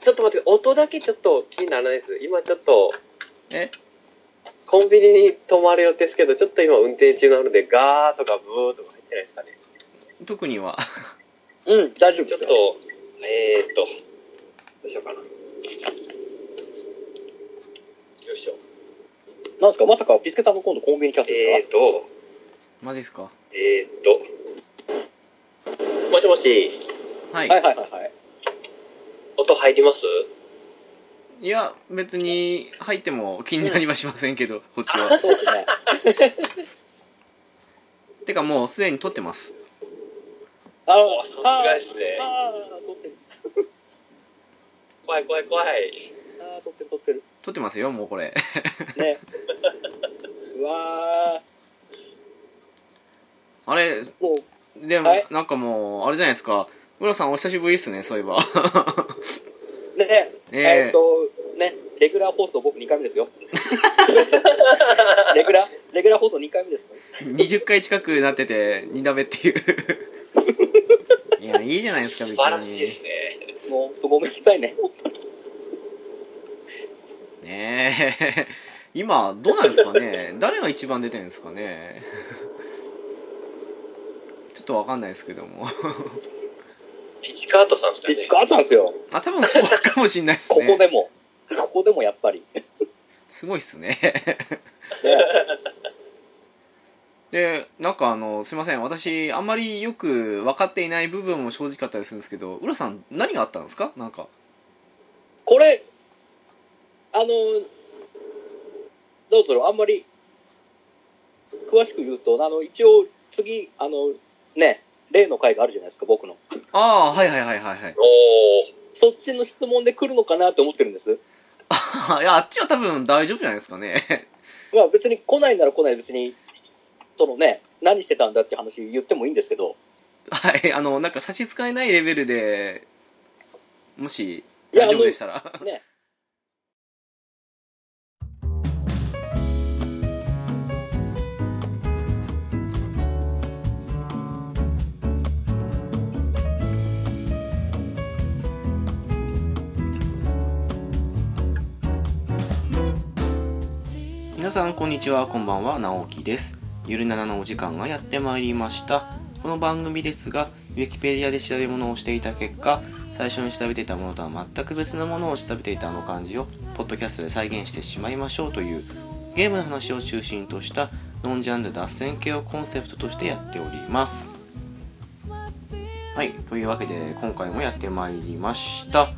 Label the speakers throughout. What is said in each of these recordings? Speaker 1: ちょっと待って、音だけちょっと気にならないです。今ちょっと、
Speaker 2: え
Speaker 1: コンビニに泊まる予定ですけど、ちょっと今運転中なので、ガーとかブーとか入ってないですかね。
Speaker 2: 特には。
Speaker 3: うん、大丈夫
Speaker 1: ち
Speaker 3: で
Speaker 1: ょっ
Speaker 3: す
Speaker 1: と
Speaker 3: よ。、
Speaker 1: えーっと、どうしようかな。よいしょ。
Speaker 3: なんですか、まさか、ピスケさんも今度コンビニ来たん
Speaker 1: えー
Speaker 3: で
Speaker 1: っと、
Speaker 2: マジですか
Speaker 1: えーっと、もしもし、
Speaker 2: は
Speaker 3: す
Speaker 2: い。
Speaker 3: か、はいはいはいはい。
Speaker 1: 音入ります
Speaker 2: いや、別に入っても気になりはしませんけど、こっち は。
Speaker 3: そうですね。
Speaker 2: てかもうすでに撮ってます。
Speaker 3: あ
Speaker 1: おさすがですね
Speaker 3: あー、撮ってる。
Speaker 1: 怖い怖い怖い。
Speaker 3: あー、撮ってる撮ってる。
Speaker 2: 撮ってますよ、もうこれ。
Speaker 3: ね。うわ
Speaker 2: あれ、
Speaker 3: ー、もう、
Speaker 2: でも、
Speaker 3: はい
Speaker 2: なんかもう、あれじゃないですか。浦さんお久しぶりですね、そういえば。
Speaker 3: ね、
Speaker 2: ねえ
Speaker 3: えーっと、ね、レギュラー放送僕2回目ですよ。レギュラー、レギュラー放送2回目ですよ。
Speaker 2: 20回近くなってて、2打目っていう。いや、いいじゃないですか、別
Speaker 1: 素晴らしいです
Speaker 2: に。
Speaker 1: ね。
Speaker 3: もう、ほんとごめんなさいね。
Speaker 2: ねえ。 今、どうなんですかね誰が一番出てるんですかね ちょっとわかんないですけども。
Speaker 1: ピチカートさんですかね。
Speaker 3: ピチカートなんですよ。
Speaker 2: あ、多分そうかもしんないです
Speaker 3: こ
Speaker 2: ね。
Speaker 3: こでも、ここでもやっぱり。ね、
Speaker 2: すごいっす ね。で、なんかあの、すいません。私、あんまりよく分かっていない部分も正直あったりするんですけど、浦さん、何があったんですかなんか。
Speaker 3: これ、あの、どうだろう、あんまり、詳しく言うと、あの、一応、次、あの、ね、例の回があるじゃないですか、僕の。
Speaker 2: ああ、はいはいはいはいはい。
Speaker 1: おー、
Speaker 3: そっちの質問で来るのかなって思ってるんです。
Speaker 2: あいや、あ っちは多分大丈夫じゃないですかね。
Speaker 3: まあ別に来ないなら来ない、別に、そのね、何してたんだって話言ってもいいんですけど、
Speaker 2: はい、あの、なんか差し支えないレベルで、もし、
Speaker 3: いや
Speaker 2: 大丈夫でしたら。
Speaker 3: ね。
Speaker 2: 皆さんこんにちはこんばんは直樹ですゆるななのお時間がやってまいりましたこの番組ですがウィキペディアで調べ物をしていた結果最初に調べていたものとは全く別のものを調べていたあの感じをポッドキャストで再現してしまいましょうというゲームの話を中心としたノンジャンル脱線系をコンセプトとしてやっておりますはいというわけで今回もやってまいりました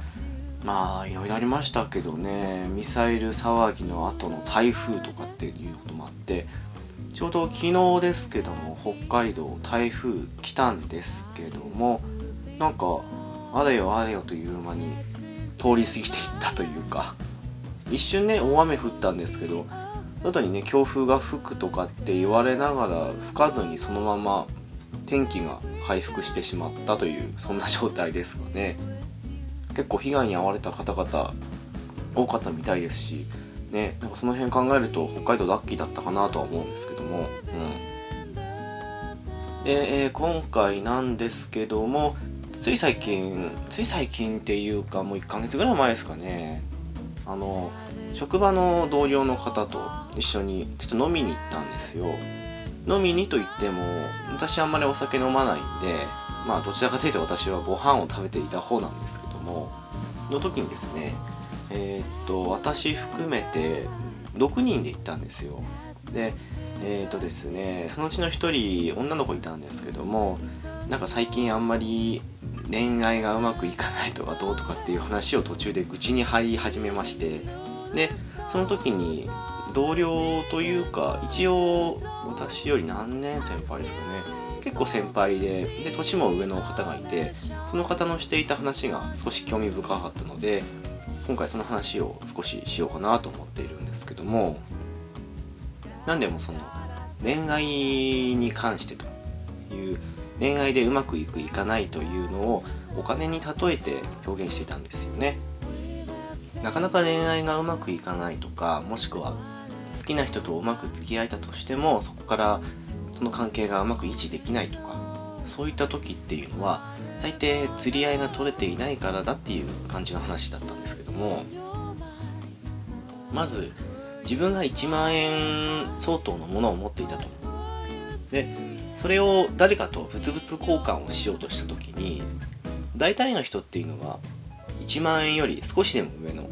Speaker 2: まあいろいろありましたけどねミサイル騒ぎの後の台風とかっていうこともあってちょうど昨日ですけども北海道台風来たんですけどもなんかあれよあれよという間に通り過ぎていったというか一瞬ね大雨降ったんですけど後にね強風が吹くとかって言われながら吹かずにそのまま天気が回復してしまったというそんな状態ですかね。結構被害に遭われた方々多かったみたいですし、ね、なんかその辺考えると北海道ラッキーだったかなとは思うんですけども、うん、で、えー今回なんですけどもつい最近つい最近っていうかもう1ヶ月ぐらい前ですかねあの職場の同僚の方と一緒にちょっと飲みに行ったんですよ飲みにと言っても私あんまりお酒飲まないんでまあどちらかというと私はご飯を食べていた方なんですけどもの時にですねえーっと私含めて6人で行ったんですよでえーっとですねそのうちの1人女の子いたんですけどもなんか最近あんまり恋愛がうまくいかないとかどうとかっていう話を途中で愚痴に入り始めましてでその時に同僚というか一応私より何年先輩ですかね結構先輩でで年も上の方がいてその方のしていた話が少し興味深かったので今回その話を少ししようかなと思っているんですけども何でもその恋愛に関してという恋愛でうまくいくいかないというのをお金に例えて表現していたんですよねなかなか恋愛がうまくいかないとかもしくは好きな人とうまく付き合えたとしてもそこからその関係がうまく維持できないとかそういった時っていうのは大抵釣り合いが取れていないからだっていう感じの話だったんですけどもまず自分が1万円相当のものを持っていたとでそれを誰かと物々交換をしようとした時に大体の人っていうのは1万円より少しでも上の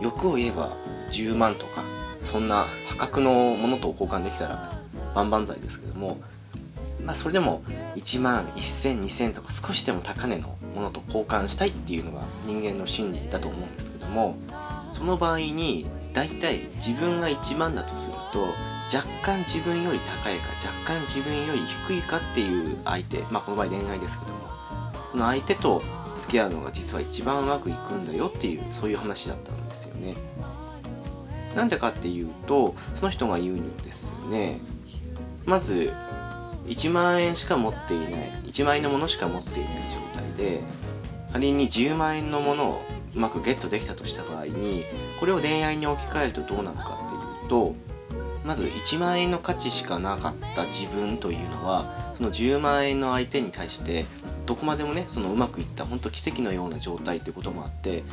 Speaker 2: 欲を言えば10万とかそんな破格のものと交換できたら万々歳ですけどもまあそれでも1万10002000とか少しでも高値のものと交換したいっていうのが人間の心理だと思うんですけどもその場合に大体自分が1万だとすると若干自分より高いか若干自分より低いかっていう相手まあこの場合恋愛ですけどもその相手と付き合うのが実は一番うまくいくんだよっていうそういう話だったんですよねなんでかっていうとその人が言うにはですねまず1万円しか持っていない1万円のものしか持っていない状態で仮に10万円のものをうまくゲットできたとした場合にこれを恋愛に置き換えるとどうなるかっていうとまず1万円の価値しかなかった自分というのはその10万円の相手に対してどこまでもねそのうまくいった本当奇跡のような状態ということもあって、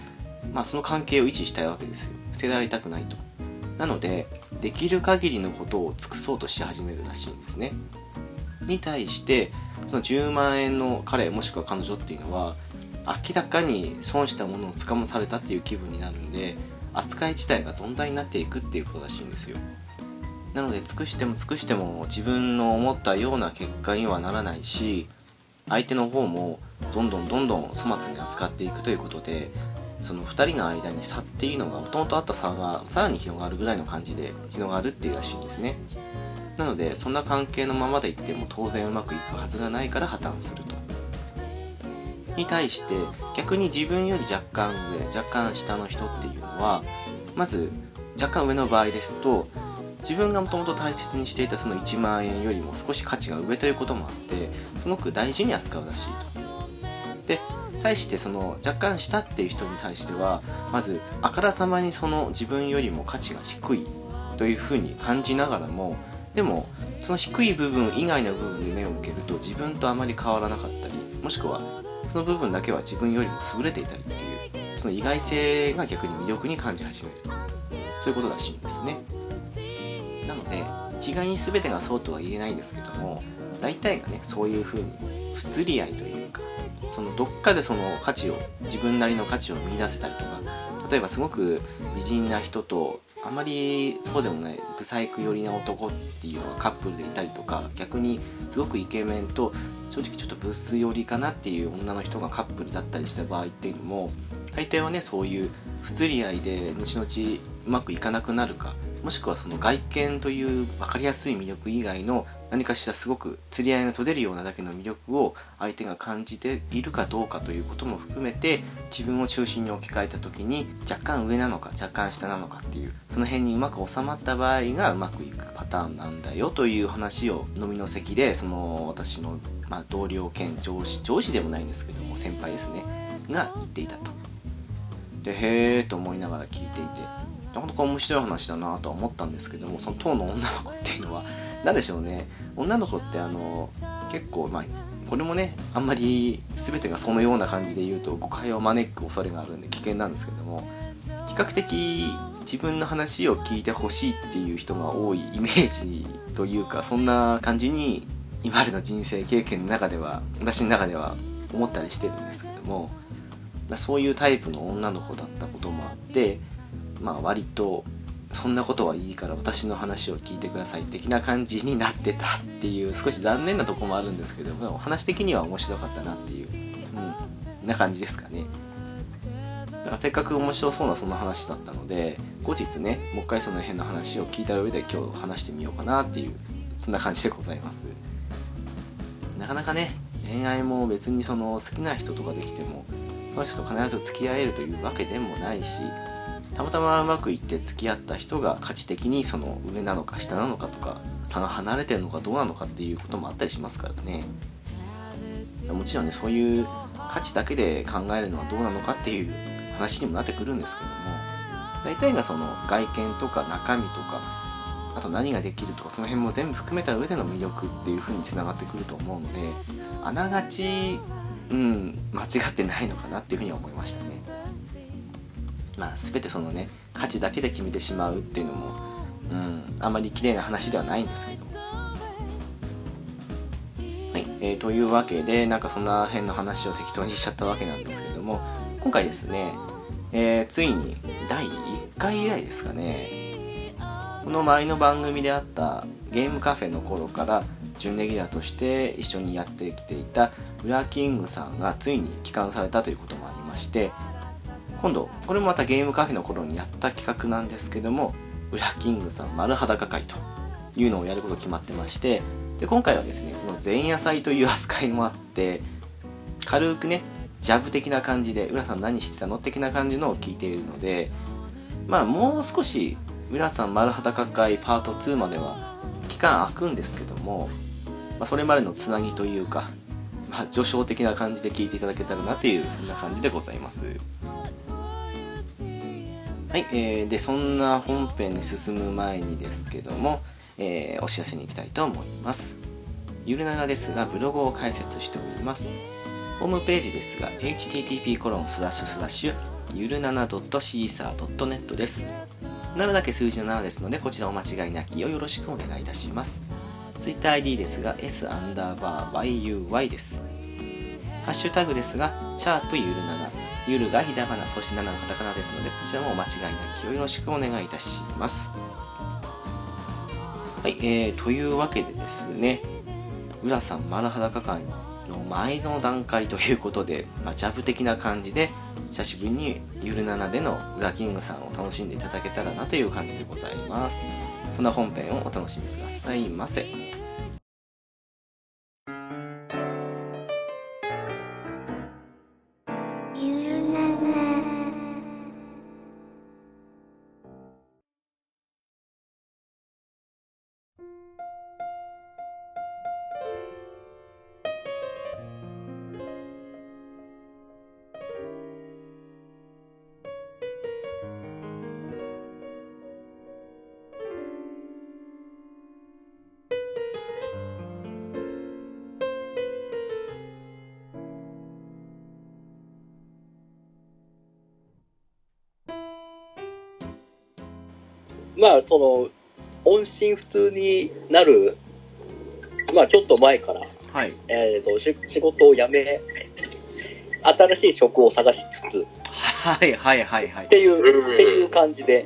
Speaker 2: まあ、その関係を維持したいわけですよ捨てられたくないとなのでできる限りのことを尽くそうとし始めるらしいんですねに対してその10万円の彼もしくは彼女っていうのは明らかに損したものをつかまされたっていう気分になるんで扱い自体が存在になっていくっていうことらしいんですよなので尽くしても尽くしても自分の思ったような結果にはならないし相手の方もどんどんどんどん粗末に扱っていくということでその2人の間に差っていうのがもともとあった差がさらに広がるぐらいの感じで広がるっていうらしいんですねなのでそんな関係のままでいっても当然うまくいくはずがないから破綻するとに対して逆に自分より若干上若干下の人っていうのはまず若干上の場合ですと自分がもともと大切にしていたその1万円よりも少し価値が上ということもあってすごく大事に扱うらしいとで対してその若干下っていう人に対してはまずあからさまにその自分よりも価値が低いというふうに感じながらもでもその低い部分以外の部分に目を向けると自分とあまり変わらなかったりもしくはその部分だけは自分よりも優れていたりっていうその意外性が逆に魅力に感じ始めるとそういうことらしいんですねなので一概に全てがそうとは言えないですけども大体がねそういうふうに不釣り合いというかそのどっかでその価値を自分なりの価値を見出せたりとか例えばすごく美人な人とあまりそうでもないブサイク寄りな男っていうのがカップルでいたりとか逆にすごくイケメンと正直ちょっとブス寄りかなっていう女の人がカップルだったりした場合っていうのも大抵はねそういう不釣り合いで後々うまくいかなくなるかもしくはその外見という分かりやすい魅力以外の何かしらすごく釣り合いが取れるようなだけの魅力を相手が感じているかどうかということも含めて自分を中心に置き換えた時に若干上なのか若干下なのかっていうその辺にうまく収まった場合がうまくいくパターンなんだよという話を飲みの席でその私の、まあ、同僚兼上司上司でもないんですけども先輩ですねが言っていたと。でへーと思いながら聞いていてなかなか面白い話だなとは思ったんですけどもその当の女の子っていうのは何でしょうね女の子ってあの結構まあこれもねあんまり全てがそのような感じで言うと誤解を招く恐れがあるんで危険なんですけども比較的自分の話を聞いてほしいっていう人が多いイメージというかそんな感じに今までの人生経験の中では私の中では思ったりしてるんですけどもまあそういうタイプの女の子だったこともあってまあ割とそんなことはいいから私の話を聞いてください的な感じになってたっていう少し残念なとこもあるんですけどもお話的には面白かったなっていう、うん、な感じですかねだからせっかく面白そうなその話だったので後日ねもう一回その辺の話を聞いた上で今日話してみようかなっていうそんな感じでございますなかなかね恋愛も別にその好きな人とかできてもその人と必ず付き合えるというわけでもないしたまたまうまくいって付き合った人が価値的にその上なのか下なのかとか差が離れてるのかどうなのかっていうこともあったりしますからねもちろんねそういう価値だけで考えるのはどうなのかっていう話にもなってくるんですけども大体がその外見とか中身とかあと何ができるとかその辺も全部含めた上での魅力っていう風につながってくると思うのであながちうん間違ってないのかなっていうふうに思いましたねまあ全てそのね価値だけで決めてしまうっていうのも、うん、あまり綺麗な話ではないんですけどもはい、えーというわけでなんかそんな辺の話を適当にしちゃったわけなんですけども今回ですね、えーついに第1回以来ですかねこの前の番組であったゲームカフェの頃から準レギュラーとして一緒にやってきていたウラキングさんがついに帰還されたということもありまして今度これもまたゲームカフェの頃にやった企画なんですけどもウラキングさん丸裸会というのをやること決まってましてで今回はですねその前夜祭という扱いもあって軽くねジャブ的な感じで浦さん何してたの的な感じのを聞いているのでまあもう少し浦さん丸裸会パート2までは期間空くんですけども、まあ、それまでのつなぎというか、まあ、序章的な感じで聞いていただけたらなというそんな感じでございますはい、えーでそんな本編に進む前にですけどもえーお知らせに行きたいと思います。ゆるななですが、ブログを開設しております。ホームページですが、http:// ゆるなな .caesar.net です。なるだけ数字の7ですので、こちらお間違いなきをよろしくお願いいたします。TwitterID ですが、s アンダーバー yuy です。ハッシュタグですが、シャープゆるなな、ゆるがひらがな、そして7のカタカナですので、こちらもお間違いなきをよろしくお願いいたします。はい、えー、というわけでですね、浦さん丸裸会の前の段階ということで、まあ、ジャブ的な感じで、久しぶりにゆるななでの裏キングさんを楽しんでいただけたらなという感じでございます。そんな本編をお楽しみくださいませ。
Speaker 3: まあ、その、音信不通になる、まあ、ちょっと前から、
Speaker 2: はい、
Speaker 3: えっ、とし、仕事を辞め、新しい職を探しつつ、
Speaker 2: はい、はい、はい、は
Speaker 3: っ
Speaker 2: い。
Speaker 3: ていう、
Speaker 1: うん
Speaker 3: っていう感じで、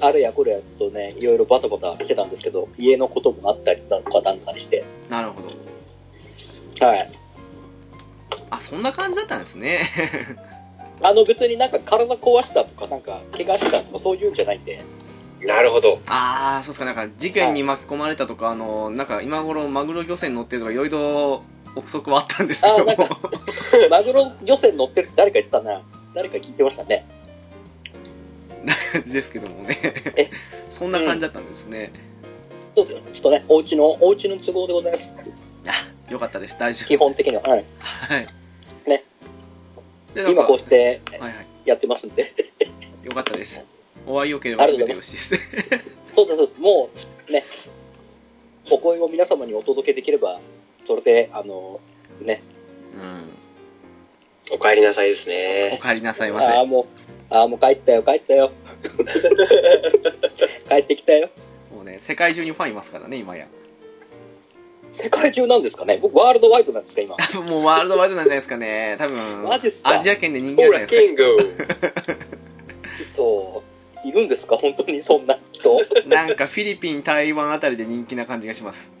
Speaker 3: あれやこれやとね、いろいろバタバタしてたんですけど、家のこともあったりなんかなんかにして、
Speaker 2: なるほど。
Speaker 3: はい。
Speaker 2: あ、そんな感じだったんですね。
Speaker 3: あの別になんか体壊したとか、なんか怪我したとかそういうんじゃないんで、
Speaker 1: なるほど。
Speaker 2: ああ、そうっすか、なんか事件に巻き込まれたとか、あの、なんか今頃マグロ漁船乗ってるとか、いろいろ憶測はあったんですけど
Speaker 3: あーなん
Speaker 2: も
Speaker 3: か。マグロ漁船乗ってるって誰か言ってたな。誰か聞いてましたね。
Speaker 2: 感じですけどもね
Speaker 3: え。
Speaker 2: そんな感じだったんですね。
Speaker 3: そうですよ。ちょっとね、お家の、お家の都合でございます。
Speaker 2: あ、よかったです。大丈夫。
Speaker 3: 基本的には。はい。
Speaker 2: はい。
Speaker 3: ね。
Speaker 2: で
Speaker 3: 今こうして
Speaker 2: なんかはいはい。
Speaker 3: やってますんで。
Speaker 2: よかったです。お会いよければ全てよしです。
Speaker 3: そうです、そうです。もう、ね、お声を皆様にお届けできれば、それで、あの、ね、
Speaker 2: うん。
Speaker 1: お帰りなさいです
Speaker 2: お
Speaker 1: ね。
Speaker 2: 帰りなさいま
Speaker 3: ああ、
Speaker 2: せ。
Speaker 3: もう、ああ、もう帰ったよ、帰っ たよ。帰ってきたよ。
Speaker 2: もうね、世界中にファンいますからね、今や。
Speaker 3: 世界中なんですかね僕、ワールドワイドなんですか、今。
Speaker 2: 多分もうワールドワイドなんじゃないですかね。多分、
Speaker 3: マジっすか
Speaker 2: アジア圏で人気
Speaker 1: ほ
Speaker 2: なんじゃな
Speaker 1: ら、キン
Speaker 2: いです
Speaker 1: グ
Speaker 2: か。
Speaker 3: そう。いるんですか、本当にそんな 人。
Speaker 2: なんかフィリピン、台湾あたりで人気な感じがします。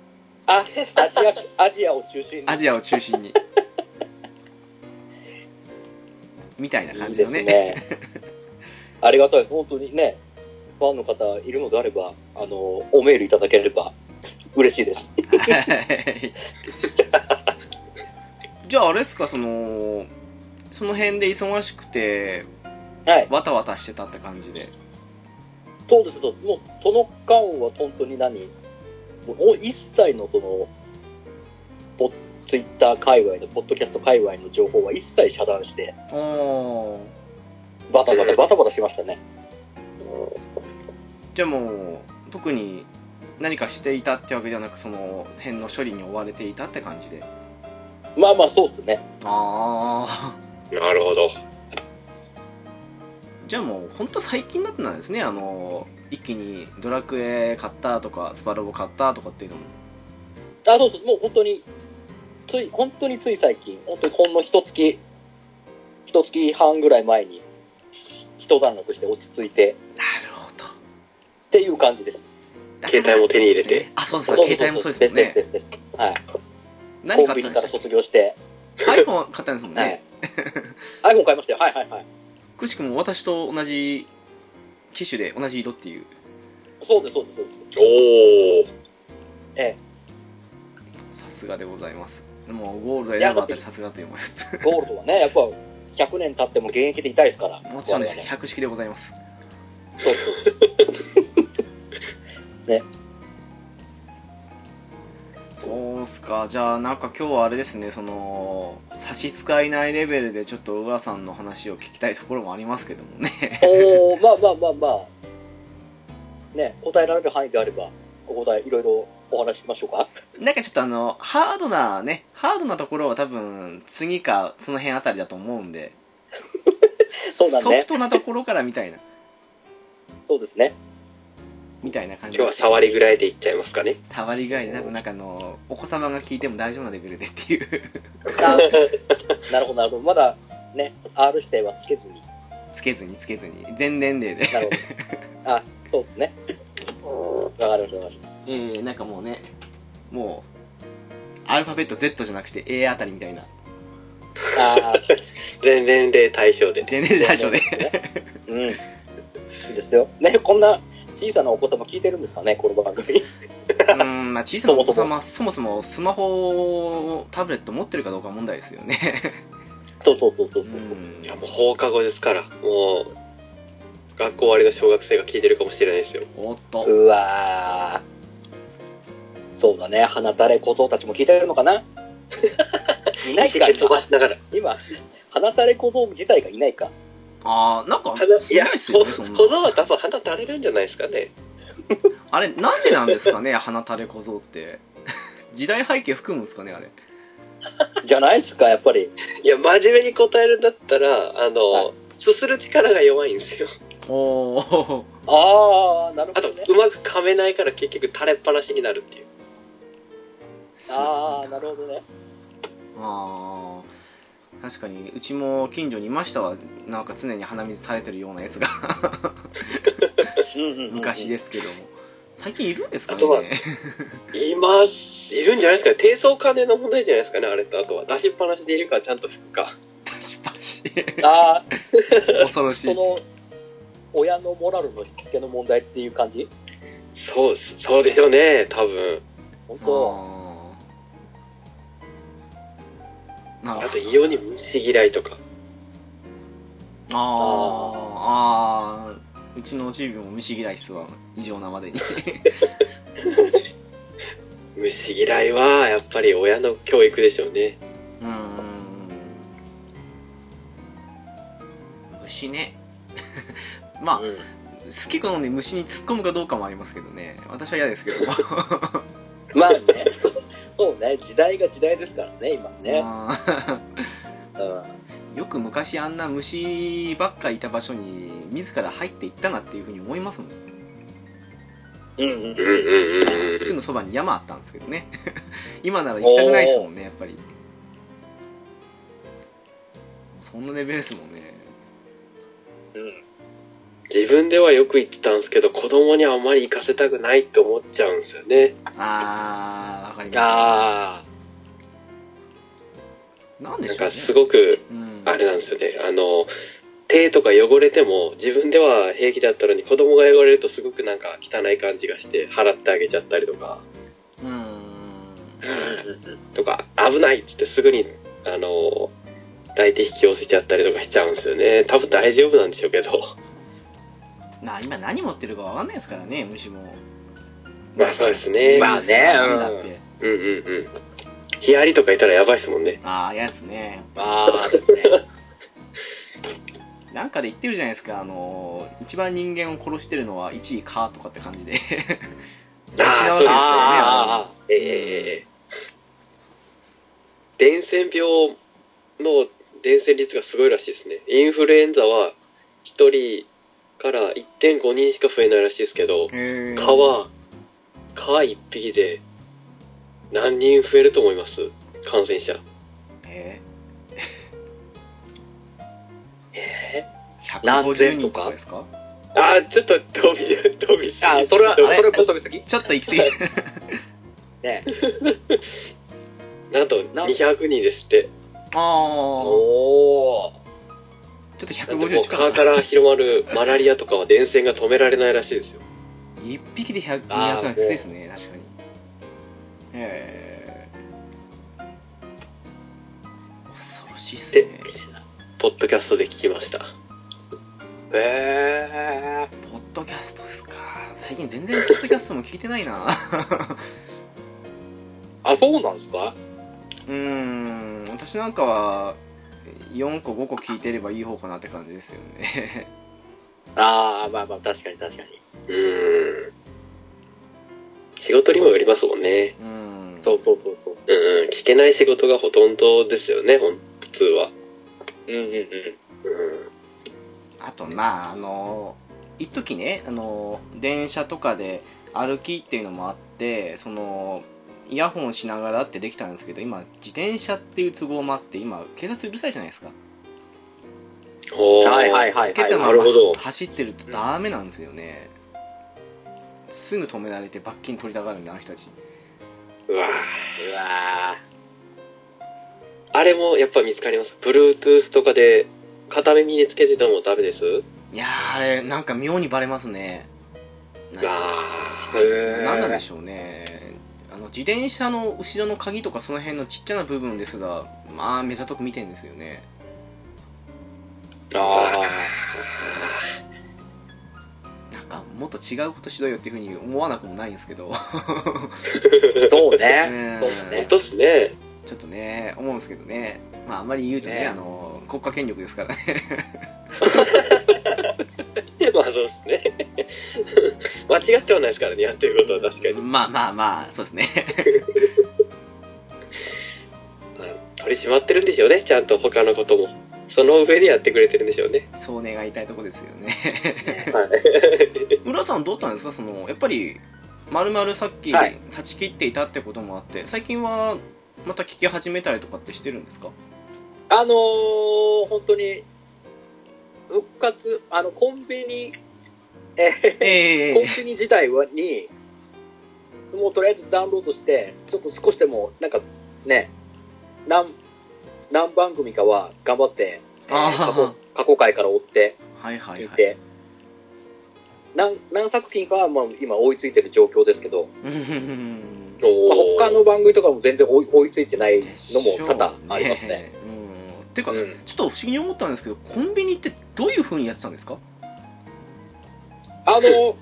Speaker 3: あ、アジア、アジアを中心に。
Speaker 2: アジアを中心に。みたいな感
Speaker 3: いい
Speaker 2: じ
Speaker 3: で
Speaker 2: の
Speaker 3: す
Speaker 2: ね。
Speaker 3: ね。ありがたいです、本当にね、ファンの方いるのであれば、あの、おメールいただければ嬉しいです。
Speaker 2: はいじゃああれですかそのその辺で忙しくて
Speaker 3: はい。
Speaker 2: わたわたしてたって感じで
Speaker 3: そうです、そうですもう、その間は本当に何、もう一切のその、ポツイッター界隈の、ポッドキャスト界隈の情報は一切遮断して、
Speaker 2: おお
Speaker 3: バタバタ、バタバタしましたね。
Speaker 2: じゃあもう特に何かしていたってわけじゃなくその辺の処理に追われていたって感じで
Speaker 3: まあまあ、そうっすね。
Speaker 2: ああ
Speaker 1: なるほど。
Speaker 2: じゃあもう本当最近だったんですねあの一気にドラクエ買ったとかスパロボ買ったとかっていうのも
Speaker 3: あ、そうそう、もう本当に、つい、本当につい最近、本当にほんの一月、一月半ぐらい前に、一段落して落ち着いて、
Speaker 2: なるほど
Speaker 3: っていう感じです。
Speaker 1: 携帯も手に入れて
Speaker 2: あそうですね携帯もそうですもんね
Speaker 3: ですですですです。はい。
Speaker 2: 何
Speaker 3: コン
Speaker 2: 買っ
Speaker 3: ビ
Speaker 2: た
Speaker 3: ニ
Speaker 2: ん
Speaker 3: か
Speaker 2: で
Speaker 3: ら
Speaker 2: したっ
Speaker 3: 卒業して、
Speaker 2: け iPhone 買ったんですもんね、
Speaker 3: はい。iPhone 買いましたよ。はいはいはい。
Speaker 2: くしくも私と同じ機種で同じ色っていう
Speaker 3: そうです、そうです、そうです。
Speaker 1: おー。
Speaker 2: さすがでございますもうゴールド選ぶあたりさすがという思います
Speaker 3: ゴールドはね、やっぱ100年経っても現役でいたいですから。
Speaker 2: もちろんです
Speaker 3: 我々
Speaker 2: 百式でございます
Speaker 3: そうそう
Speaker 2: そうっすかじゃあなんか今日はあれですねその差し支えないレベルでちょっと浦さんの話を聞きたいところもありますけどもね
Speaker 3: おーまあまあまあまあ。ね、答えられる範囲であれば、お答えいろいろお話ししましょうか。
Speaker 2: なんかちょっとあのハードなねハードなところは多分次かその辺あたりだと思うん で
Speaker 3: うだね
Speaker 2: ソフトなところからみたいな
Speaker 3: そうで すね。
Speaker 2: みたいな感じ
Speaker 1: 今日は触りぐらいでいっちゃいますかね。
Speaker 2: 触りぐらいで多分なんかあのお子様が聞いても大丈夫なレベルでっていう
Speaker 3: あなるほど、なるほど。まだね、R 指定はつけずに。
Speaker 2: つけずにつけずに全年齢で
Speaker 3: なる ほど。あ、そうですね。わかりました、わかりまし
Speaker 2: えー、なんかもうねもうアルファベット Z じゃなくて A あたりみたいな
Speaker 3: た。ああ、
Speaker 1: 全年齢対象でね。
Speaker 2: 全年齢対象で
Speaker 3: うん。いいですよ。ね、こんな小さなお子様聞いてるんですかね、この番組。
Speaker 2: うーん、まあ、小さなお子様そもそもスマホタブレット持ってるかどうか問題ですよ ね
Speaker 3: そうそうそうそう
Speaker 2: う
Speaker 3: そう。
Speaker 2: ん
Speaker 1: いやもう放課後ですから、もう、学校終わりの小学生が聞いてるかもしれないですよ。
Speaker 2: おっと
Speaker 3: うわーそうだね、花垂れ小僧たちも聞いてるの かないないか、
Speaker 1: 飛ば
Speaker 3: 今
Speaker 1: し。ながら。
Speaker 3: 今、花垂れ小僧自体がいないか。
Speaker 2: ああなんか
Speaker 1: 花
Speaker 2: す
Speaker 1: い
Speaker 2: ごい
Speaker 1: や、
Speaker 2: っす
Speaker 1: こ
Speaker 2: よねそんな
Speaker 1: のは多分鼻垂れるんじゃないですかね。
Speaker 2: あれなんでなんですかね 花垂れ小僧って 時代背景含むんですかねあれ
Speaker 3: じゃないですか、やっぱり。
Speaker 1: いや、真面目に答えるんだったら、あの、
Speaker 3: はい
Speaker 1: すする力が弱いんですよ。
Speaker 2: おお
Speaker 3: あー、なるほ
Speaker 1: あと、
Speaker 3: どね。
Speaker 1: うまく噛めないから結局垂れっぱなしになるっていう。
Speaker 3: あー、なるほどね。。
Speaker 2: ああ確かにうちも近所にいましたわなんか常に鼻水垂れてるようなやつが昔ですすけども最近いるんですか
Speaker 1: あとは
Speaker 2: ね
Speaker 1: います、いるんじゃないですかね。低層関連の問題じゃないですかね、あれと。あとは、出しっぱなしでいるか、ちゃんと拭くか。
Speaker 2: 出しっぱなし
Speaker 3: あー、
Speaker 2: 恐ろし
Speaker 3: そ
Speaker 2: い
Speaker 3: の、親のモラルのしつけの問題っていう感じ
Speaker 1: そうです、そうでしょうね、多分。
Speaker 3: 本当
Speaker 2: あーな
Speaker 1: あ
Speaker 2: るほ
Speaker 1: と、
Speaker 2: ど
Speaker 1: 異様に虫嫌いとか。
Speaker 2: あーあーうちのチームも虫嫌いっすわ異常なまでに
Speaker 1: 虫嫌いは、やっぱり親の教育でしょうね。
Speaker 2: うーん虫ね まあ
Speaker 3: うん
Speaker 2: 好き好んで虫に突っ込むかどうかもありますけどね私は嫌ですけど
Speaker 3: まあね、 そうね、時代が時代ですからね、今 ね。
Speaker 2: あ
Speaker 3: うん
Speaker 2: ーよく昔あんな虫ばっかいた場所に自ら入っていったなっていうふうに思いますもん
Speaker 3: うんうん
Speaker 1: うんうんうんうん。
Speaker 2: すぐそばに山あったんですけどね 今なら行きたくないですもんねやっぱりそんなレベルですもんね
Speaker 3: うん
Speaker 1: 自分ではよく行ってたんですけど、子供にはあまり行かせたくないって思っちゃうんですよね。
Speaker 2: あーわかりま
Speaker 3: あ
Speaker 2: すなんで
Speaker 1: なん
Speaker 2: しょう
Speaker 1: か
Speaker 2: ね
Speaker 1: すごく、
Speaker 2: うん
Speaker 1: あれなんですよね。あの、手とか汚れても自分では平気だったのに子供が汚れるとすごくなんか汚い感じがして払ってあげちゃったりとか、
Speaker 2: うーん
Speaker 1: とか危ないってってすぐに、あの、抱いて引き寄せちゃったりとかしちゃうんですよね。多分大丈夫なんでしょうけど。
Speaker 2: な今何持ってるかわかんないですからね虫も
Speaker 1: まあそうですね。
Speaker 3: まあね
Speaker 2: なんだって
Speaker 1: うんうんうん。ヒアリとかいたらやばいですもんね。
Speaker 2: ああ嫌ですね
Speaker 3: あ、ああですね。
Speaker 2: なんかで言ってるじゃないですか、あのー一番人間を殺してるのは1位かとかって感じで
Speaker 1: あーそ
Speaker 2: 失わ
Speaker 1: うですよね
Speaker 2: あ
Speaker 3: あ
Speaker 2: の
Speaker 1: ええ伝染病の伝染率がすごいらしいですね。インフルエンザは1人から1.5人しか増えないらしいですけど、
Speaker 2: へえ
Speaker 1: 蚊は、蚊1匹で何人増えると思います感染者。
Speaker 2: えー、
Speaker 3: え何
Speaker 2: 150
Speaker 3: 千
Speaker 2: 人
Speaker 3: と
Speaker 2: とか
Speaker 3: か
Speaker 2: ですか
Speaker 1: あー、ちょっと飛び、飛びすぎ
Speaker 3: あ、それは、そ
Speaker 2: あれ
Speaker 3: れは細めすぎ
Speaker 2: ちょっと行き過ぎた
Speaker 3: ね。
Speaker 1: なんと
Speaker 3: な
Speaker 1: 200人ですって。
Speaker 2: あー
Speaker 3: おー。
Speaker 2: ちょっと
Speaker 1: なんでも
Speaker 2: 150
Speaker 1: う
Speaker 2: 近か
Speaker 1: 蚊
Speaker 2: っ
Speaker 1: か
Speaker 2: た
Speaker 1: ら広まるマラリアとかは伝染が止められないらしいですよ。
Speaker 2: 1匹で100
Speaker 3: あー
Speaker 2: 200はきついですね確かにへえ恐ろしいっす
Speaker 1: で
Speaker 2: ね、
Speaker 1: ポッドキャストで聞きました。
Speaker 3: えー。
Speaker 2: ポッドキャストですか最近全然ポッドキャストも聞いてないな
Speaker 3: あ、そうなんですか
Speaker 2: うーん私なんかは4個5個聞いてればいい方かなって感じですよね
Speaker 3: ああ、まあまあ、確かに確かに。
Speaker 1: うーん。仕事にもよりますもんね。
Speaker 2: うーん
Speaker 3: そうそうそうそう。
Speaker 1: うんうん、聞けない仕事がほとんどですよね、ほん普通は。
Speaker 3: うんうんうん。
Speaker 1: うん。
Speaker 2: あとまああの一時ねあの電車とかで歩きっていうのもあってそのイヤホンしながらってできたんですけど今自転車っていう都合もあって今警察うるさいじゃないですか
Speaker 1: おー
Speaker 3: はいはいはい
Speaker 2: つけたま
Speaker 1: な
Speaker 2: ま
Speaker 1: るほど
Speaker 2: 走ってるとダメなんですよね、すぐ止められて罰金取りたがるんであの人たち
Speaker 1: うわ
Speaker 3: うわ
Speaker 1: ーあれもやっぱ見つかります。Bluetooth とかで片耳につけててもダメです。
Speaker 2: いやーあれなんか妙にバレますねな
Speaker 1: うわ
Speaker 3: ー。へー
Speaker 2: 何なんでしょうねあの自転車の後ろの鍵とかその辺のちっちゃな部分ですらまあ目ざとく見てんですよね
Speaker 1: ー
Speaker 3: あ
Speaker 2: なんかもっと違うことしろよっていうふうに思わなくもないんですけど
Speaker 3: あ。そうね。
Speaker 2: ね
Speaker 3: そうだ
Speaker 1: 本
Speaker 3: ね
Speaker 1: 当っすね。
Speaker 2: ちょっとね思うんですけどねまああんまり言うとね
Speaker 3: ね
Speaker 2: あの国家権力ですからね
Speaker 1: まあそうですね。 間違ってはないですからね、やってることは確かに。
Speaker 2: まあまあまあそうですね
Speaker 1: 取り締まってるんでしょうね、ちゃんと他のことも。その上でやってくれてるんでしょうね。
Speaker 2: そう願いたいとこですよね
Speaker 1: はい。
Speaker 2: 浦さんどうだったんですかそのやっぱりまるまるさっき
Speaker 3: はい
Speaker 2: 断ち切っていたってこともあって、最近はまた聞き始めたりとかってしてるんですか
Speaker 3: あのー、本当に、復活、あの、コンビニ、え
Speaker 2: え
Speaker 3: コンビニ自体はに、もうとりあえずダウンロードして、ちょっと少しでも、なんかね、何、何番組かは頑張って、えー
Speaker 2: あー
Speaker 3: 過去過去回から追って、
Speaker 2: はいはい
Speaker 3: 聞い
Speaker 2: はい
Speaker 3: て、何何作品かはもう今追いついてる状況ですけど、
Speaker 2: うんうんうん
Speaker 3: ま
Speaker 1: お
Speaker 3: あ
Speaker 1: ー
Speaker 3: 他の番組とかも全然追い追いついてない
Speaker 2: でし
Speaker 3: の
Speaker 2: ょう
Speaker 3: も多々ありますね。。
Speaker 2: うんてか、
Speaker 3: う
Speaker 2: ちょ
Speaker 3: ん
Speaker 2: っと不思議に思ったんですけど、コンビニってどういう風にやってたんですか
Speaker 3: あの、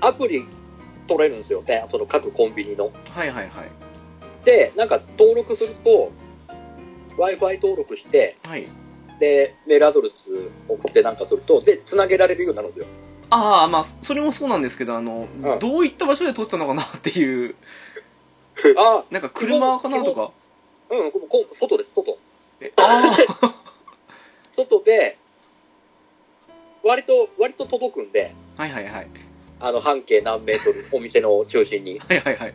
Speaker 3: アプリ取れるんですよね、その各コンビニの。
Speaker 2: はいはいはい。
Speaker 3: で、なんか登録すると、Wi-Fi 登録して、
Speaker 2: はい、
Speaker 3: で、メールアドレス送ってなんかすると、で、繋げられるようになるん ですよ。
Speaker 2: ああ、まあ、それもそうなんですけど、あの、
Speaker 3: うん
Speaker 2: どういった場所で撮ってたのかなっていう、
Speaker 3: あ
Speaker 2: なんか車かなとか。
Speaker 3: うん、ここ外です、外。
Speaker 2: えああ、
Speaker 3: 外で、割と、割と届くんで、
Speaker 2: はいはいはい。
Speaker 3: あの、半径何メートル、お店の中心に
Speaker 2: はいはいはい。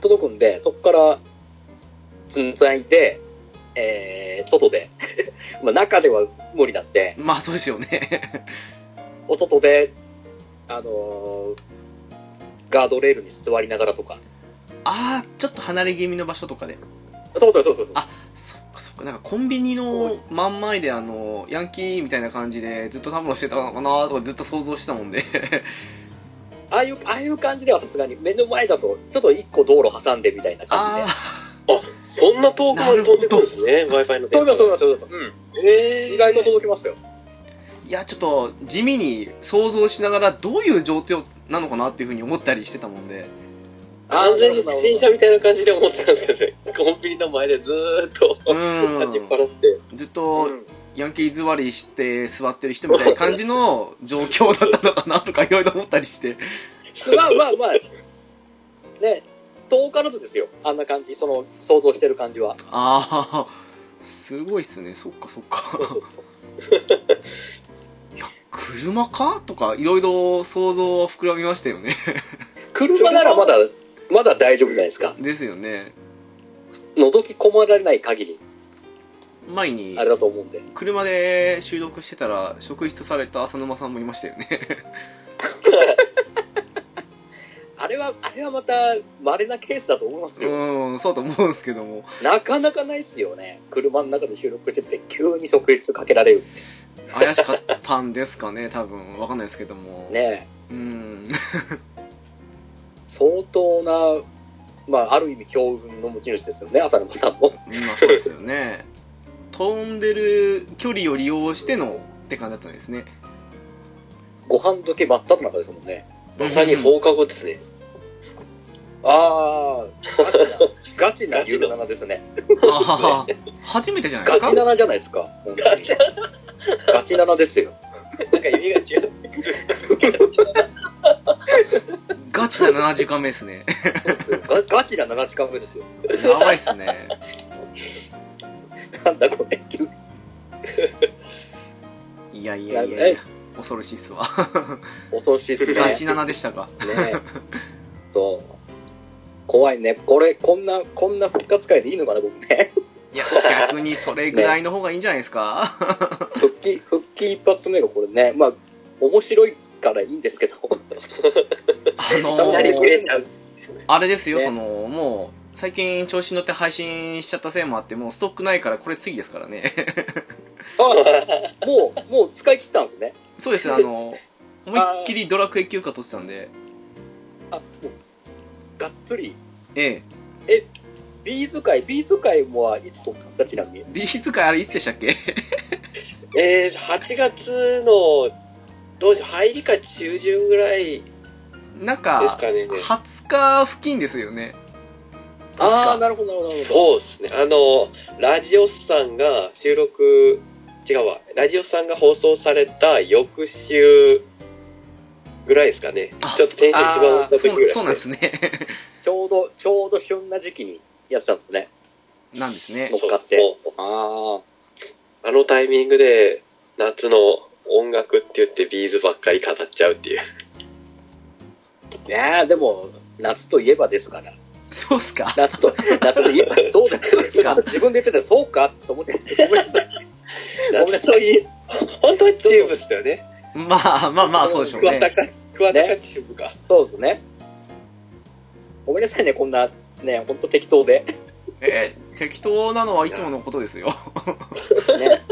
Speaker 3: 届くんで、そこから、繋いで、えー、外で。 まあ、中では無理だって、
Speaker 2: まあ、そうですよね。
Speaker 3: お外で、あのーガードレールに座りながらとか。
Speaker 2: ああ、ちょっと離れ気味の場所とかで。
Speaker 3: そうそうそうそうそう。
Speaker 2: あそっかそっか、なんかコンビニの真ん前で、あの、ヤンキーみたいな感じで、ずっとタムロしてたのかなとか、ずっと想像してたもんで。
Speaker 3: ああいう、ああいう感じではさすがに目の前だと、ちょっと一個道路挟んでみたいな
Speaker 2: あ
Speaker 3: 感じで。
Speaker 2: あ、
Speaker 1: そんな遠くまで飛んでくるんですね、Wi-Fi の
Speaker 3: そう
Speaker 1: 電
Speaker 3: そうそう
Speaker 1: 波。
Speaker 3: そうそう。うん。
Speaker 1: えー
Speaker 3: 意外と届きますよ。
Speaker 2: いやちょっと地味に想像しながらどういう状況なのかなっていうふうに思ったりしてたもんで
Speaker 1: 完全に不審者みたいな感じで思ってたんですけどね、コンビニの前でずーっと
Speaker 2: うん
Speaker 1: 立ちっぱなって、
Speaker 2: ずっ
Speaker 3: う
Speaker 2: と
Speaker 3: ん
Speaker 2: ヤンキー座りして座ってる人みたいな感じ の状況だったのかなとかいろいろ思ったりして
Speaker 3: まあまあまあ、ね、遠からずですよ。あんな感じ、その、想像してる感じは。
Speaker 2: ああ、すごいっすね。そっかそっ
Speaker 3: そうそ
Speaker 2: か
Speaker 3: う。そう
Speaker 2: いや、車かとか、いろいろ想像は膨らみましたよね。
Speaker 3: 車
Speaker 1: 車
Speaker 3: な
Speaker 1: な
Speaker 3: ら
Speaker 1: ら
Speaker 3: ま
Speaker 1: ま
Speaker 3: だ
Speaker 1: だ、まだ大丈夫じゃないですか。
Speaker 2: ですよね。
Speaker 3: 覗き込まれない限り、
Speaker 2: 前に
Speaker 3: あ、れだと思うんで。
Speaker 2: 車で収録してたら、職質された浅沼さんもいましたよね。
Speaker 3: あれは、あれはまた、稀なケースだと思いますよ。
Speaker 2: うん、そうと思うんですけども。
Speaker 3: なかなかないっすよね。車の中で収録してて、急に即日かけられるって
Speaker 2: 怪しかったんですかね、多分。わかんないですけども。。
Speaker 3: ね。
Speaker 2: うん。
Speaker 3: 相当な、まあ、ある意味、強運の持ち主ですよね、浅沼さんも。
Speaker 2: まあそうですよね。飛んでる距離を利用してのって感じだったんですね。
Speaker 3: ご飯時真っ只中ですもんね。
Speaker 1: まさに放課後ですね。
Speaker 3: ああ、ガチな、ガチなゆるななですね。
Speaker 2: あー初めてじゃないで
Speaker 3: ガ
Speaker 2: す
Speaker 3: チ
Speaker 2: か
Speaker 3: ナナじゃないですか。本当にガチナナですよ。
Speaker 1: なんか意味が違 う。
Speaker 2: ガチな7時間目ですね。
Speaker 3: ガガチな7時間目ですよ。
Speaker 2: やばいっすね。
Speaker 3: なんだこれ。
Speaker 2: いやいやいやい
Speaker 3: いや
Speaker 2: や、恐ろしいっすわ。
Speaker 3: 恐ろしいですね。
Speaker 2: ガチ7でしたか。
Speaker 3: ねそう。怖いね。これ、こんな、こんな復活会でいいのかな、僕 ね。
Speaker 2: いや、逆にそれぐらいの方がいいんじゃないですか。
Speaker 3: 復帰、復帰一発目がこれね。まあ、面白いからいいんですけど。
Speaker 2: あの
Speaker 3: ガチャリブレ
Speaker 2: ー、
Speaker 3: ー
Speaker 1: ちゃう。
Speaker 2: あれですよ、
Speaker 3: ね
Speaker 2: その、もう、最近調子に乗って配信しちゃったせいもあって、もうストックないからこれ次ですからね。
Speaker 3: あもう、もう使い切ったんですね。
Speaker 2: そうです、あの、思いっきりドラクエ休暇取ってたんで、
Speaker 3: あ、もう、がっつり。
Speaker 2: ええ、
Speaker 3: ビーズ会、ビーズ会もはいつ撮ったんですか、ちなみに。
Speaker 2: ビーズ会あれいつでしたっけ
Speaker 1: えー、8月の、どうしよう、入りか中旬ぐらいで
Speaker 2: なん
Speaker 1: す
Speaker 2: か、
Speaker 1: かね。
Speaker 2: 20日付近ですよね。か
Speaker 3: ああー、なるほど、なるほど、なるほ
Speaker 1: そう
Speaker 3: ど。
Speaker 1: ですね。あの、ラジオスさんが収録、違うわ、ラジオスさんが放送された翌週ぐらいですかね。
Speaker 2: あ
Speaker 1: ちょっとテンション一番上がった時
Speaker 2: そ
Speaker 1: ぐ
Speaker 2: う
Speaker 1: らい。
Speaker 2: そうなんですね。
Speaker 3: ちょうど、ちょうど旬な時期にやってたんですね。
Speaker 2: なんですね
Speaker 3: 乗。っかって
Speaker 1: そうそう
Speaker 3: ああ。
Speaker 1: あのタイミングで夏の音楽って言ってビーズばっかり語っちゃうって いう。
Speaker 3: ねえ、でも、夏といえばですから。
Speaker 2: そうっすか。
Speaker 3: 夏と、 夏といえば、そうだよね。
Speaker 2: す か
Speaker 3: 今自分で言ってて、そうかって思ってごめんなさい。ごめんな
Speaker 1: 夏
Speaker 3: さ
Speaker 1: と
Speaker 3: い。
Speaker 1: いい。本当はチームですよね。
Speaker 2: まあまあまあ、そうでしょう
Speaker 1: 桑田
Speaker 2: ね。
Speaker 1: か、桑田かチームか。
Speaker 3: そうですね。ごめんなさいね、こんな、ね、ほんと適当で。
Speaker 2: ええ適当なのはいつものことですよ。
Speaker 3: ね。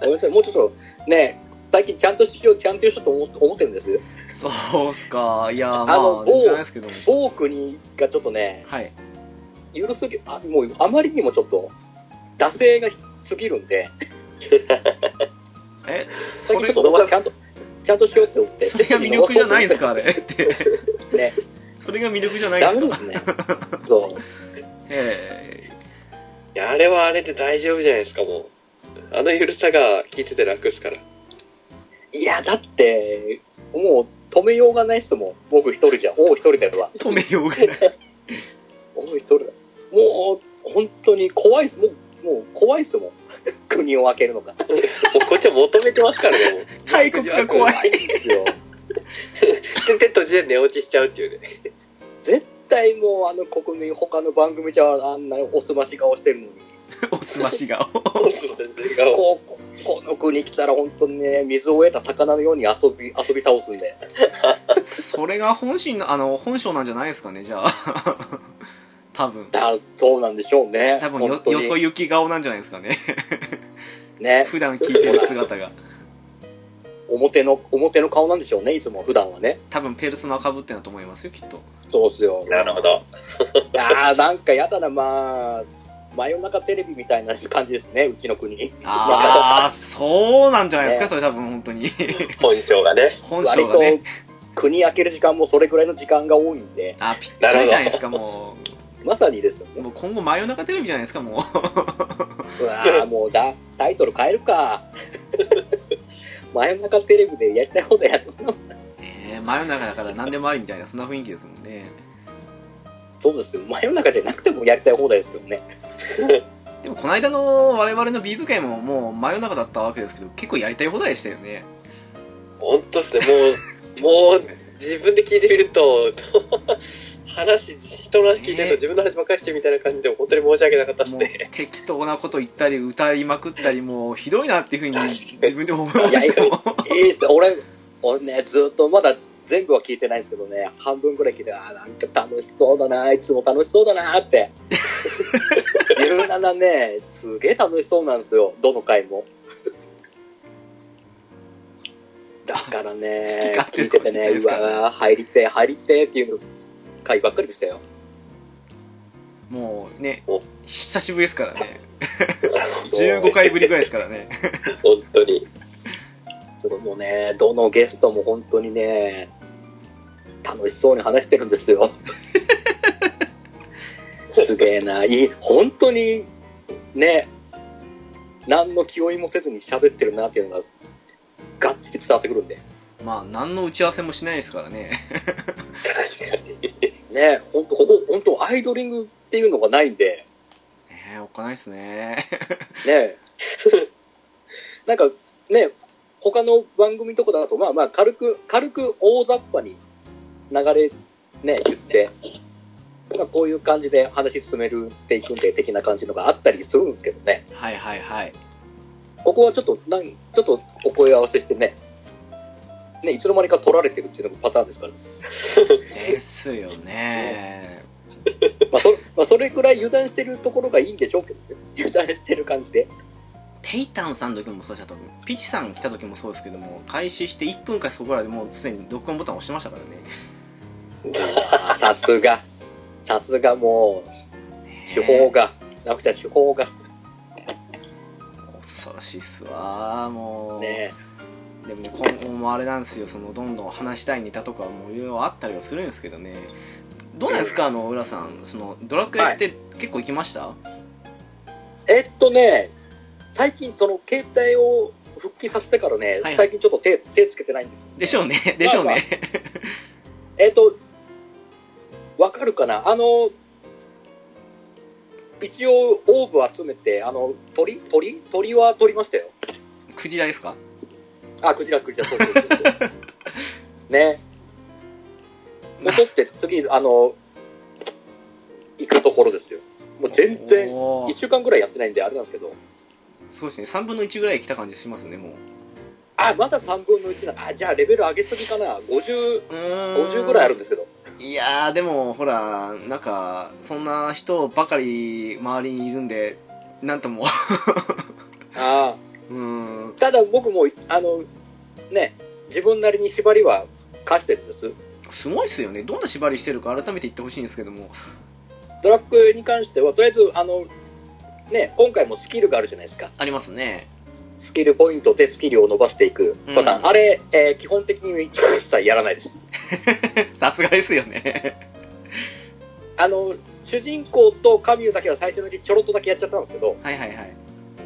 Speaker 3: ごめんなさい、もうちょっと、ね、最近ちゃんとしよう、ちゃんとしようと思思ってるんです。
Speaker 2: そうっすか。いや、ま
Speaker 3: あの
Speaker 2: あ、全然ないですけども。
Speaker 3: 某国がちょっとね、
Speaker 2: はい。
Speaker 3: 緩すぎ、あもうあまりにもちょっと、惰性がすぎるんで、
Speaker 2: え、そ
Speaker 3: 最近
Speaker 2: れ
Speaker 3: ちょっ、と僕はちゃんと、ちゃんとしようって思って。
Speaker 2: それが魅力じゃないんですか、あれって。
Speaker 3: ね。
Speaker 2: それが魅力じゃない
Speaker 3: ダメ
Speaker 2: ん
Speaker 3: で
Speaker 2: ですか。
Speaker 3: すね。そう。
Speaker 2: え
Speaker 1: いや、あれはあれで大丈夫じゃないですか、もう。あのゆるさが聞いてて楽っすから。
Speaker 3: いや、だって、もう止めようがないっすもん。僕一人じゃ。王一人だよ。
Speaker 2: え止めようがない。
Speaker 3: 王一人だ。もう、本当に怖いっす。もう、もう怖いっすもん。 国を開けるのが。
Speaker 1: もうこっちは求めてますからね、もう。
Speaker 2: 大国が怖い。
Speaker 3: いんですよ。
Speaker 1: 全然途中で寝落ちしちゃうっていうね。
Speaker 3: 絶対もうあの国民、他の番組じゃあんなおすまし顔してるのに。
Speaker 2: おすまし顔。
Speaker 3: こうここの国来たら本当にね、水を得た魚のように遊び、遊び倒すんで。
Speaker 2: それが本心の、あの、本性なんじゃないですかね、じゃあ。 多分。
Speaker 3: だ、そうなんでしょうね。
Speaker 2: 多分よ
Speaker 3: 本、当
Speaker 2: よ
Speaker 3: に
Speaker 2: そ行き顔なんじゃないですかね。
Speaker 3: ね。
Speaker 2: 普段聞いてる姿が。
Speaker 3: 表の、表の顔なんでしょうね、いつも、普段はね。
Speaker 2: 多分、ペルソナ被ってんだと思いますよ、きっと。
Speaker 3: そうっすよ。
Speaker 1: なるほど。
Speaker 3: ああ、なんかやだな、まあ、真夜中テレビみたいな感じですね、うちの国。
Speaker 2: ああ、そうなんじゃないですか、
Speaker 3: ね
Speaker 2: それ多分、本当に。
Speaker 1: 本性がね。
Speaker 2: 本性
Speaker 3: 割
Speaker 2: が
Speaker 3: と
Speaker 2: ね。、
Speaker 3: 国開ける時間もそれぐらいの時間が多いんで、
Speaker 2: あ、ぴったりじゃないですか、も
Speaker 3: まさにですよ
Speaker 2: う。
Speaker 3: ね。
Speaker 2: もう今後、真夜中テレビじゃないですか、も
Speaker 3: うわーもうだ、タイトル変えるか。 真夜中テレビでやりたい放題やってもらおう
Speaker 2: う。ねえ真夜中だから何でもありみたいな、そんな雰囲気ですもんね。
Speaker 3: そうですよ。真夜中じゃなくてもやりたい放題ですけどね。
Speaker 2: でもこの間の我々のビーズ会ももう真夜中だったわけですけど結構やりたい放題でしたよね
Speaker 1: 本当ですね、もう、もう、自分で聞いてみると、 話、人の話聞いてると、
Speaker 2: ね
Speaker 1: 自分の話ばっかりしてみたいな感じで、本当に申し訳なかったです
Speaker 2: もう
Speaker 1: ね。
Speaker 2: 適当なこと言ったり歌いまくったりもうひどいなっていうふうに
Speaker 1: 確かに
Speaker 2: 自分でも思いましたもん
Speaker 3: いいですね。俺、俺ね、ずっとまだ全部は聞いてないんですけどね、半分くらい聞いて、あーなんか楽しそうだな、いつも楽しそうだ なって。柔軟なね、すげえ楽しそうなんですよ、どの回も。だから
Speaker 2: 好き
Speaker 3: ね、聞
Speaker 2: 勝手
Speaker 3: いててね、
Speaker 2: こういうことで
Speaker 3: う
Speaker 2: すから
Speaker 3: わー、入りてえ、入りてえっていう回ばっかりでしたよ。
Speaker 2: もうね
Speaker 1: お
Speaker 2: 久しぶりですからね
Speaker 3: そう
Speaker 2: 15回ぶりぐらいですからね
Speaker 1: 本当に。
Speaker 3: それもね、どのゲストも本当にね、楽しそうに話してるんですよ。すげえな、いい、本当にね、何の気負いもせずに喋ってるなっていうのが、がっちり伝わってくるんで、
Speaker 2: まあ何の打ち合わせもしないですからね
Speaker 1: 確かに。
Speaker 3: ね、本当、ここ、本当、アイドリングっていうのがないんで、
Speaker 2: ねえおっかないですね
Speaker 3: ね、 なんかね、他の番組とかだと、まあまあ、軽く、軽く大雑把に流れ、ね、言って、まあ、こういう感じで話進めるっていくんで、的な感じのがあったりするんですけどね、
Speaker 2: はいはいはい
Speaker 3: ここはちょっと、なんちょっとお声合わせしてね、ね、いつの間にか取られてるっていうのもパターンですから、
Speaker 2: ですよね
Speaker 3: まあそまあ、それくらい油断してるところがいいんでしょうけどね、油断してる感じで。
Speaker 2: テイタンさんの時もそうでしたとピチさん来た時もそうですけども開始して1分かそこらでもうすでに録音ボタン押してましたからね
Speaker 3: あーさすが、さすがもう、手法が、なくちゃ手法が。
Speaker 2: 恐ろしいっすわもう
Speaker 3: ね
Speaker 2: でも今後もあれなんですよそのどんどん話したいネタとかもいろいろあったりはするんですけどねどうなんですかあの浦さんそのドラクエって結構行きました、
Speaker 3: えっとね、最近その携帯を復帰させてからね、
Speaker 2: はい
Speaker 3: 最近ちょっと手手つけてないんですよね、
Speaker 2: でしょうねでしょうね
Speaker 3: えっと、わかるかなあの、一応オーブ集めて、あの、鳥鳥鳥は取りましたよ。
Speaker 2: クジラですか
Speaker 3: あ、クジラクジラ、 そうそうそうそう。ね。もう取って次、あの、行くところですよ。もう全然、
Speaker 2: おー
Speaker 3: 1週間ぐらいやってないんであれなんですけど。
Speaker 2: そうですね3分の1ぐらい来た感じしますねもう
Speaker 3: あ、まだ3分の1な。あ、じゃあレベル上げすぎかな。50、
Speaker 2: うーん
Speaker 3: 50ぐらいあるんですけど。
Speaker 2: いやーでもほらなんかそんな人ばかり周りにいるんでなんとも
Speaker 3: あ
Speaker 2: うーん
Speaker 3: あ。ただ僕も、あの、ね、自分なりに縛りは課してるんです。
Speaker 2: すごいっすよねどんな縛りしてるか改めて言ってほしいんですけども
Speaker 3: ドラッグに関しては、とりあえず、あの、ね、今回もスキルがあるじゃないですか。
Speaker 2: ありますね
Speaker 3: スキルポイントでスキルを伸ばしていくパターン。
Speaker 2: うん
Speaker 3: あれ、えー基本的に一切やらないです。
Speaker 2: さすがですよね。
Speaker 3: あの、主人公とカミューだけは最初のうちちょろっとだけやっちゃったんですけど、
Speaker 2: はいはいはい。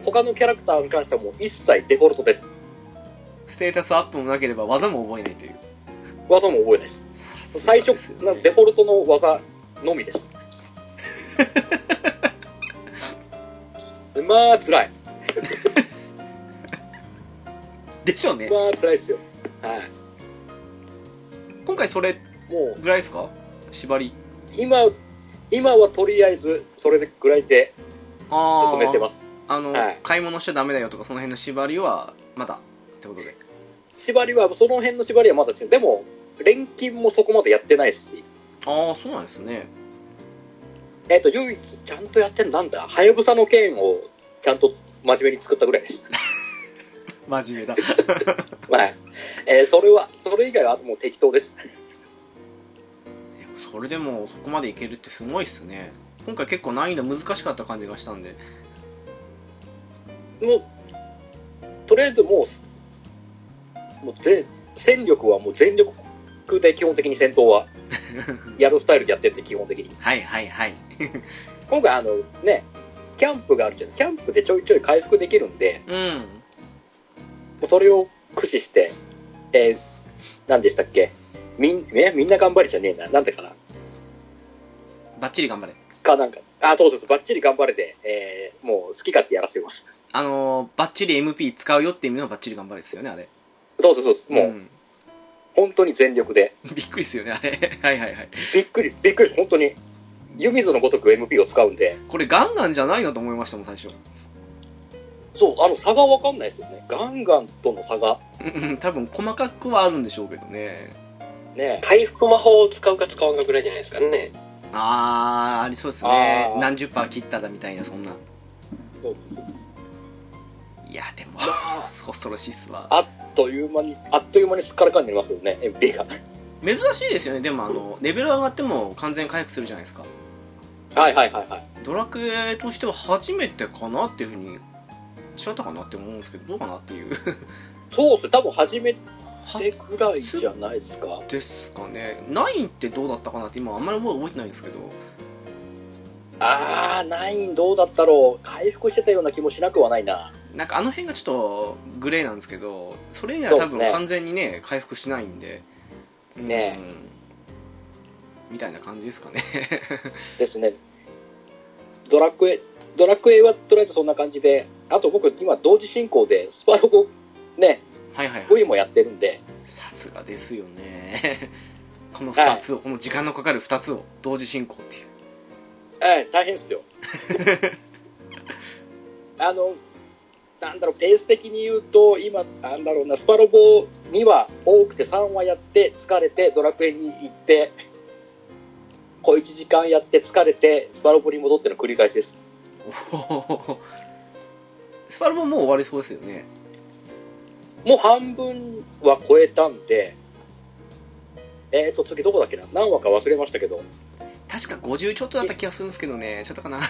Speaker 3: 他のキャラクターに関してはもう一切デフォルトです。
Speaker 2: ステータスアップもなければ技も覚えないという。
Speaker 3: 技も覚えないです。最初、なデフォルトの技のみです。まあ、辛い。
Speaker 2: でしょうね。
Speaker 3: まあ、辛いですよ。はい。
Speaker 2: 今回それ
Speaker 3: もう、
Speaker 2: ぐらいですか縛り。
Speaker 3: 今、今はとりあえず、それぐらいで
Speaker 2: あ
Speaker 3: 進めてます。
Speaker 2: あの、
Speaker 3: はい
Speaker 2: 買い物しちゃダメだよとか、その辺の縛りは、まだ、ってことで。
Speaker 3: 縛りは、その辺の縛りはまだですでも、錬金もそこまでやってないし、
Speaker 2: ああ、そうなんですね。
Speaker 3: えっ、と、唯一ちゃんとやってんのなんだ、はやぶさの剣をちゃんと真面目に作ったぐらいです。
Speaker 2: 真面目だ。
Speaker 3: はい。えーそれは、それ以外はもう適当です。
Speaker 2: それでも、そこまでいけるってすごいっすね。今回結構難易度難しかった感じがしたんで。
Speaker 3: もう、とりあえずもう、もう全、戦力はもう全力で基本的に戦闘は、やるスタイルでやってって基本的に。
Speaker 2: はいはいはい。
Speaker 3: 今回あのね、キャンプがあるじゃないですか。キャンプでちょいちょい回復できるんで、
Speaker 2: うん。
Speaker 3: もうそれを駆使して、えー、何でしたっけみん、えみんな頑張りじゃねえな。なんだかな。
Speaker 2: バッチリ頑張れ。
Speaker 3: かなんか、あ、そうそうそう、ばっちり頑張れて、えー、もう好き勝手やらせてます。
Speaker 2: あのー、バッチリ MP 使うよって意味のバッチリ頑張れですよね、あれ。
Speaker 3: そうそうそうそう、もう、
Speaker 2: ん、
Speaker 3: 本当に全力で、
Speaker 2: びっくりっすよね、あれ。 はいはいはい。
Speaker 3: びっくり、びっくり、本当に、湯水のごとく MP を使うんで、
Speaker 2: これガンガンじゃないなと思いましたもん、最初。
Speaker 3: そう、あの差がわかんないですよね。ガンガンとの差が。
Speaker 2: うんうん、多分細かくはあるんでしょうけどね。
Speaker 3: ね
Speaker 1: 回復魔法を使うか使わんかぐらいじゃないですかね。
Speaker 2: あー、ありそうですね
Speaker 3: あ。ー
Speaker 2: 何十パー切っただみたいな、そんな。
Speaker 3: そう
Speaker 2: いや、でも、
Speaker 3: あ
Speaker 2: 恐ろしいっすわ。
Speaker 3: あっという間に、あっという間にすっからかんになりますよね、MP が。
Speaker 2: 珍しいですよね、でもあの、レベル上がっても完全回復するじゃないですか。
Speaker 3: はいはいはいはい。
Speaker 2: ドラクエとしては初めてかなっていうふうに、違ったかなって思うんですけど、どうかなって いう。
Speaker 3: そうですね、多分初めて
Speaker 2: 初
Speaker 3: ぐらいじゃないですか。
Speaker 2: ですかね。9ってどうだったかなって今あんまり覚えてないんですけど。
Speaker 3: あー、ナインどうだったろう。回復してたような気もしなくはないな。
Speaker 2: なんかあの辺がちょっとグレーなんですけど、それ以外は多
Speaker 3: そう
Speaker 2: 分
Speaker 3: ですね
Speaker 2: 完全にね、回復しないんで。うん
Speaker 3: ね
Speaker 2: みたいな感じですかね。
Speaker 3: ですね。ドラクエ、ドラクエはとりあえずそんな感じで、あと僕、今、同時進行で、スパロボ、ね、
Speaker 2: はいはいはい。
Speaker 3: V もやってるんで、
Speaker 2: さすがですよね。 この2つを、この時間のかかる2つを同時進行っていう。
Speaker 3: はい、大変ですよ。 あの、なんだろう、ペース的に言うと、今、なんだろうな、スパロボ2は多くて3はやって、疲れて、ドラクエに行って、小1時間やって、疲れて、スパロボに戻っての繰り返しです。
Speaker 2: おースパルボもう終わりそうですよね。
Speaker 3: もう半分は超えたんで、えーと、次どこだっけな何話か忘れましたけど、
Speaker 2: 確か50ちょっとだった気がするんですけどね、ちょっとかな。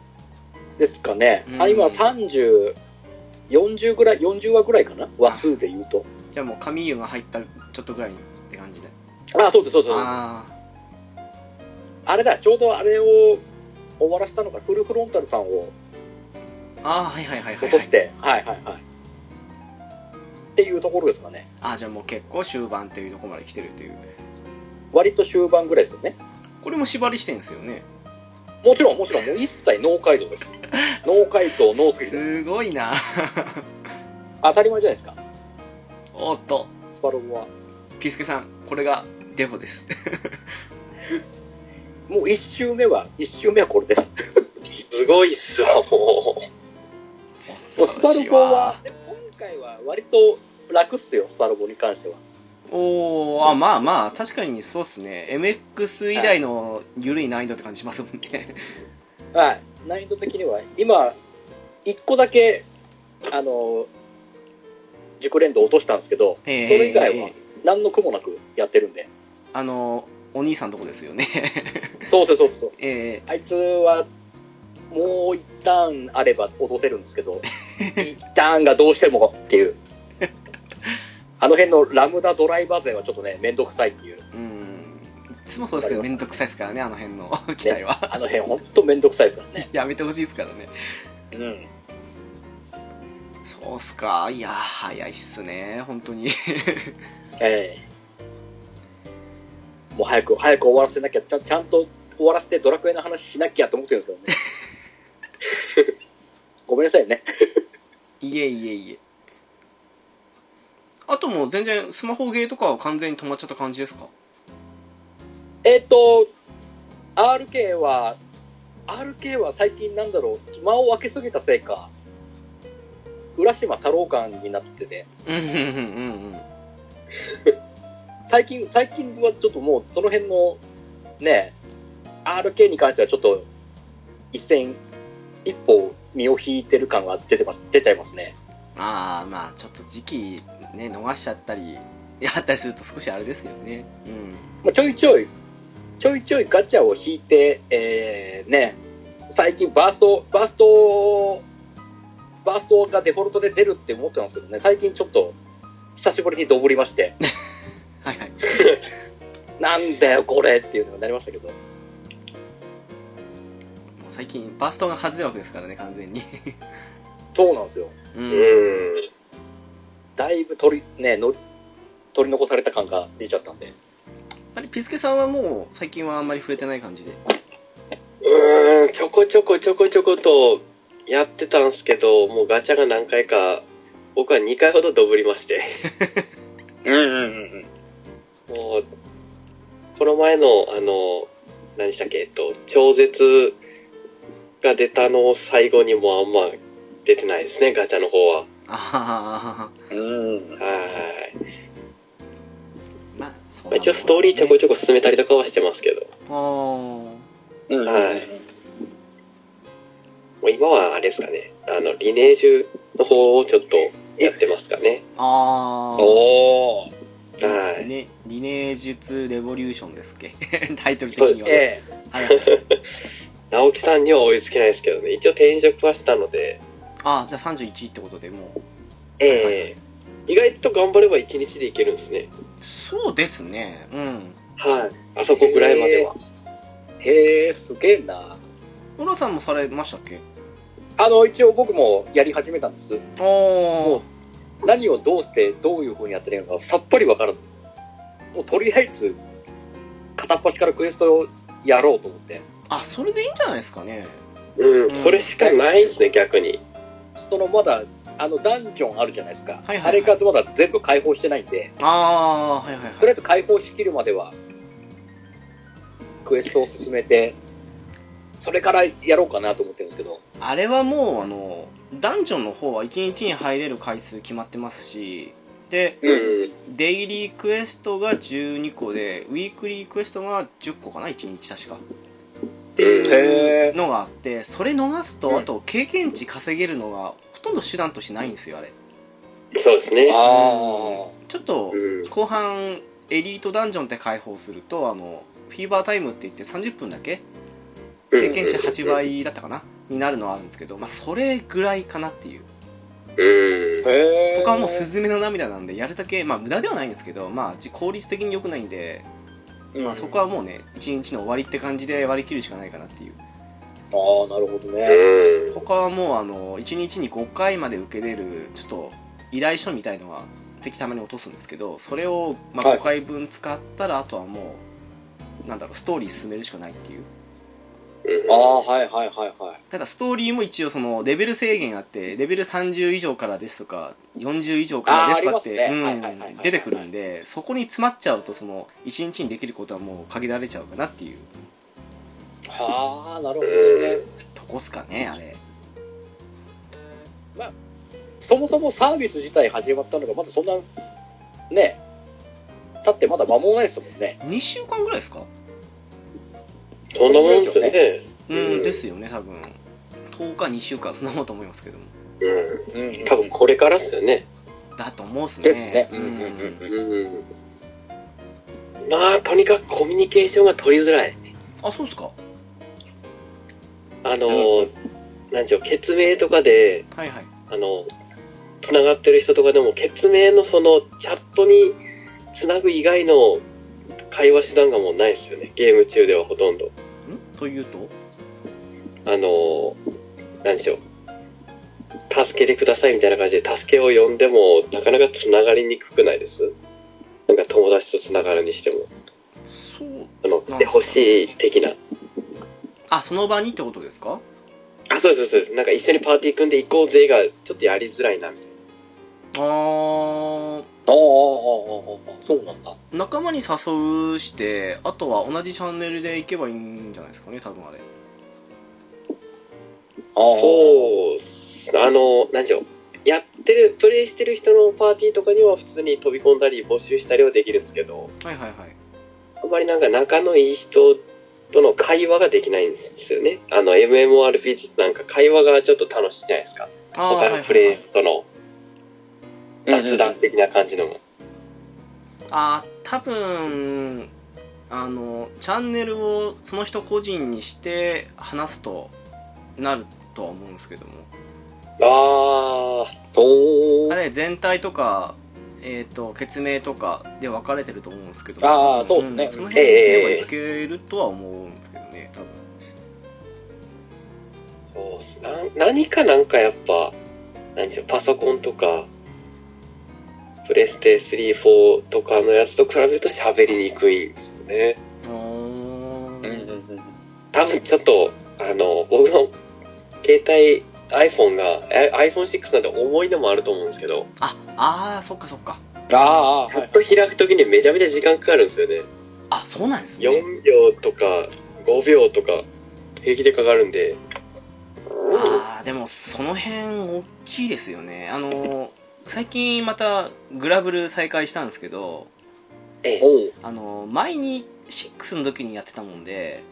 Speaker 3: ですかね。あ、
Speaker 2: うん
Speaker 3: 今30、40ぐらい、40話ぐらいかな話数で言うと。
Speaker 2: じゃあもう神湯が入ったちょっとぐらいって感じで。
Speaker 3: あ、そうです、そうです。そうです
Speaker 2: ああ、
Speaker 3: あれだ、ちょうどあれを終わらせたのがフルフロンタルさんを
Speaker 2: ああ、はいはいはいはい、
Speaker 3: 落
Speaker 2: は
Speaker 3: とし
Speaker 2: い。
Speaker 3: て、はいはいはい。っていうところですかね。
Speaker 2: ああ、じゃあもう結構終盤っていうところまで来てるっていう。
Speaker 3: 割と終盤ぐらいですよね。
Speaker 2: これも縛りしてるんですよね。
Speaker 3: もちろん、もちろん、もう一切ノー改造です。 ノー改造、ノースキルです。
Speaker 2: すごいな。
Speaker 3: 当たり前じゃないですか、
Speaker 2: おっと、
Speaker 3: スパロボは。
Speaker 2: ピースケさん、これがデフォです。
Speaker 3: もう一周目は、一周目はこれです。
Speaker 1: すごいっすわ、もう。
Speaker 3: もうスパロボは、でも今回は割と楽っすよ、スパロボに関しては。
Speaker 2: おーあまあまあ確かにそうっすね MX 以来の緩い難易度って感じしますもん ね
Speaker 3: はい、難易度的には、今、一個だけ、あの、熟練度落としたんですけど、
Speaker 2: そ
Speaker 3: それ以外は何の苦もなくやってるんで。
Speaker 2: あのお兄さんのとこですよね
Speaker 3: そうそうそうそう。
Speaker 2: え
Speaker 3: あいつは、もう一旦あれば落とせるんですけど、一旦がどうしてもっていう。あの辺のラムダドライバー勢はちょっとね、めんどくさいっていう。
Speaker 2: ーうんいつもそうですけどめんどくさいですからねあの辺の 機体は、
Speaker 3: あの辺ほんとめんどくさいですからね。
Speaker 2: やめてほしいですからね
Speaker 3: うん。
Speaker 2: そうっすかいや早いっすね本当に
Speaker 3: ええもう早く、早く終わらせなきゃ、ちゃんちゃんと終わらせてドラクエの話しなきゃと思ってるんですけどね。ごめんなさいね。
Speaker 2: いえいえいえあともう全然スマホゲーとかは完全に止まっちゃった感じですか
Speaker 3: えっ、と、RK は、RK は最近なんだろう、間を空けすぎたせいか、浦島太郎感になってて、
Speaker 2: うんうんうんうん
Speaker 3: 最近、最近はちょっともうその辺の、ね、RK に関してはちょっと、一線、一歩身を引いてる感が出てます、出ちゃいますね。
Speaker 2: ああまあちょっと時期ね逃しちゃったり やったりすると少しあれですよねうん
Speaker 3: まあ、ちょいちょい、ちょいちょいガチャを引いて、えー、ね、最近バースト、バースト、バーストがデフォルトで出るって思ってたんですけどね、最近ちょっと、久しぶりにどぶりまして、
Speaker 2: はいはい
Speaker 3: なんだよこれっていうのになりましたけど、
Speaker 2: もう最近バーストが外れ枠ですからね完 全に
Speaker 3: そうなんですよ。
Speaker 2: う
Speaker 1: うんん。
Speaker 3: だいぶ取り、ね、のり取り残された感が出ちゃったんで。
Speaker 2: あれピスケさんはもう最近はあんまり触れてない感じで
Speaker 1: うーん、ちょこちょこちょこちょことやってたんすけど、もうガチャが何回か、僕は2回ほどどぶりまして。
Speaker 3: うんうん
Speaker 1: もう、この前の、あの、何でしたっけ、えっと、超絶が出たのを最後にもうあんま出てないですね、ガチャの方は。
Speaker 2: ああ
Speaker 3: うん。う
Speaker 1: は
Speaker 3: ん。
Speaker 1: い。
Speaker 2: まあそ
Speaker 1: ま
Speaker 2: う
Speaker 1: あ一応ストーリーちょこちょ
Speaker 2: ょ
Speaker 1: こ進めたりとかはしてますけど、
Speaker 2: こ
Speaker 3: うん。
Speaker 1: はい。もう今はあれですかね、あの、リネージュの方をちょっとやってますかね。
Speaker 2: あー
Speaker 3: おー。
Speaker 2: あ
Speaker 1: は
Speaker 2: ー
Speaker 1: い
Speaker 2: ねリネージュ2レボリューションですっけ タイトル的
Speaker 1: そうです
Speaker 2: には、
Speaker 3: ええ。
Speaker 2: はいはい
Speaker 1: 直樹さんには追いつけないですけどね、一応転職はしたので、
Speaker 2: ああじゃあ31ってことでもう
Speaker 1: ええ意外と頑張れば1日でいけるんですね。
Speaker 2: そうですねうん
Speaker 1: はい。あそこぐらいまでは。
Speaker 3: へえ、すげえな。
Speaker 2: 浦さんもされましたっけ
Speaker 3: あの、一応僕もやり始めたんです。
Speaker 2: ああ
Speaker 3: 何をどうして、どういう風にやってるのかさっぱりわからず。もうとりあえず、片っ端からクエストをやろうと思って。
Speaker 2: あそれでいいんじゃないですかね
Speaker 1: う
Speaker 2: うん
Speaker 1: ん、それしかないですね、逆に。
Speaker 3: そのまだ、あの、ダンジョンあるじゃないです
Speaker 2: は
Speaker 3: か。
Speaker 2: いはいはい
Speaker 3: あれからまだ全部解放してないんで、
Speaker 2: ああーはいはいはい
Speaker 3: とりあえず解放しきるまでは、クエストを進めて、それからやろうかなと思ってるんですけど、
Speaker 2: あれはもうあのダンジョンの方は1日に入れる回数決まってますしで
Speaker 3: うん
Speaker 1: うん。
Speaker 2: デイリークエストが12個でウィークリークエストが10個かな1日確かってい
Speaker 3: へ
Speaker 2: うのがあってそれ逃す
Speaker 3: うん
Speaker 2: とあと経験値稼げるのがほとんど手段としてないんですよあれ
Speaker 1: そうですね。
Speaker 3: あ
Speaker 2: ちょっと
Speaker 1: うん。
Speaker 2: 後半エリートダンジョンって解放するとあのフィーバータイムって言って30分だけ経験値8倍だったかなになるのはあるんですけど、まあ、それぐらいかなっていう
Speaker 1: うん。
Speaker 3: へ
Speaker 2: 他はもうスズメの涙なんでやるだけ、まあ、無駄ではないんですけど、まあ、じ効率的に良くないんで、まあ、そこはもうね一日の終わりって感じで割り切るしかないかなっていう
Speaker 3: ああ、なるほどね。
Speaker 1: うん。
Speaker 2: 他はもうあの一日に5回まで受けれるちょっと依頼書みたいのは敵ために落とすんですけどそれをまあ
Speaker 3: はい
Speaker 2: 5回分使ったらあとはもうなんだろうストーリー進めるしかないっていう
Speaker 1: うん
Speaker 3: ああ、はいはいはいはい。
Speaker 2: ただストーリーも一応そのレベル制限あってレベル30以上からですとか40以上からですとかって
Speaker 3: あーありますねはいはいはいはい
Speaker 2: うん出てくるんでそこに詰まっちゃうとその1日にできることはもう限られちゃうかなっていう
Speaker 3: はあ、なるほどね。
Speaker 1: う
Speaker 2: とこっすかねあれ
Speaker 3: そもそもサービス自体始まったのが、まだそんな、ね、経ってまだ間もないですもんね。
Speaker 2: 2週間ぐらいですか
Speaker 1: ん。そんなもんですよね。
Speaker 2: うん、
Speaker 1: うん
Speaker 2: ですよね多分10日2週間そんなもんと思いますけども
Speaker 1: うん。
Speaker 3: うん
Speaker 1: 多分これからっすよね。
Speaker 2: だと思うっすね
Speaker 3: ですね。
Speaker 2: う
Speaker 3: うんんうんうんうん。
Speaker 1: うん。まあ、とにかくコミュニケーションが取りづらい。
Speaker 2: あそうっすか
Speaker 1: あのー、なんちゅう、決命とかで、
Speaker 2: はいはい
Speaker 1: あの、つながってる人とかでも、決命のその、チャットにつなぐ以外の会話手段がもうないですよね。ゲーム中ではほとんど。
Speaker 2: んというと
Speaker 1: あの、何でしょう。助けてくださいみたいな感じで、助けを呼んでも、なかなか繋がりにくくないですなんか友達と繋がるにしても、
Speaker 2: そう
Speaker 1: あの、
Speaker 2: な
Speaker 1: 来
Speaker 2: ん
Speaker 1: てほしい的な。
Speaker 2: あその場にってことですか
Speaker 1: あ、そうです、そうです。なんか一緒にパーティー組んで行こうぜが、ちょっとやりづらいな、みたい
Speaker 2: あー
Speaker 3: ああ、ああ、ああ、そうなんだ。
Speaker 2: 仲間に誘うしてあとは同じチャンネルで行けばいいんじゃないですかね多分あれ
Speaker 3: あ
Speaker 1: な。
Speaker 3: ー
Speaker 1: そうっす、あの、何でしょう。やってる、プレイしてる人のパーティーとかには普通に飛び込んだり募集したりはできるんですけど、
Speaker 2: はいはいはい
Speaker 1: あんまりなんか仲のいい人との会話ができないんですよね。あの、MMORPG ってなんか会話がちょっと楽しいじゃないですか。
Speaker 2: あー
Speaker 1: 他
Speaker 2: はい
Speaker 1: の
Speaker 2: は
Speaker 1: プ
Speaker 2: いは
Speaker 1: レイ
Speaker 2: い
Speaker 1: との雑談的な感じのも。
Speaker 2: あー多分あのチャンネルをその人個人にして話すとなるとは思うんですけども
Speaker 1: ああ、
Speaker 3: お
Speaker 2: あ
Speaker 3: ー
Speaker 2: れ全体とかえっ、と決明とかで分かれてると思うんですけども
Speaker 3: あーそうですね
Speaker 2: んその辺で行けばいけるとは思うんですけどね多分
Speaker 1: そうっすな。何かなんかやっぱ、何でしょう、パソコンとか、プレステ3、4とかのやつと比べると喋りにくいんですよね。
Speaker 2: あー
Speaker 3: うんうんうん
Speaker 1: 多分ちょっと、あの、僕の携帯 iPhone が、あ iPhone6 なんて重いのもあると思うんですけど、
Speaker 2: ああーそっかそっか
Speaker 3: ああ
Speaker 1: パッと開くときにめちゃめちゃ時間かかるんですよね。
Speaker 2: あそうなんですね
Speaker 1: 4秒とか5秒とか平気でかかるんで、
Speaker 2: あーでもその辺大きいですよねあの最近またグラブル再開したんですけど
Speaker 1: え
Speaker 3: おう
Speaker 2: あの前に6の時にやってたもんで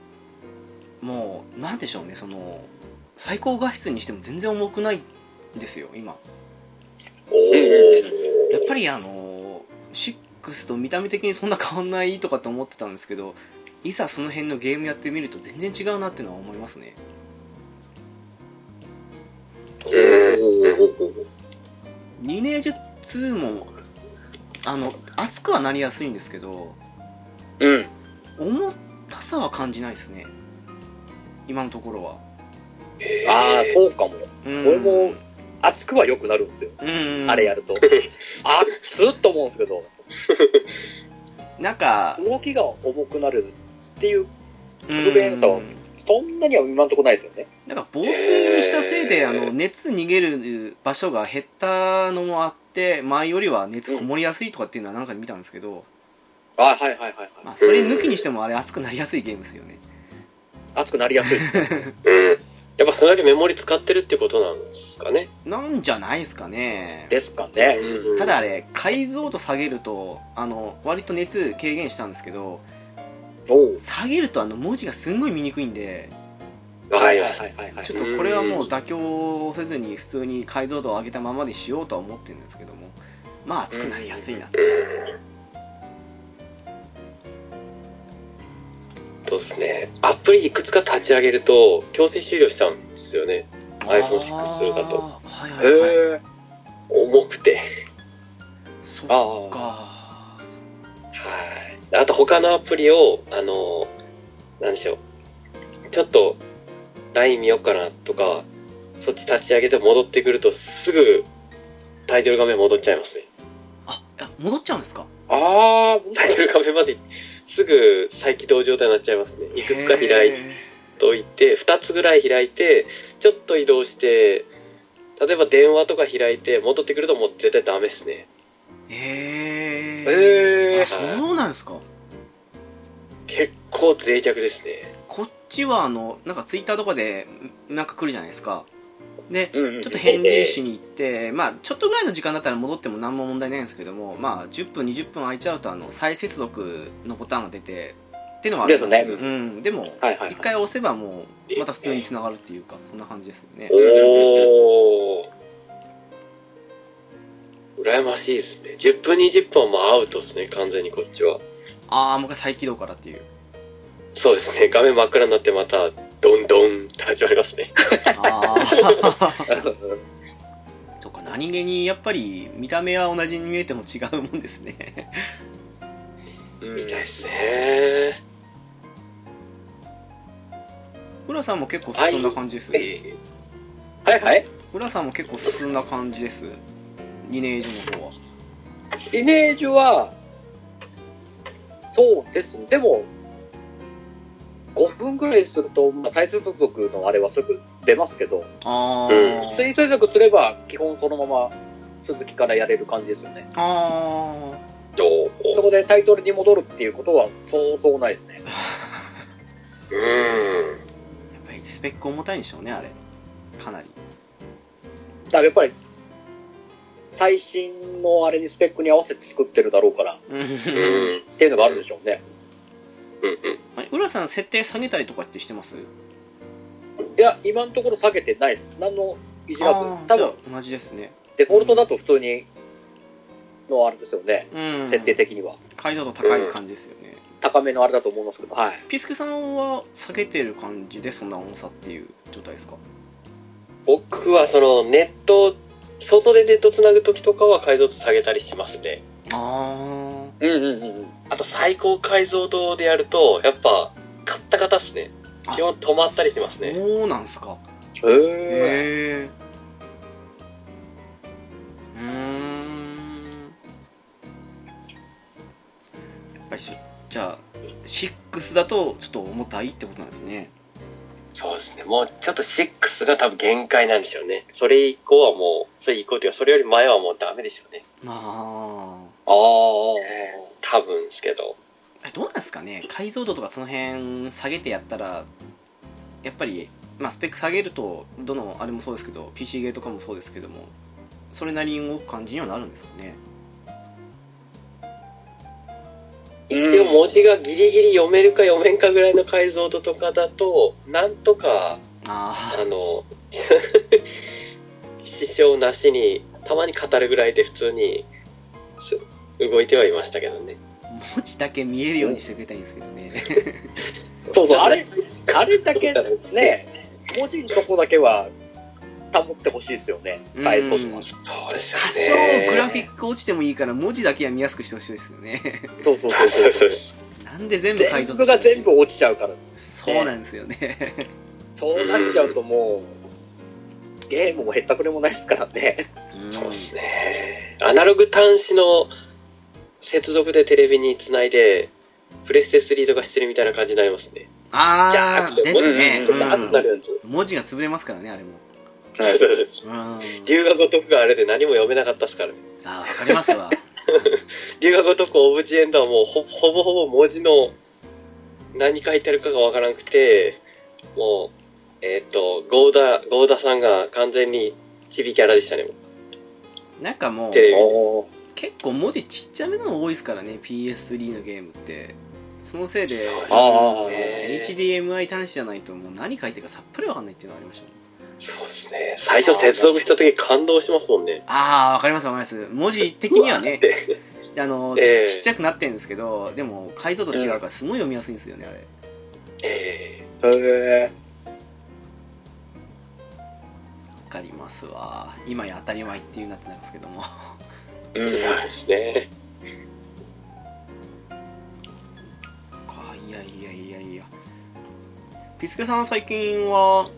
Speaker 2: もうなんでしょうねその最高画質にしても全然重くないんですよ今やっぱりあの6と見た目的にそんな変わんないとかと思ってたんですけどいざその辺のゲームやってみると全然違うなっていうのは思いますねリネージュ2もあの熱くはなりやすいんですけど
Speaker 3: うん
Speaker 2: 重たさは感じないですね今のところは
Speaker 3: ああそうかも
Speaker 2: うん
Speaker 3: 俺も熱くは良くなるんですよ
Speaker 2: うん
Speaker 3: あれやるとあ熱っと思うんですけど
Speaker 2: なんか
Speaker 3: 動きが重くなるっていう不便さは
Speaker 2: うん
Speaker 3: そんなには今んとこないですよね
Speaker 2: なんか防水にしたせいで、
Speaker 1: えー
Speaker 2: あの熱逃げる場所が減ったのもあって前よりは熱こもりやすいとかっていうのはなんかで見たんですけど、
Speaker 3: あはいはいはい
Speaker 2: まあ、それ抜きにしてもあれ熱くなりやすいゲームですよね
Speaker 3: 熱くなりやすい
Speaker 1: うん。やっぱそれだけメモリ使ってるってことなんですかね。
Speaker 2: なんじゃないですかね
Speaker 3: ですかね
Speaker 1: うん
Speaker 2: ただあれ解像度下げるとあの割と熱軽減したんですけど
Speaker 3: おう
Speaker 2: 下げるとあの文字がすんごい見にくいんで
Speaker 1: はいはいはい。
Speaker 3: いはいはい
Speaker 2: ちょっとこれはもう妥協をせずに普通に解像度を上げたままにしようとは思ってるんですけどもまあ熱くなりやすいなって
Speaker 1: そうですね。アプリいくつか立ち上げると強制終了しちゃうんですよね。iPhone6 だと
Speaker 2: あーはいはいはい
Speaker 3: へえ
Speaker 1: 重くて。
Speaker 2: そっ
Speaker 3: あ
Speaker 2: か
Speaker 3: あ
Speaker 1: はい。あと他のアプリを、あの、なんでしょう。ちょっと LINE 見ようかなとか、そっち立ち上げて戻ってくるとすぐタイトル画面戻っちゃいますね。
Speaker 2: あいや戻っちゃうんですか
Speaker 3: ああ
Speaker 1: タイトル画面まですぐ再起動状態になっちゃいますね。いくつか開いて
Speaker 2: へ
Speaker 1: といて、2つぐらい開いて、ちょっと移動して、例えば電話とか開いて、戻ってくるともう絶対ダメですね。
Speaker 2: えへえ
Speaker 3: へえ
Speaker 2: あそうなんですか
Speaker 1: 結構脆弱ですね。
Speaker 2: こっちはあのなんかツイッターとかでんなんか来るじゃないですかで
Speaker 3: うんうんうん
Speaker 2: ちょっと返事しに行って、まあ、ちょっとぐらいの時間だったら戻っても何も問題ないんですけども、まあ、10分、20分空いちゃうとあの再接続のボタンが出てっていうのはあるんですけど、
Speaker 3: です
Speaker 2: うん、でも、
Speaker 3: はいはいはい
Speaker 2: 一回押せばもうまた普通につながるっていうか、そんな感じですよね。
Speaker 1: おー。羨ましいですね。10分20分はもうアウトですね、完全にこっちは。
Speaker 2: ああ、もう一回再起動からっていう。
Speaker 1: そうですね、画面真っ暗になってまた、どんどんって始まりますね。
Speaker 2: ああ、
Speaker 3: う
Speaker 2: とか、何気にやっぱり見た目は同じに見えても違うもんです ね。
Speaker 3: ん
Speaker 1: みたいですね。
Speaker 2: 浦さんも結構進んだ感じです。
Speaker 3: はいはい
Speaker 2: 浦さんも結構進んだ感じです。2年以上の方は。
Speaker 3: イメージはそうですねでも5分ぐらいすると、まあ、再接続のあれはすぐ出ますけど
Speaker 2: あ
Speaker 1: うん
Speaker 2: あ、
Speaker 3: 再接続すれば基本そのまま続きからやれる感じですよね
Speaker 2: ああ。
Speaker 1: どう
Speaker 3: そこでタイトルに戻るっていうことはそうそうないですね
Speaker 1: うん。
Speaker 2: やっぱりスペック重たいんでしょうねあれかなり
Speaker 3: だからやっぱり最新のあれにスペックに合わせて作ってるだろうから
Speaker 1: うん。うん
Speaker 3: っていうのがあるんでしょうね
Speaker 1: うん。
Speaker 2: あれ浦さん設定下げたりとかってしてます
Speaker 3: いや今のところ下げてないです何のいじらず多
Speaker 2: じゃ
Speaker 3: 分
Speaker 2: あ同じですね
Speaker 3: デフォルトだと普通にのあれですよね、
Speaker 2: うん
Speaker 3: 設定的には
Speaker 2: 解像度高い感じですよね、
Speaker 3: 高めのあれだと思いますけどはい
Speaker 2: ピスケさんは下げてる感じでそんな重さっていう状態ですか
Speaker 1: 僕はそのネット外でネットつなぐ時とかは解像度下げたりしますね
Speaker 2: ああ
Speaker 3: うんうんうん
Speaker 1: あと最高解像度でやるとやっぱカッタカタっすね
Speaker 2: あ
Speaker 1: 基本止まったりしますね
Speaker 2: そうなんすか
Speaker 3: へえ
Speaker 2: へえうーんやっぱりしょじゃあ6だとちょっと重たいってことなんですね
Speaker 1: そうですね。もうちょっと6が多分限界なんでしょうね。それ以降はもう、それ以降というか、それより前はもうダメでしょうね。
Speaker 2: まあ
Speaker 3: ああ、
Speaker 1: 多分ですけど。
Speaker 2: えどうなんですかね解像度とかその辺下げてやったらやっぱり、まあ、スペック下げるとどのあれもそうですけど PC ゲーとかもそうですけどもそれなりに動く感じにはなるんですかね
Speaker 1: 一応文字がギリギリ読めるか読めんかぐらいの解像度とかだと、なんとか、
Speaker 2: あ
Speaker 1: あの、 支障なしに、たまに語るぐらいで普通にす動いてはいましたけどね。
Speaker 2: あ文字だけ見えるようにしてくれたらいいんですけどね
Speaker 3: そうそう、あれ、あれだけね、文字のとこだけは保ってほしいですよね、解像度
Speaker 2: うん
Speaker 3: は。
Speaker 1: そうです
Speaker 2: 多少
Speaker 1: よね。
Speaker 2: グラフィック落ちてもいいから文字だけは見やすくしてほしいですよ ね
Speaker 3: そうそう
Speaker 1: そう
Speaker 3: そ
Speaker 1: そうう
Speaker 3: そ。
Speaker 1: そうう。
Speaker 2: なんで全部解像
Speaker 3: 全
Speaker 2: 度
Speaker 3: 部が全部落ちちゃうから。
Speaker 2: そうなんですよね
Speaker 3: そうなっちゃうともう、ゲームもへったくれもないですからね。
Speaker 2: うん
Speaker 1: そうですね。アナログ端子の接続でテレビにつないで、プレステ3とかしてるみたいな感じになりますね。じゃ
Speaker 2: あ
Speaker 1: あ
Speaker 2: あ、ですね、
Speaker 1: ちょっとあなるやつ。
Speaker 2: うん文字が潰れますからねあれも
Speaker 1: はい、そう です。
Speaker 2: うん
Speaker 1: 龍が如くがあれで何も読めなかったですからね。
Speaker 2: ああわかりますわ
Speaker 1: 龍が如くオブジェエンドはもうほほぼほぼ文字の何書いてあるかがわからなくて、もう、えっ、と、ゴーダ、ゴーダさんが完全にチビキャラでしたね。
Speaker 2: なんかもう
Speaker 1: テレビ
Speaker 3: お
Speaker 2: 結構文字ちっちゃめの多いですからね PS3 のゲームってそのせいで
Speaker 1: そうですね
Speaker 3: あー
Speaker 2: えー HDMI 端子じゃないともう何書いてるかさっぱりわかんないっていうのがありましたね
Speaker 1: そうですね。最初接続した時感動しますもんね。
Speaker 2: ああわかりますわかります文字的には
Speaker 1: うわー
Speaker 2: ね
Speaker 1: って
Speaker 2: あの
Speaker 1: え
Speaker 2: ち
Speaker 1: え
Speaker 2: ちっちゃくなってるんですけどでも解像度違うからすごい読みやすいんですよねあれ
Speaker 1: え
Speaker 3: ーへ
Speaker 2: わかりますわ今や当たり前っていうなってなんですけども
Speaker 1: えそうですね。
Speaker 2: かいやいやいやいやピスケさんは最近は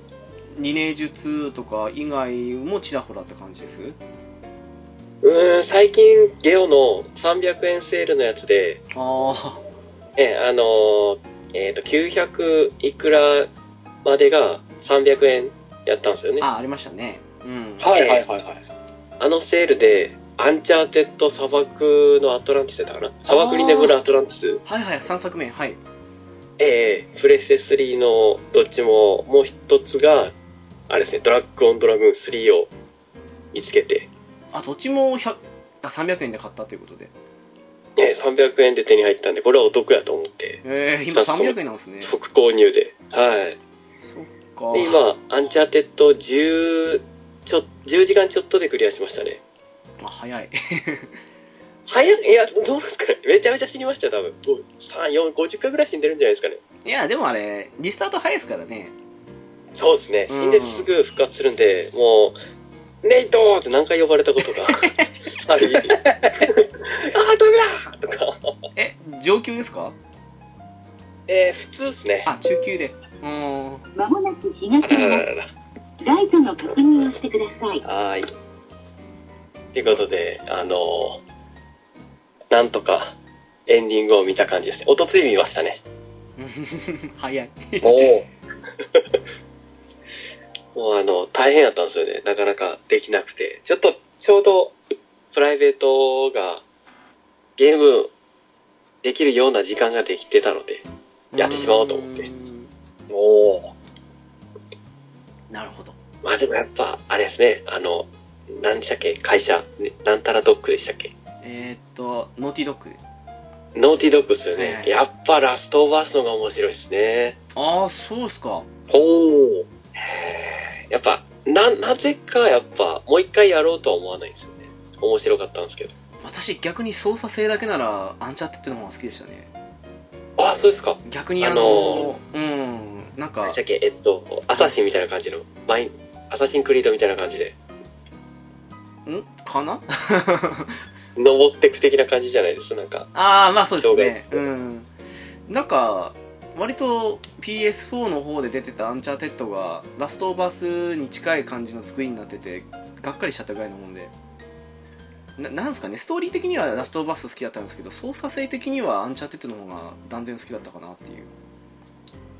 Speaker 2: 二年術とか以外もちらほらって感じです
Speaker 1: うーん、最近、ゲオの300円セールのやつで、
Speaker 2: ああ
Speaker 1: え、あのーえっ、と、900いくらまでが300円やったんですよね。あ
Speaker 2: あありましたねうん
Speaker 3: ーはいはいはいはい。
Speaker 1: のセールで、アンチャーテッド砂漠のアトランティスだったかな砂漠に眠るアトランティス。
Speaker 2: はいはい3作目はい
Speaker 1: ええプレステ3のどっちも、もう一つが、あれですね、ドラッグオンドラグーン3を見つけて、
Speaker 2: あどっちも100あ300円で買ったということで
Speaker 1: ええ300円で手に入ったんで、これはお得やと思って、
Speaker 2: えー、今300円なんですねそっ
Speaker 1: 即購入で。はい。
Speaker 2: か
Speaker 1: で今、アンチャーテッド10ちょ10時間ちょっとでクリアしましたね。
Speaker 2: あ早い
Speaker 1: 早い、いや、どうですかね、めちゃめちゃ死にましたよ、多分もう3、4、50回ぐらい死んでるんじゃないですかね。
Speaker 2: いやでもあれリスタート早いですからね
Speaker 1: そうですね、死んですぐ復活するんで、もう、ネイトーって何回呼ばれたことがあり、あー、飛びだとか、
Speaker 2: え上級ですか
Speaker 1: えー、普通ですね。
Speaker 2: あ中級でうーん
Speaker 4: まもなく
Speaker 1: あ
Speaker 4: 東
Speaker 1: らら
Speaker 4: 側、
Speaker 1: らら
Speaker 4: ライトの確認をしてください。
Speaker 1: はーい。ということで、あのーなんとかエンディングを見た感じですね。おとつい見ましたね。
Speaker 2: 早い
Speaker 3: おお。
Speaker 1: もうあの、大変やったんですよね。なかなかできなくて。ちょっと、ちょうど、プライベートが、ゲーム、できるような時間ができてたので。やってしまおうと思って
Speaker 2: ーん
Speaker 3: おお。
Speaker 2: なるほど
Speaker 1: まあでもやっぱ、あれですね。あの、何でしたっけ会社、ねなんたらドックでしたっけ
Speaker 2: えー、っとノーティードッグ
Speaker 1: ノーティードックですよね
Speaker 2: は。い
Speaker 1: やっぱラストオーバースの方が面白いですね。
Speaker 2: ああそうですか
Speaker 3: ほう。
Speaker 1: へーやっぱ、な、なぜかやっぱ、もう一回やろうとは思わないんですよね。面白かったんですけど。
Speaker 2: 私逆に操作性だけならアンチャーテッドの方が好きでしたね
Speaker 1: あ、そうですか。
Speaker 2: 逆にあのうんなん
Speaker 1: 何
Speaker 2: か
Speaker 1: でしたっけえっと、アサシンみたいな感じの、マイン、アサシンクリードみたいな感じで、
Speaker 2: んかな
Speaker 1: 登ってく的な感じじゃないですなんか。
Speaker 2: ああまあそうですね
Speaker 1: 動
Speaker 2: う
Speaker 1: 画
Speaker 2: んなんか割と PS4 の方で出てたアンチャーテッドがラストオーバースに近い感じの作りになっててがっかりしちゃったぐらいのもんでななんですかねストーリー的にはラストオーバース好きだったんですけど操作性的にはアンチャーテッドの方が断然好きだったかなっていう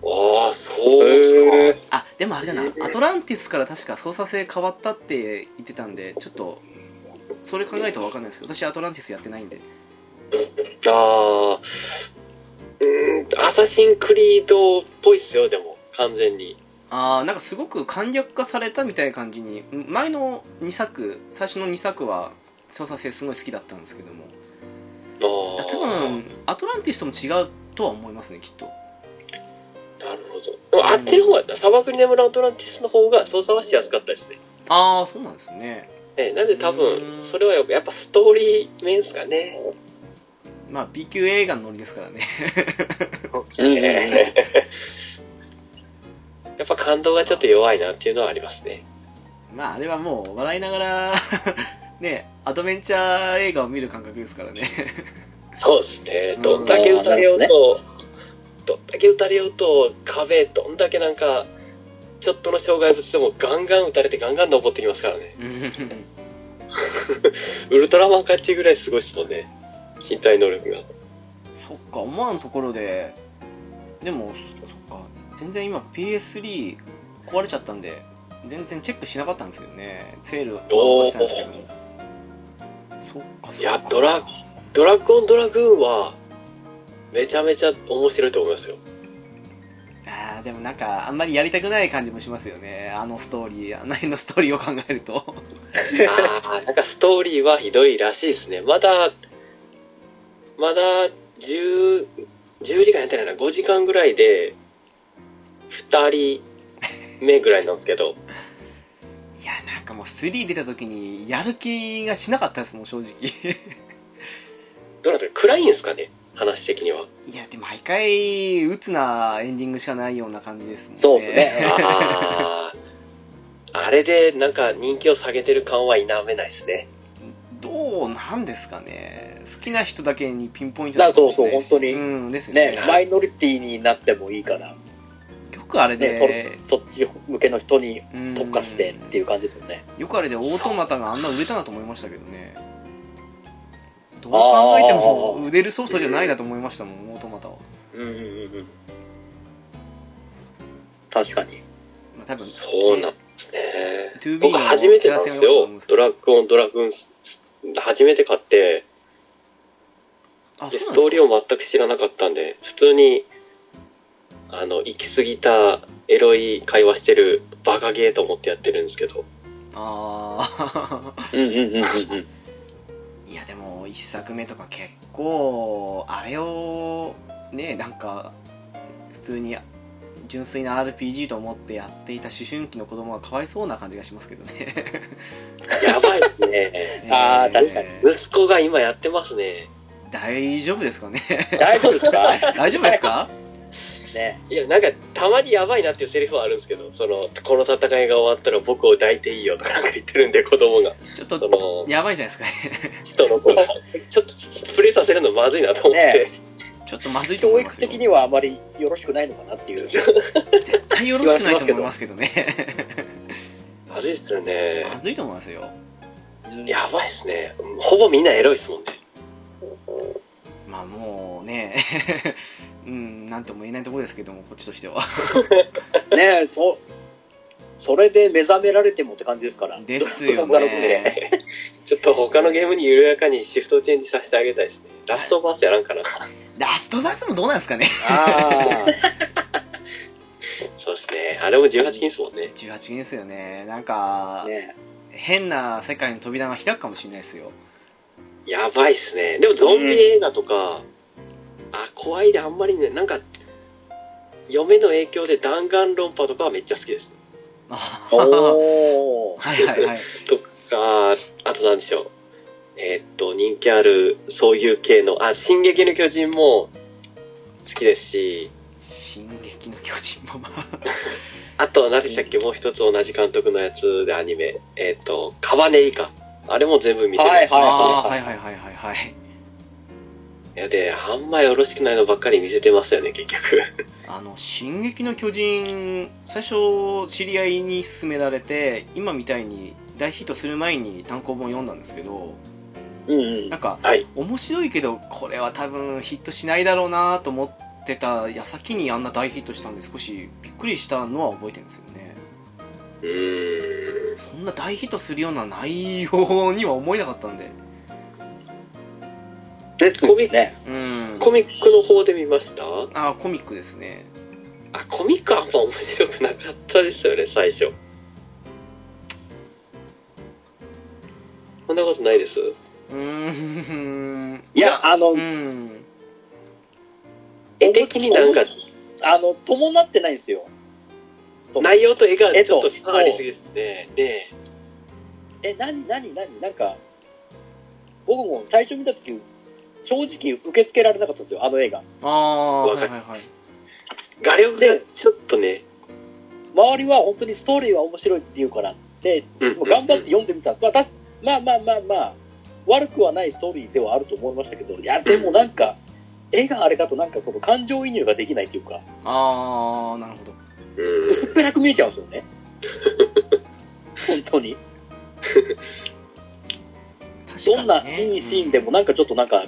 Speaker 1: ああ、そう
Speaker 3: へ
Speaker 1: で
Speaker 3: え
Speaker 1: す。
Speaker 2: でもあれだなアトランティスから確か操作性変わったって言ってたんでちょっとそれ考えると分かんないですけど私アトランティスやってないんで
Speaker 1: ああ、うーん、アサシンクリードっぽいっすよ、でも、完全に。
Speaker 2: ああなんかすごく簡略化されたみたいな感じにん前の2作最初の2作は操作性すごい好きだったんですけども
Speaker 1: あ
Speaker 2: だ
Speaker 1: あ、
Speaker 2: 多分アトランティスとも違うとは思いますねきっと
Speaker 1: なるほど。でもあっちの方が、砂漠に眠るアトランティスの方が操作はしやすかったですね。
Speaker 2: ああそうなんですね
Speaker 1: ええなんで多
Speaker 2: う
Speaker 1: 分
Speaker 2: ん、
Speaker 1: それはやっぱストーリー面ですかね。
Speaker 2: まあ B 級映画のノリですからね
Speaker 1: ええやっぱ感動がちょっと弱いなっていうのはありますね。
Speaker 2: まああれはもう笑いながら ねアドベンチャー映画を見る感覚ですからね
Speaker 1: そうですね
Speaker 2: うん
Speaker 1: どんだけ打たれようと、どんだけ打たれようと、壁、どんだけなんか、ちょっとの障害物でもガンガン打たれてガンガン登ってきますからね。ウルトラマンカッチぐらいすごいですもんね。身体能力が。
Speaker 2: そっか思わぬところででもそそっか全然今 PS3 壊れちゃったんで全然チェックしなかったんですけどねセールはしてたんですけどもそっかそっか
Speaker 1: いやドラドラゴンドラグーンは、めちゃめちゃ面白いと思いますよ。
Speaker 2: あーでもなんかあんまりやりたくない感じもしますよねあのストーリーあの辺のストーリーを考えると
Speaker 1: ああ、 なんかストーリーはひどいらしいですね。まだ、まだ10、10時間やってないな、5時間ぐらいで、2人目ぐらいなんですけど、
Speaker 2: いやなんかもう3出た時にやる気がしなかったですもん正直
Speaker 1: どうなんですか暗いんですかね話的には。
Speaker 2: いやでも毎回鬱なエンディングしかないような感じですもんね
Speaker 3: そうですね。
Speaker 1: ああ、あれでなんか人気を下げてる感は否めないですね。
Speaker 2: どうなんですかね好きな人だけにピンポイント
Speaker 3: だからそう
Speaker 2: か
Speaker 3: そう
Speaker 2: もしれないし
Speaker 3: 本
Speaker 2: うんですよね
Speaker 3: ね、マイノリティになってもいいから、
Speaker 2: よくあれで、
Speaker 3: ねそっち向けの人に
Speaker 2: うん
Speaker 3: 特化してっていう感じですよね。
Speaker 2: よくあれでオートマタがあんな売れたなと思いましたけどねどう考えても売れるソフトじゃないなと思いましたもんオートマタは、
Speaker 1: うんうんうん。
Speaker 3: 確かに。
Speaker 2: まあ、多分
Speaker 1: そうなんですね。
Speaker 2: 2B
Speaker 1: 僕初めてなんですよ。ドラゴンドラグーンス、初めて買って、
Speaker 2: あ
Speaker 1: でストーリーを全く知らなかったんで普通にあの行き過ぎたエロい会話してるバカゲーと思ってやってるんですけど
Speaker 2: ああ
Speaker 3: うんうんうんうん。
Speaker 2: ーいやでも1作目とか結構あれをねなんか普通に純粋な RPG と思ってやっていた思春期の子供がかわいそうな感じがしますけどね
Speaker 1: やばいですね
Speaker 3: あー確かに
Speaker 2: えー
Speaker 1: 息子が今やってますね
Speaker 2: 大丈夫ですか ね
Speaker 3: 大丈夫ですか
Speaker 2: 大丈夫ですか
Speaker 3: ね。
Speaker 1: いやなんかたまにやばいなっていうセリフはあるんですけどそのこの戦いが終わったら僕を抱いていいよとかなんか言ってるんで子供が
Speaker 2: ちょっ
Speaker 1: そ
Speaker 2: と
Speaker 1: の
Speaker 2: やばいんじゃないですかね
Speaker 1: 人の子がちょっとプレイさせるのまずいなと思って、
Speaker 2: ちょっとまずいと
Speaker 3: 教
Speaker 2: 思いま
Speaker 3: 育
Speaker 2: すよ
Speaker 3: 的にはあまりよろしくないのかなっていう。
Speaker 2: 絶対よろしくないと思いますけどね
Speaker 1: まずいっすよ
Speaker 2: ま
Speaker 1: ね
Speaker 2: ずいと思いますよ
Speaker 1: やばいっすねほぼみんなエロいっすもんね
Speaker 2: まあもうね うんなんとも言えないところですけどもこっちとしては
Speaker 3: ねそ、それで目覚められてもって感じですから。
Speaker 2: ですよ
Speaker 3: なるほどね
Speaker 2: ね
Speaker 1: ちょっと他のゲームに緩やかにシフトチェンジさせてあげたいですね。ラストバースやらんかな。
Speaker 2: ラストバスもどうなんですかね
Speaker 3: ああ。
Speaker 1: そうですね。あれも18禁ですもんね。
Speaker 2: 18禁ですよねなんか
Speaker 3: ね
Speaker 2: 変な世界の扉が開くかもしれないですよ
Speaker 1: やばいっすね。でもゾンビ映画とか、あ、怖いであんまりね、なんか、嫁の影響で弾丸論破とかはめっちゃ好きです。
Speaker 2: あは
Speaker 3: おー。
Speaker 2: いはいはい
Speaker 1: とか、あとなんでしょう。えーっと、人気ある、そういう系の、あ、進撃の巨人も好きですし、
Speaker 2: 「進撃の巨人」もまあ
Speaker 1: あと、何でしたっけ、もう一つ同じ監督のやつでアニメ。えーっと、カバネイカ。あれも全部見てます。
Speaker 3: はいはい
Speaker 2: あーはいはいはいはいはい
Speaker 1: いやで、あんまよろしくないのばっかり見せてますよね、結局。
Speaker 2: あの「進撃の巨人」最初知り合いに勧められて今みたいに大ヒットする前に単行本読んだんですけど
Speaker 3: うんうん
Speaker 2: なん。か
Speaker 1: はい。
Speaker 2: 面白いけどこれは多分ヒットしないだろうなと思ってた矢先にあんな大ヒットしたんで少しびっくりしたのは覚えてるんですよね
Speaker 1: うーん。
Speaker 2: そんな大ヒットするような内容には思えなかったんで
Speaker 3: で、コミック、ね、
Speaker 2: うん
Speaker 1: コミックの方で見ました
Speaker 2: あコミックですね
Speaker 1: あ、コミックはあんま面白くなかったですよね、最初。そんなことないです。
Speaker 2: うーん
Speaker 3: いや、あの、
Speaker 2: うん
Speaker 1: 絵的になんか、
Speaker 3: あの、伴ってないんですよ。と
Speaker 1: 内容と絵がちょっと
Speaker 3: 絵と
Speaker 1: 差ありすぎですね。ね
Speaker 3: え、なになになになんか、僕も最初見たとき、正直受け付けられなかったんですよ、あの映画。
Speaker 2: ああ
Speaker 1: わ
Speaker 2: は
Speaker 1: か
Speaker 2: い
Speaker 1: る
Speaker 2: はいはい
Speaker 1: 画力がちょっとね、
Speaker 3: 周りは本当にストーリーは面白いって言うからって、
Speaker 1: うん
Speaker 3: もう頑張って読んでみたんです。まあ、たまあまあまあまあ、悪くはないストーリーではあると思いましたけど、いや、でもなんか、絵があれだとなんかその感情移入ができないっていうか、
Speaker 2: ああなるほど
Speaker 1: うん
Speaker 3: 薄っぺらく見えちゃうんですよね。本当に。
Speaker 2: 確
Speaker 3: ど
Speaker 2: か
Speaker 3: んな
Speaker 2: にね
Speaker 3: いいシーンでもなんかちょっとなんか、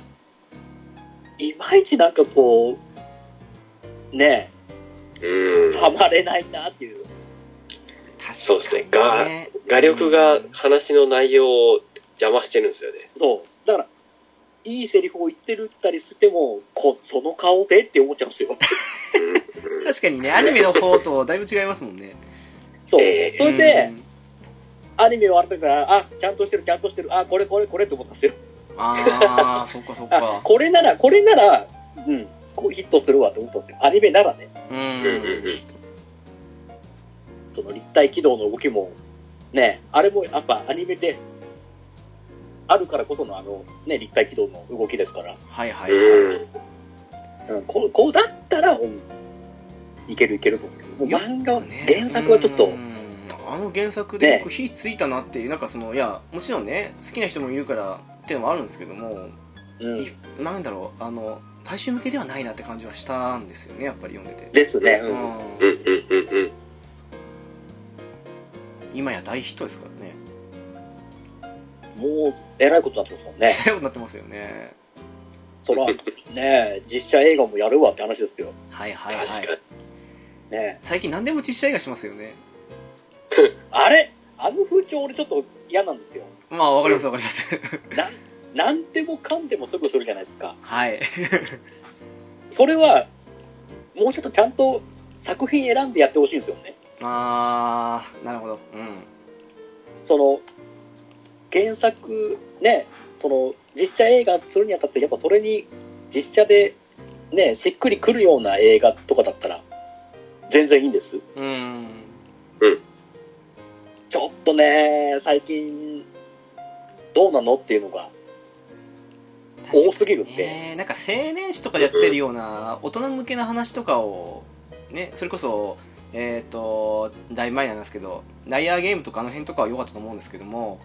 Speaker 3: いまいちなんかこう、ね
Speaker 1: うん
Speaker 3: え、ハマれないなっていう。
Speaker 2: 確かに
Speaker 1: そうですねが画力が話の内容を邪魔してるんですよね。
Speaker 3: そう。だから、いいセリフを言ってるったりしても、こ、その顔でって思っちゃうんですよ。
Speaker 1: うん
Speaker 2: 確かにねアニメの方とだいぶ違いますもんね
Speaker 3: そう。
Speaker 1: ええ
Speaker 3: それで、アニメ終わったから、あ、ちゃんとしてる、ちゃんとしてる、あ、これこれこれって思ったんですよ。
Speaker 2: うんああそっかそっ
Speaker 3: あ
Speaker 2: か、
Speaker 3: これなら、これなら、うん、こうヒットするわって思ったんですよ。アニメならね、
Speaker 2: うん
Speaker 1: うんうんうん
Speaker 3: その立体軌道の動きも、ね、あれもやっぱアニメで、あるからこそのあの、ね、立体軌道の動きですから、
Speaker 2: はいはいは
Speaker 1: うん
Speaker 2: い
Speaker 3: うん、こうこうだったら、うん、いけるいけると思うんですけど、もう漫画は、
Speaker 2: ね
Speaker 3: 原作はちょっと、
Speaker 2: うんあの原作で
Speaker 3: ね
Speaker 2: 僕火ついたなっていう、なんかそのいやもちろんね好きな人もいるからっていうのもあるんですけども、
Speaker 3: うん
Speaker 2: いなんだろうあの大衆向けではないなって感じはしたんですよねやっぱり読んでて、
Speaker 3: ですね、
Speaker 2: う
Speaker 3: うん
Speaker 2: ん
Speaker 1: うんうんうんうん。
Speaker 2: 今や大ヒットですからね
Speaker 3: もう、えらいことになってますもんね。
Speaker 2: 大ことになってますよね
Speaker 3: そ ら、ね、実写映画もやるわって話ですよ。
Speaker 2: はいはいは
Speaker 1: 確か
Speaker 2: い
Speaker 1: に。
Speaker 3: ね、
Speaker 2: 最近何でも実写映画しますよね
Speaker 3: あれあの風潮俺ちょっと嫌なんですよ。
Speaker 2: まあわかりますわかります
Speaker 3: なんでもかんでもすぐするじゃないですか。
Speaker 2: はい
Speaker 3: それは、もうちょっとちゃんと作品選んでやってほしいんですよね。
Speaker 2: あーなるほどうん
Speaker 3: その、原作、ね、その、実写映画するにあたって、やっぱそれに、実写で、ね、しっくりくるような映画とかだったら、全然いいんです。
Speaker 2: うん
Speaker 3: ちょっとね、最近、どうなのっていうのが、多すぎるって
Speaker 2: 確かにねなんか青年誌とかでやってるような大人向けの話とかをねそれこそえっ、とだいぶ前なんですけどライアーゲームとかあの辺とかは良かったと思うんですけども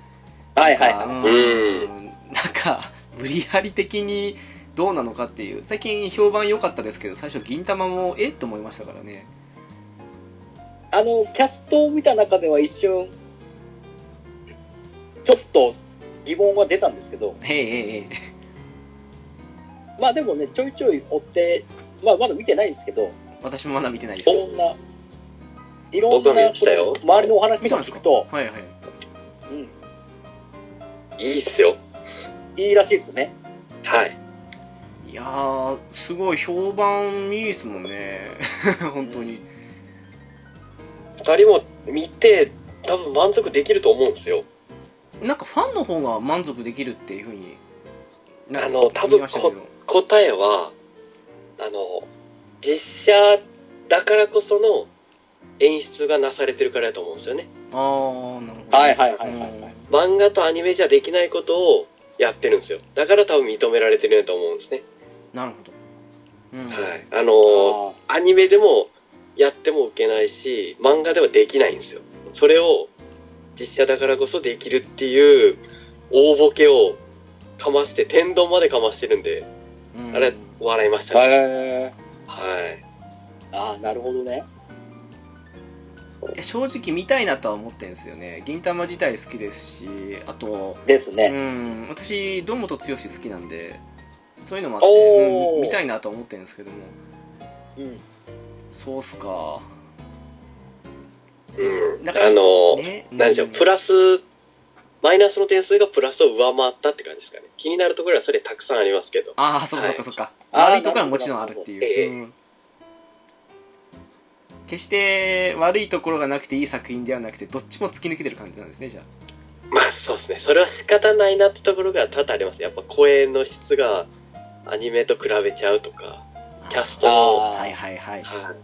Speaker 3: はいはい
Speaker 2: あ
Speaker 3: は
Speaker 2: の
Speaker 1: う
Speaker 2: なんか無理やり的にどうなのかっていう最近評判良かったですけど最初銀玉もえっと思いましたからね
Speaker 3: い。あの、キャストを見た中では一瞬、ちょっと疑問は出たんですけど、
Speaker 2: へえへえへえ
Speaker 3: まあでもね、ちょいちょい追って、まあまだ見てないんですけど、
Speaker 2: 私もまだ見てないです
Speaker 3: いろんな、いろん
Speaker 1: 僕は
Speaker 3: な
Speaker 1: 見ましたよ
Speaker 3: 周りのお話
Speaker 2: 見
Speaker 3: と
Speaker 2: た
Speaker 3: か
Speaker 2: んです
Speaker 3: 聞
Speaker 2: か
Speaker 3: くと、
Speaker 2: はいはい
Speaker 3: うん、
Speaker 1: いいっすよ。
Speaker 3: いいらしいですね。
Speaker 1: はい。
Speaker 2: いやーすごい評判いいですもんね 本当に
Speaker 1: 二人も見て、多分満足できると思うんですよ。
Speaker 2: なんかファンの方が満足できるっていうふうにな
Speaker 1: あの多分
Speaker 2: 言いましたけど
Speaker 1: 答えは、あの、実写だからこその演出がなされてるからだと思うんですよね。
Speaker 2: ああなるほど
Speaker 3: はいはいはいはいはい
Speaker 1: 漫画とアニメじゃできないことをやってるんですよ。だから多分認められてるんだと思うんですね。
Speaker 2: うんなるほど、うん
Speaker 1: はい。あの、
Speaker 3: あ
Speaker 1: アニメでもやっても受けないし、漫画ではできないんですよ。それを実写だからこそできるっていう大ボケをかまして、天丼までかましてるんで、
Speaker 2: うん
Speaker 1: あれ、笑いまし
Speaker 3: ー
Speaker 1: たね。
Speaker 3: へ
Speaker 1: はい。
Speaker 3: ーあー、なるほどね。
Speaker 2: いや正直見たいなとは思ってるんですよね銀魂自体好きですしあと
Speaker 3: です
Speaker 2: う
Speaker 3: ね。
Speaker 2: ん私堂本剛好きなんでそういうのもあっ
Speaker 3: お
Speaker 2: て、
Speaker 3: ー
Speaker 2: うん見たいなとは思ってるんですけども
Speaker 3: うん。
Speaker 2: そうっすか
Speaker 1: うん。
Speaker 2: だ
Speaker 1: あ
Speaker 2: から
Speaker 1: の、
Speaker 2: ね、
Speaker 1: なんでしょう、プラス、マイナスの点数がプラスを上回ったって感じですかね。気になるところはそれたくさんありますけど。
Speaker 2: ああそっかそっかそっか、
Speaker 3: はい
Speaker 2: 悪いところはもちろんあるって
Speaker 1: え
Speaker 2: い
Speaker 1: え
Speaker 2: う、うん決して悪いところがなくていい作品ではなくてどっちも突き抜けてる感じなんですねじゃ
Speaker 1: まあそうですね。それは仕方ないなってところが多々あります。やっぱ声の質がアニメと比べちゃうとか、
Speaker 2: あ
Speaker 1: キャストの
Speaker 3: あ
Speaker 2: はいはいはい
Speaker 1: はい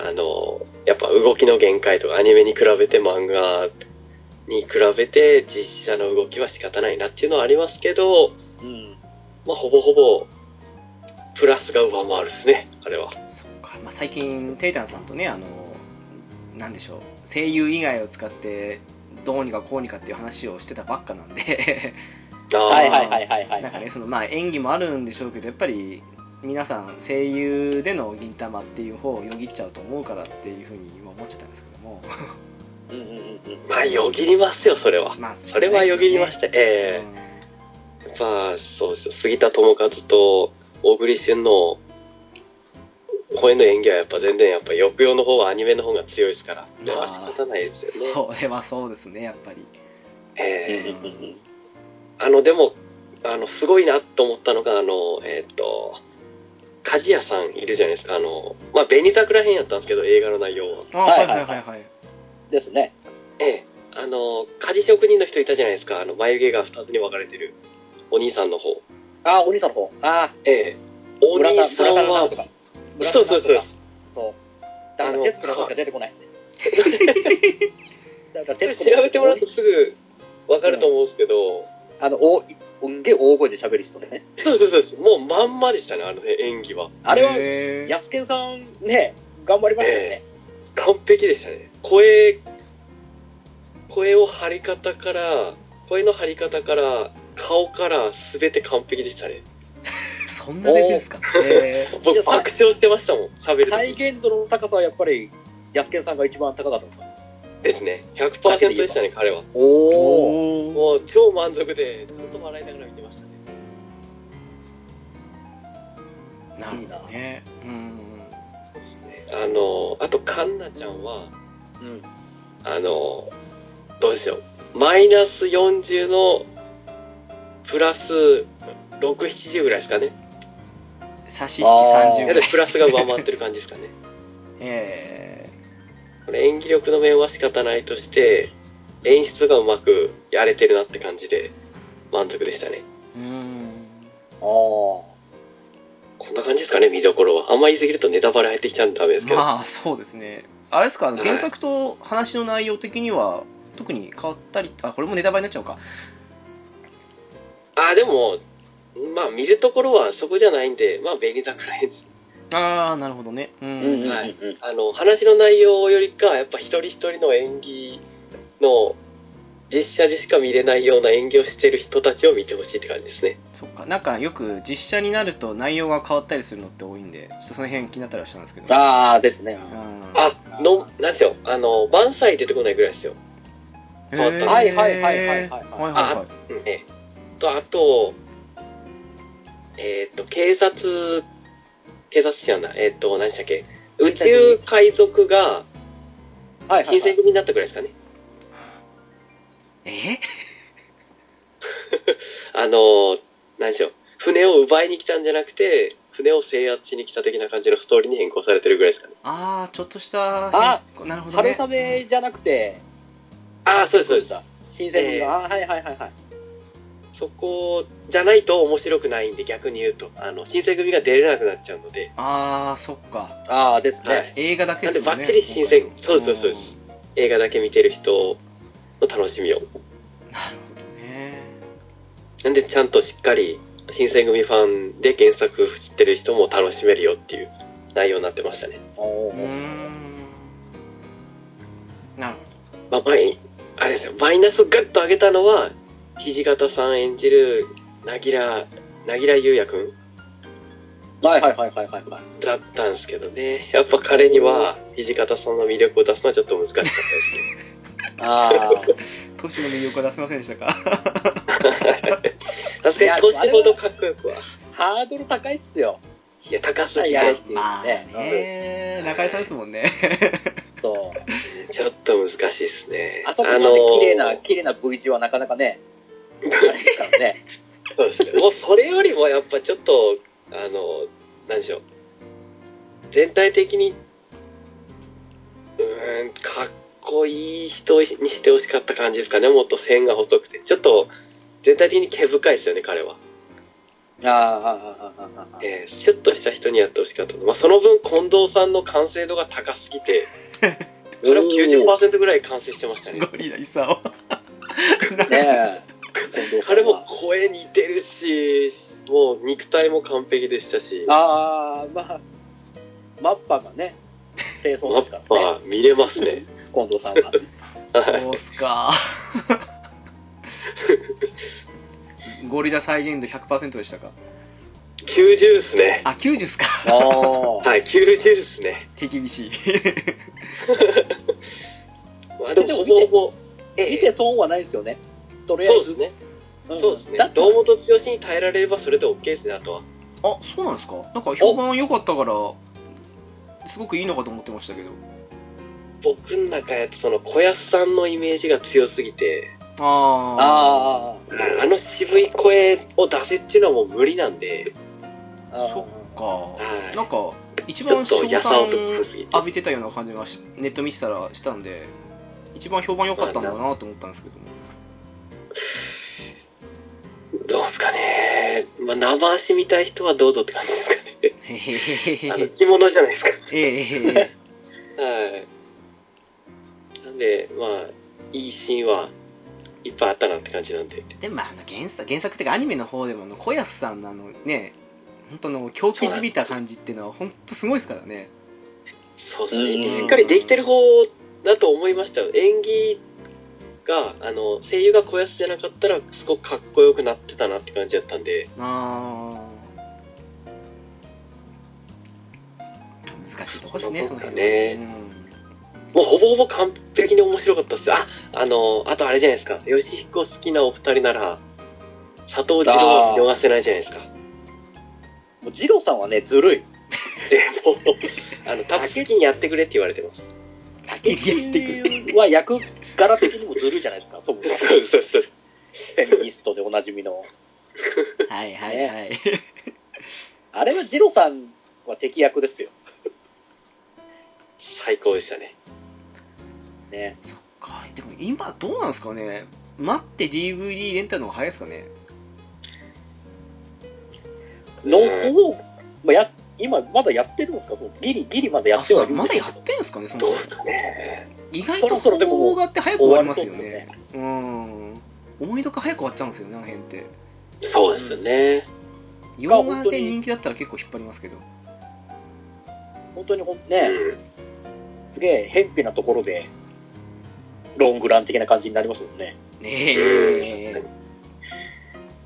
Speaker 1: あの、やっぱ動きの限界とか、アニメに比べて漫画に比べて実写の動きは仕方ないなっていうのはありますけど、
Speaker 3: うん。
Speaker 1: まあほぼほぼ、プラスが上回るですね、あれは。
Speaker 2: そっか、まあ、最近テイタンさんとねあのなんでしょう声優以外を使ってどうにかこうにかっていう話をしてたばっかなんで
Speaker 1: あー
Speaker 3: はいはいはいはいはい。
Speaker 2: なんかね、そのまあ演技もあるんでしょうけどやっぱり皆さん声優での銀魂っていう方をよぎっちゃうと思うからっていうふうに今思っちゃったんですけども
Speaker 3: うんうんうんうん。
Speaker 1: まあよぎりますよ、それは。
Speaker 2: まあ、
Speaker 1: それはよぎりましたた。ええやっぱそうですよ杉田智和と小栗旬の声の演技はやっぱ全然やっぱ抑揚の方はアニメの方が強いですからそれは仕方ないで
Speaker 2: うん
Speaker 1: すよね、
Speaker 2: それはそうですねやっぱり
Speaker 1: え
Speaker 3: うんうんうん
Speaker 1: えあのでもあのすごいなと思ったのがあのえっ、と鍛冶屋さんいるじゃないですかあのまあ紅桜編やったんですけど映画の内容は
Speaker 2: あ
Speaker 3: はい
Speaker 2: は
Speaker 3: はい
Speaker 2: は
Speaker 3: いはいい
Speaker 2: はい
Speaker 3: ですね。
Speaker 1: ええあの鍛冶職人の人いたじゃないですかあの眉毛が2つに分かれてるお兄さんの方
Speaker 3: ああ、お兄さんの方。ああ、
Speaker 1: ええお兄さん
Speaker 3: 村田なん
Speaker 1: は
Speaker 3: とか。
Speaker 1: そうそうそう
Speaker 3: そう。だから、徹子の方しか出てこない。
Speaker 1: これ調
Speaker 3: だから、徹子の方
Speaker 1: べてもらうとすぐ分かると思うんですけど、
Speaker 3: あの、お、おんげえ大声で喋る人ね。
Speaker 1: そうそうそうです。もうまんまでしたね、あのね、演技は。
Speaker 3: あれは、
Speaker 2: へー
Speaker 3: やすけんさんね、頑張りましたよね。
Speaker 1: 完璧でしたね。声、声を張り方から、声の張り方から、顔から全て完璧でしたね。
Speaker 2: そんなレベルですかへー
Speaker 3: い
Speaker 1: 僕
Speaker 3: や
Speaker 1: 爆笑してましたもん、喋る
Speaker 3: 再
Speaker 1: 時
Speaker 3: 現度の高さはやっぱり、やすけんさんが一番高かったのか。
Speaker 1: ですね。100%でしたね、彼は。
Speaker 3: おお。
Speaker 2: おー
Speaker 1: もう超満足で、ずっと笑いながら見てましたね。
Speaker 2: なるほどねうん
Speaker 1: あの、あと、カンナちゃんは、
Speaker 3: うん。
Speaker 1: あの、どうでしょう。マイナス40の、プラス6、70ぐらいですかね。
Speaker 2: 差し引き30
Speaker 1: や
Speaker 2: ぐ
Speaker 1: は
Speaker 2: ら
Speaker 1: り
Speaker 2: い
Speaker 1: プラスが上回ってる感じですかね。
Speaker 2: え
Speaker 1: これ演技力の面は仕方ないとして、演出がうまくやれてるなって感じで、満足でしたね。
Speaker 2: ーうん
Speaker 3: ああ。
Speaker 1: こんな感じですかね、見どころは。あんま言いすぎるとネタバレ入ってきちゃうんでダメですけど。
Speaker 2: まあそうですねあれですか
Speaker 1: い
Speaker 2: 原作と話の内容的には特に変わったりあこれもネタバレになっちゃうか
Speaker 1: ああ、でも、まあ見るところはそこじゃないんで、まあ紅桜編です。
Speaker 2: ああなるほどねうん、
Speaker 3: うんうんうん
Speaker 1: はい
Speaker 3: うん。
Speaker 1: あの、話の内容よりかは、やっぱ一人一人の演技の、実写でしか見れないような演技をしてる人たちを見てほしいって感じですね。
Speaker 2: そっかなんかよく実写になると内容が変わったりするのって多いんでちょっとその辺気になったりはしたんですけど
Speaker 3: ああ、ですね。
Speaker 2: うん
Speaker 1: あ、の、なんですよ。あの、万歳出てこないぐらいですよ。
Speaker 2: へ
Speaker 1: 変わっ
Speaker 2: ー
Speaker 1: た
Speaker 3: はいはいはいはいはい
Speaker 2: は
Speaker 3: はいい
Speaker 2: はいはい
Speaker 1: ええと、あと、えっ、と、警察、警察じゃない、えっ、と、何でしたっけ、宇宙海賊が
Speaker 3: はいはい
Speaker 1: 新
Speaker 3: は
Speaker 1: 選
Speaker 3: い。
Speaker 1: 組になったぐらいですかね。
Speaker 2: え
Speaker 1: あの、何でしょう、船を奪いに来たんじゃなくて、船を制圧しに来た的な感じのストーリーに変更されてるぐらいですかね。
Speaker 2: ああちょっとした
Speaker 3: あ
Speaker 2: なるほど
Speaker 3: 春
Speaker 2: ね
Speaker 3: 雨じゃなくて、
Speaker 1: ああ、そうです、そうです。
Speaker 3: す。新鮮組の、あーはいはいはいはい。
Speaker 1: そこじゃないと面白くないんで、逆に言うと、あの、新選組が出れなくなっちゃうので、
Speaker 2: ああそっか
Speaker 3: ああ、ですね。
Speaker 1: はい
Speaker 2: 映画だけですもんね
Speaker 1: なんでバッチリ新鮮そうですそうですそう映画だけ見てる人の楽しみを。
Speaker 2: うんなるほどね
Speaker 1: なんでちゃんとしっかり新選組ファンで原作知ってる人も楽しめるよっていう内容になってましたね。
Speaker 3: お
Speaker 2: う
Speaker 3: ー
Speaker 2: ーんなるほど
Speaker 1: まあ、マイあれですよ、マイナスガッと上げたのは、土方さん演じる、なぎら、なぎらゆうやくん
Speaker 3: はいはいはいはいはいはい。
Speaker 1: だったんですけどね。やっぱ彼には、土方さんの魅力を出すのはちょっと難しかったですね。
Speaker 3: ああ。
Speaker 2: 都市の魅力は出せませんでしたか
Speaker 1: さすがに年ほどかっこよくは。
Speaker 3: ハードル高いっすよ。
Speaker 1: いや、高すぎ。
Speaker 3: やれってていうね。
Speaker 2: ね中井さんですもんね
Speaker 3: うんと
Speaker 1: ちょっと難しいですね。
Speaker 3: あそこまで綺麗な、綺麗な V 字はなかなかね、あれですからね。
Speaker 1: そうですね。もうそれよりもやっぱちょっと、あの、なんでしょう。全体的に、うーん、かっこいい人にしてほしかった感じですかね。もっと線が細くて。ちょっと、全体的に毛深いですよね、彼は。
Speaker 3: ああ、ああ、ああ、ああ。
Speaker 1: えー、シュッとした人にやってほしかった。まあ、その分、近藤さんの完成度が高すぎて、それを90%ぐらい完成してましたね。
Speaker 2: ゴリライサ
Speaker 3: ねえ。
Speaker 1: 彼も声似てるし、もう肉体も完璧でしたし、
Speaker 3: ああ、まあ、マッパがね、清掃
Speaker 1: マ
Speaker 3: です
Speaker 1: ッ
Speaker 3: から
Speaker 1: パ
Speaker 3: ね、
Speaker 1: 見れますね。
Speaker 3: 近藤 さんは。
Speaker 2: オ
Speaker 1: はい
Speaker 2: そうっす かゴリラ再現度100%でしたか
Speaker 1: 90ですね。
Speaker 2: あ90っすか
Speaker 3: ああ、
Speaker 1: はい、90ですね。
Speaker 2: 手厳しい
Speaker 1: まあでもほぼほぼ、
Speaker 3: 見
Speaker 1: ええ
Speaker 3: て損はないですよね。とりあ
Speaker 1: そう
Speaker 3: え
Speaker 1: です
Speaker 3: ず。
Speaker 1: ね。
Speaker 3: ん
Speaker 1: そうですね
Speaker 3: だっ。て
Speaker 1: 堂本剛に耐えられればそれで OK ですね、あとは。
Speaker 2: あそうなんですかなんか評判良かったからすごくいいのかと思ってましたけど
Speaker 1: 僕の中やと、その小安さんのイメージが強すぎて、
Speaker 2: あ
Speaker 3: あ
Speaker 1: あの渋い声を出せっていうのはもう無理なんで、
Speaker 3: あ、ああ
Speaker 2: そあか
Speaker 1: はい
Speaker 2: なんか
Speaker 1: ち
Speaker 2: 一
Speaker 1: ょ
Speaker 2: 番
Speaker 1: っと
Speaker 2: 賞
Speaker 1: やさ
Speaker 2: 賛
Speaker 1: 男っぽすぎて。
Speaker 2: 浴びてたような感じがしネット見てたらしたんで一番評判良かったんだなと思ったんですけども
Speaker 1: どうですかね。まあ、生足見たい人はどうぞって感じですかね。
Speaker 2: へへへへ
Speaker 1: あ
Speaker 2: へ
Speaker 1: の着物じゃないですか。
Speaker 2: えええ え
Speaker 1: はい。なんで、まあ、いいシーンはいっぱいあったなって感じなんで。
Speaker 2: でもまああの原作原作っていうかアニメの方でもあの小安さんのあのね本当の狂気じみた感じっていうのは本当すごいですからね
Speaker 1: そう
Speaker 3: う
Speaker 1: で
Speaker 3: ん
Speaker 1: すね。しっかりできてる方だと思いましたよ。演技が、あの、声優が小安じゃなかったら、すごくかっこよくなってたなって感じだったんで、
Speaker 2: あー難しいとこですねそ
Speaker 1: そ
Speaker 2: の
Speaker 1: うだ
Speaker 2: 辺は
Speaker 1: ね
Speaker 2: うん
Speaker 1: もうほぼほぼ完璧に面白かったですよ。あ、あの、あとあれじゃないですか。ヨシヒコ好きなお二人なら、佐藤二郎は見逃せないじゃないですか。
Speaker 3: もう二郎さんはね、ずるい。
Speaker 1: でもう、あの、多分好きにやってくれって言われてます。
Speaker 2: 好きにやってくる
Speaker 3: は役柄的にもずるいじゃない ですか、そもそも
Speaker 1: そうそうそう。
Speaker 3: フェミニストでおなじみの。
Speaker 2: はいはいはい
Speaker 3: あれは二郎さんは敵役ですよ。
Speaker 1: 最高でしたね。
Speaker 3: ね。
Speaker 2: かでも今どうなんですかね待って DVD レンタルの方が早いですかね
Speaker 3: の
Speaker 1: うん
Speaker 3: 方、まあ、や今まだやってるんですかギリギリまだや
Speaker 2: あ
Speaker 3: って
Speaker 2: そ
Speaker 3: は
Speaker 2: う
Speaker 3: いるん
Speaker 2: ま
Speaker 3: で
Speaker 2: だ
Speaker 3: す
Speaker 2: や
Speaker 3: か
Speaker 2: ってんですかねその
Speaker 1: どうですかね。
Speaker 2: 意外
Speaker 3: そ
Speaker 2: と
Speaker 3: ろそろでも
Speaker 2: 邦画って早く終わりますよねうーん思いどこ早く終わっちゃうんですよねあの辺って
Speaker 1: そうですよね。
Speaker 2: 洋
Speaker 3: が
Speaker 2: 画
Speaker 3: 本当
Speaker 2: で
Speaker 3: に
Speaker 2: 人気だったら結構引っ張りますけど
Speaker 3: 本当にほんね、すげえ、偏僻なところで、ロングラン的な感じになりますもんね。
Speaker 2: ねえ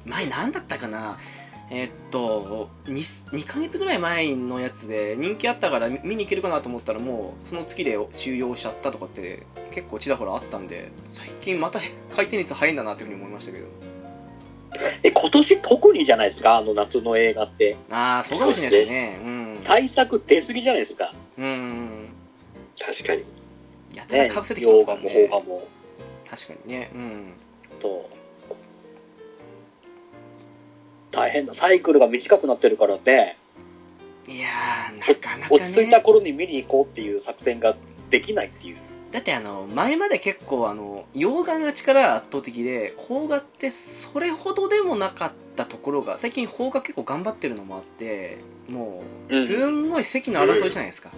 Speaker 2: 前何だったかなえっと 2, 2ヶ月ぐらい前のやつで人気あったから見に行けるかなと思ったらもうその月で終了しちゃったとかって結構ちらほらあったんで最近また回転率早いんだなっていうふうに思いましたけど
Speaker 3: え、今年特にじゃないですか、あの夏の映画って。
Speaker 2: ああそうかもしれないですねうん
Speaker 3: 対策出すぎじゃないですか。
Speaker 2: うんうん
Speaker 1: 確かに。
Speaker 2: やたら
Speaker 3: ね
Speaker 2: かぶせて、きてま
Speaker 3: 洋
Speaker 2: すから
Speaker 3: 画も邦
Speaker 2: ね
Speaker 3: 画も。
Speaker 2: 確かにねうん
Speaker 3: と、大変な、サイクルが短くなってるからね、
Speaker 2: いやーなかなか
Speaker 3: 落ち着いた
Speaker 2: ね
Speaker 3: 頃に見に行こうっていう作戦ができないっていう。
Speaker 2: だってあの前まで結構あの洋画が力圧倒的で邦画ってそれほどでもなかったところが最近邦画結構頑張ってるのもあってもう
Speaker 3: うん
Speaker 2: すんごい席の争いじゃないですか、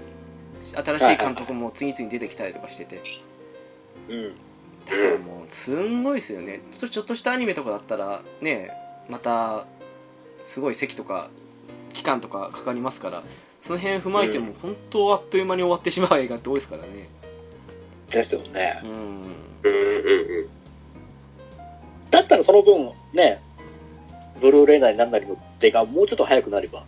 Speaker 2: 新しい監督も次々出てきたりとかしてて
Speaker 3: うん。
Speaker 2: だからもうすんごいですよねちょっとちょっとしたアニメとかだったらねまたすごい席とか期間とかかかりますからその辺踏まえても本当あっという間に終わってしまう映画って多いですからね
Speaker 3: ですよね。
Speaker 2: うん
Speaker 1: うんうん
Speaker 3: だったらその分、ね、ブルーレイなりなんなりの出がもうちょっと早くなれば。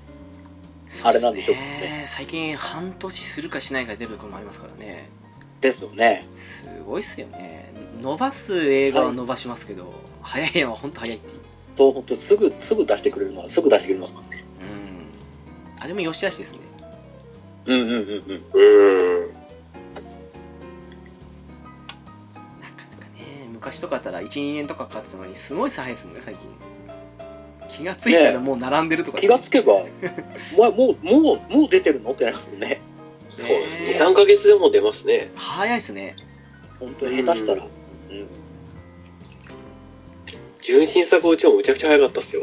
Speaker 3: あれなんでしょうね
Speaker 2: 最近半年するかしないかで出るところもありますからね
Speaker 3: ですよね。
Speaker 2: すごいっすよね伸ばす映画は伸ばしますけど、早いのは本当早いっていう
Speaker 3: そう、本当すぐ、すぐ出してくれるのは、すぐ出してくれますからね。
Speaker 2: うんあれも良し悪しですね
Speaker 3: うんうんうんうん。
Speaker 1: うん。うん。
Speaker 2: 昔とかだったら12年とかかかってたのにすごい差配するのね最近気がついたらもう並んでるとかね、
Speaker 3: 気がつけば、お前もう、もう、もう出てるのってなりますもんね。
Speaker 1: そうです
Speaker 2: ね
Speaker 1: ね。2、3ヶ月でも出ますね。
Speaker 2: 早いですね
Speaker 3: 本当に下手したら。
Speaker 1: 純真作落ちもむちゃくちゃ早かったっすよ。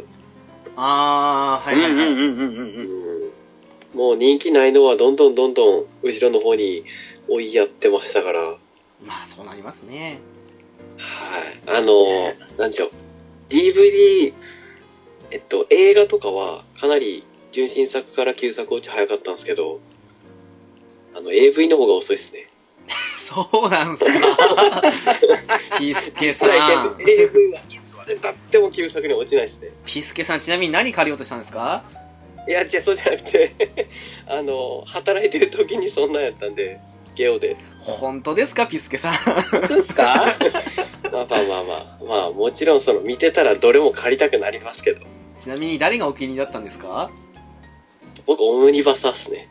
Speaker 2: ああはいはいはい、
Speaker 3: うんうんうんうん。
Speaker 1: うん。もう人気ないのはどんどんどんどん後ろの方に追いやってましたから。はい。
Speaker 2: まあそうなりますね
Speaker 1: あの、なんでしょう。DVD、えっと、映画とかはかなり純真作から旧作落ち早かったんですけど、あの、AV の方が遅いですね。
Speaker 2: そうなん すかピスケさん
Speaker 1: AV はいつまで経っても旧作に落ちないですね。
Speaker 2: ピスケさんちなみに何借りようとしたんですか
Speaker 1: いや、違う、そうじゃなくて、 あの、働いてる時にそんなんやったんで、ゲオで。
Speaker 2: 本当ですかピスケさん
Speaker 3: そうですか
Speaker 1: まあまあまあまあ、まあもちろんその見てたらどれも借りたくなりますけど、
Speaker 2: ちなみに誰がお気に入りだったんですか
Speaker 1: 僕オムニバサーっすね。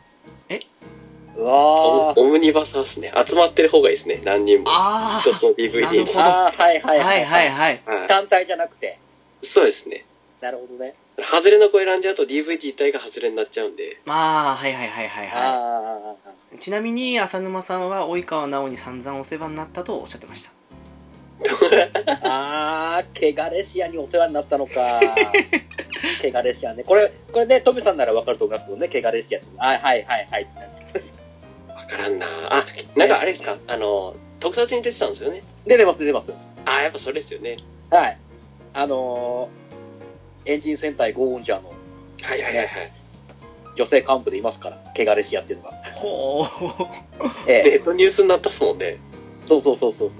Speaker 3: うわ
Speaker 1: オ
Speaker 3: ー
Speaker 1: ムオムニバサーっすね。集まってる方がいいですね、何人も。
Speaker 2: あ
Speaker 1: 一つの
Speaker 2: なる
Speaker 1: DVD
Speaker 2: ほ
Speaker 1: に。
Speaker 2: ど
Speaker 3: あー、はい
Speaker 2: あ
Speaker 3: は
Speaker 2: はいいはいはい、
Speaker 1: は
Speaker 3: 単体じゃなくて。
Speaker 1: い。そうですね。
Speaker 3: なるほどね。
Speaker 1: 外れの子選んじゃうと DVD 自体が外れになっちゃうんで、
Speaker 2: まあはいはいはいはいは
Speaker 3: ああ。
Speaker 2: いちなみに浅沼さんは及川直に散々お世話になったとおっしゃってました
Speaker 3: あー、汚れシアにお世話になったのか。汚れシアね。これ、これね、トムさんならわかると思いますけどね、汚れシア。あはいはいはい。
Speaker 1: わからんなあ、なんかあれですか、あの、特撮に出てたんですよね。
Speaker 3: 出てます、出てます。
Speaker 1: あ、やっぱそれですよね。
Speaker 3: はい。あのー、エンジン戦隊ゴーオンジャーの
Speaker 1: はいはいはいはい。
Speaker 3: 女性幹部でいますから、汚れシアっていうのが。
Speaker 2: ほう
Speaker 1: ネ
Speaker 3: ええ
Speaker 1: ットニュースになったっすもんね。
Speaker 3: そうそうそうそうそう。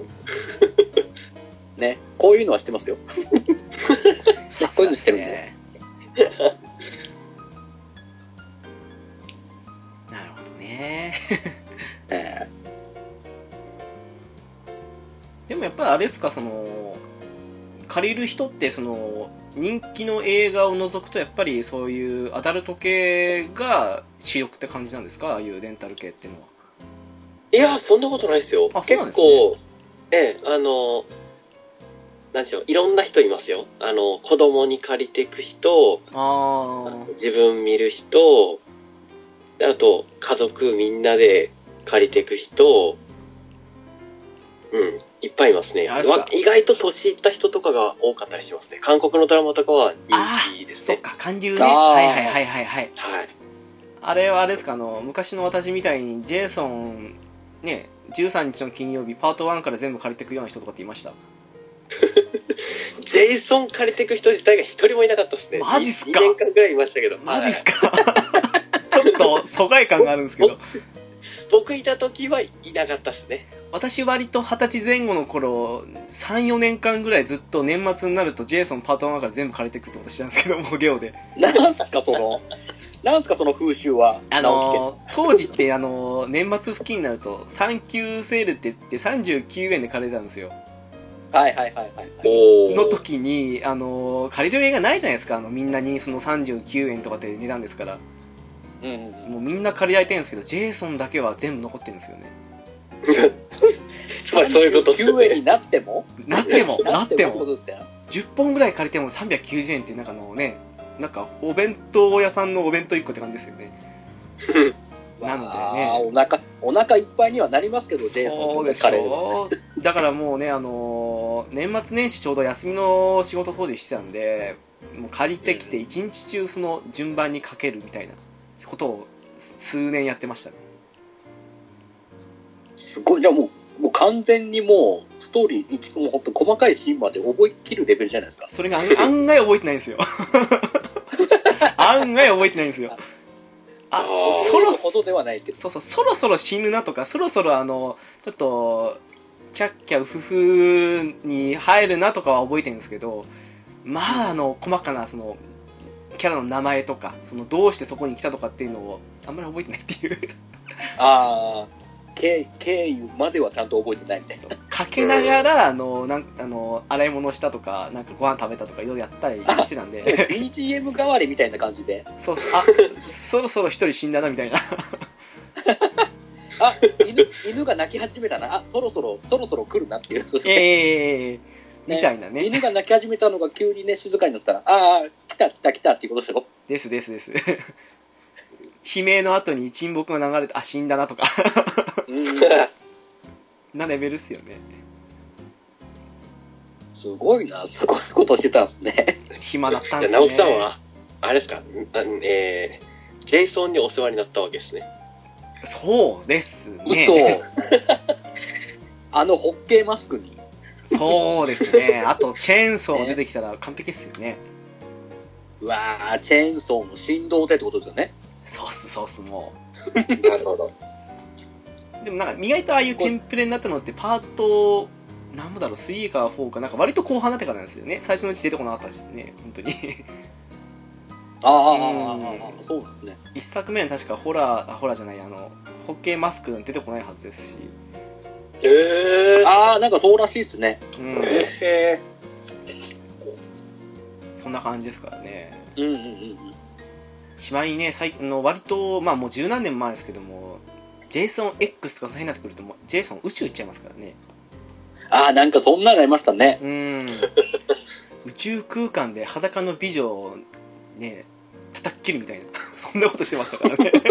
Speaker 3: ね、こういうのはしてますよ。
Speaker 2: さ
Speaker 3: こういうのしてるんです
Speaker 2: ね なるほどね
Speaker 3: え
Speaker 2: でもやっぱりあれですかその借りる人ってその人気の映画を除くとやっぱりそういうアダルト系が主力って感じなんですかああいうレンタル系っていうのは、
Speaker 1: いや、そんなことないですよ。
Speaker 2: あそうなん
Speaker 1: 結
Speaker 2: ですね
Speaker 1: 構、ええ、あの、なんでしょう、いろんな人いますよ。あの、子供に借りていく人、
Speaker 2: あ
Speaker 1: 自分見る人、であと、家族みんなで借りていく人、うん、いっぱいいますね。
Speaker 2: あれっすか
Speaker 1: わ意外と年いった人とかが多かったりしますね。韓国のドラマとかは
Speaker 2: ああ
Speaker 1: 人気
Speaker 2: あ
Speaker 1: です
Speaker 2: そっ
Speaker 1: ね。
Speaker 2: か韓流ね
Speaker 3: あー
Speaker 2: はいはいはいはいはい
Speaker 1: はい。
Speaker 2: あれはあれですかあの昔の私みたいにジェイソンね13日の金曜日パート1から全部借りていくような人とかっていました
Speaker 1: ジェイソン借りていく人自体が一人もいなかったですね。
Speaker 2: マジっすか
Speaker 1: ?2 年間ぐらいいましたけど。
Speaker 2: マジっすか ちょっと疎外感があるんですけど
Speaker 1: 僕いた時はいなかったですね。
Speaker 2: 私割と二十歳前後の頃34年間ぐらいずっと年末になるとジェイソンパート1から全部借りていくってことしてたんですけどもうゲオで
Speaker 3: えなんすか、その、なんすか、その風習は。
Speaker 2: あのー当時ってあのー年末付近になると3級セールって言って39円で借りてたんですよ
Speaker 3: はいはいはいはい。
Speaker 1: お
Speaker 2: の時にあのー借りる映画ないじゃないですかあのみんなにその39円とかって値段ですから
Speaker 3: うんうんうん
Speaker 2: もうみんな借りられてるんですけどジェイソンだけは全部残ってるんですよね
Speaker 1: そうそういうことっすね
Speaker 3: 39円にな っても
Speaker 2: なってもなって
Speaker 3: って
Speaker 2: も
Speaker 3: ことですね。
Speaker 2: 10本ぐらい借りても390円っていうなんかのねなんかお弁当屋さんのお弁当1個って感じですよねなんだ
Speaker 3: あー
Speaker 2: よね
Speaker 3: お腹、お腹いっぱいにはなりますけど、ジェイソ
Speaker 2: そ
Speaker 3: ン
Speaker 2: う
Speaker 3: の
Speaker 2: でし
Speaker 3: カレー
Speaker 2: ょだからもうねあのー年末年始ちょうど休みの仕事当時してたんでもう借りてきて1日中その順番にかけるみたいなことを数年やってましたね
Speaker 3: すごい、じゃあもう、もう完全にもう、ストーリー、一もう本当細かいシーンまで覚えきるレベルじゃないですか。
Speaker 2: それが案案外覚えてないんですよ案外覚えてないんですよあ
Speaker 1: あー
Speaker 2: そろそ
Speaker 3: ほどではないけど。
Speaker 2: そうそう、そろそろ死ぬなとか、そろそろあの、ちょっと、キャッキャウフフに入るなとかは覚えてるんですけど、まあ、あの、細かな、その、キャラの名前とか、その、どうしてそこに来たとかっていうのを、あんまり覚えてないっていう。
Speaker 3: ああ、経経緯まではちゃんと覚えてないみた いな。
Speaker 2: かけながら、あの、なんあの洗い物したとか、なんかご飯食べたとか、いろいろやったりしてたんで、
Speaker 3: BGM 代わりみたいな感じで。
Speaker 2: そうそう、あ、そろそろ一人死んだな、みたいな。
Speaker 3: あ、犬、犬が泣き始めたな。あ、そろそろ、そろそろ来るなっていう。
Speaker 2: ええ
Speaker 3: ね
Speaker 2: みたいなね。
Speaker 3: 犬が泣き始めたのが急にね、静かになったら、ああ、来た来た来たっていうことでしょ。
Speaker 2: ですですです。 悲鳴の後に沈黙が流れて、あ、死んだなとか、
Speaker 3: うん。
Speaker 2: なレベルっすよね。
Speaker 3: すごいな、すごいことしてたんですね。
Speaker 2: 暇だったん
Speaker 1: じゃ
Speaker 2: す
Speaker 1: あ
Speaker 2: ね。
Speaker 1: 直樹さんはあれですかんあえー、ジェイソンにお世話になったわけですね
Speaker 2: そうです
Speaker 3: 嘘
Speaker 2: ね。。
Speaker 3: あのホッケーマスクに。
Speaker 2: そうですね。あと、チェーンソー出てきたら完璧っすよね。
Speaker 3: うわあ、チェーンソーの振動でってことですよね。
Speaker 2: そうっす、そうっす、も
Speaker 1: なるほど
Speaker 2: う。でもなんか、意外とああいうテンプレになったのって、パート、なんだろう、3か4か、なんか割と後半になってからなんですよね。最初のうち出てこなかったですね、本当に。
Speaker 3: ああ、ああ
Speaker 2: うん
Speaker 3: ああ、ああそうなんですね。
Speaker 2: 一作目は確かホラー、あホラーじゃない、あの、ホッケーマスクなんて出てこないはずですし。
Speaker 1: えー、
Speaker 3: ああ、なんかそうらしいですね。
Speaker 2: うん。
Speaker 1: え
Speaker 2: そんな感じですからね。
Speaker 3: うんうんうん
Speaker 2: しまいにね、最あの割と、まあもう十何年も前ですけども、ジェイソン X とかそういう風になってくると、もうジェイソン宇宙行っちゃいますからね。
Speaker 3: ああ、なんかそんなのありましたね。
Speaker 2: うーん。宇宙空間で裸の美女をね、叩き切るみたいな、そんなことしてましたからね。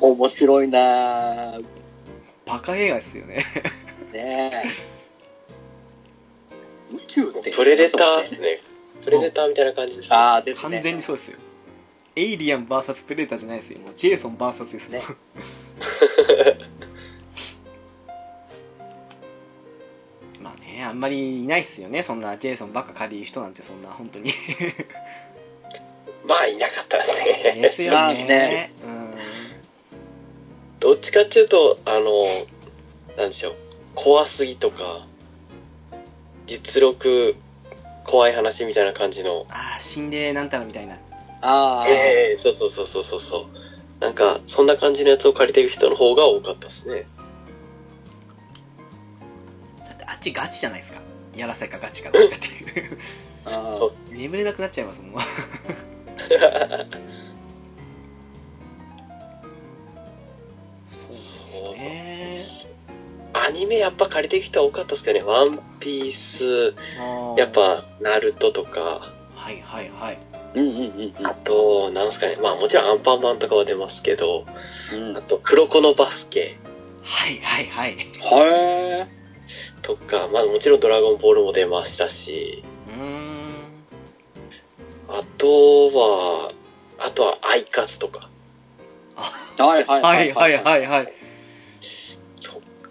Speaker 3: 面白いなあ
Speaker 2: バカ映画ですよね。
Speaker 3: ねえ。宇宙って。
Speaker 1: ー、プレデターですねプレデターみたいな感じですね
Speaker 3: ああ、ですね。
Speaker 2: 完全にそうですよ。エイリアン VS プレーターじゃないですよ。もうジェイソン VS ですよ。
Speaker 3: ね
Speaker 2: まあね、あんまりいないっすよね。そんなジェイソンばっか借りる人なんてそんな本当に。
Speaker 1: まあいなかったですね
Speaker 2: ですよ
Speaker 3: まあ
Speaker 2: ね。
Speaker 3: ね
Speaker 2: うん。
Speaker 1: どっちかっていうとあのなんでしょう怖すぎとか実力怖い話みたいな感じの
Speaker 2: ああ、死んでなんたらみたいな。
Speaker 3: ああ、
Speaker 1: ええそうそうそうそうそうそうなんかそんな感じのやつを借りてる人の方が多かったですね
Speaker 2: だってあっちガチじゃないですか。やらせかガチかどっちかっていう。
Speaker 3: あ
Speaker 1: そう
Speaker 2: 眠れなくなっちゃいますもん。そうですね。
Speaker 1: アニメやっぱ借りてる人は多かったですけどね「ワンピース
Speaker 2: あー
Speaker 1: やっ。ぱ「ナルトとか
Speaker 2: はいはいはい。
Speaker 3: あうんうんうん
Speaker 1: あとなんすかねまあもちろんアンパンマンとかは出ますけど
Speaker 3: うん。
Speaker 1: あと「黒子のバスケ
Speaker 2: はいはいはい。
Speaker 3: はえ。」
Speaker 1: とかまあもちろん「ドラゴンボール」も出ましたし
Speaker 2: うーん。
Speaker 1: あとはあとは「アイカツ」とか
Speaker 3: はいはい
Speaker 2: はいはいはいはい。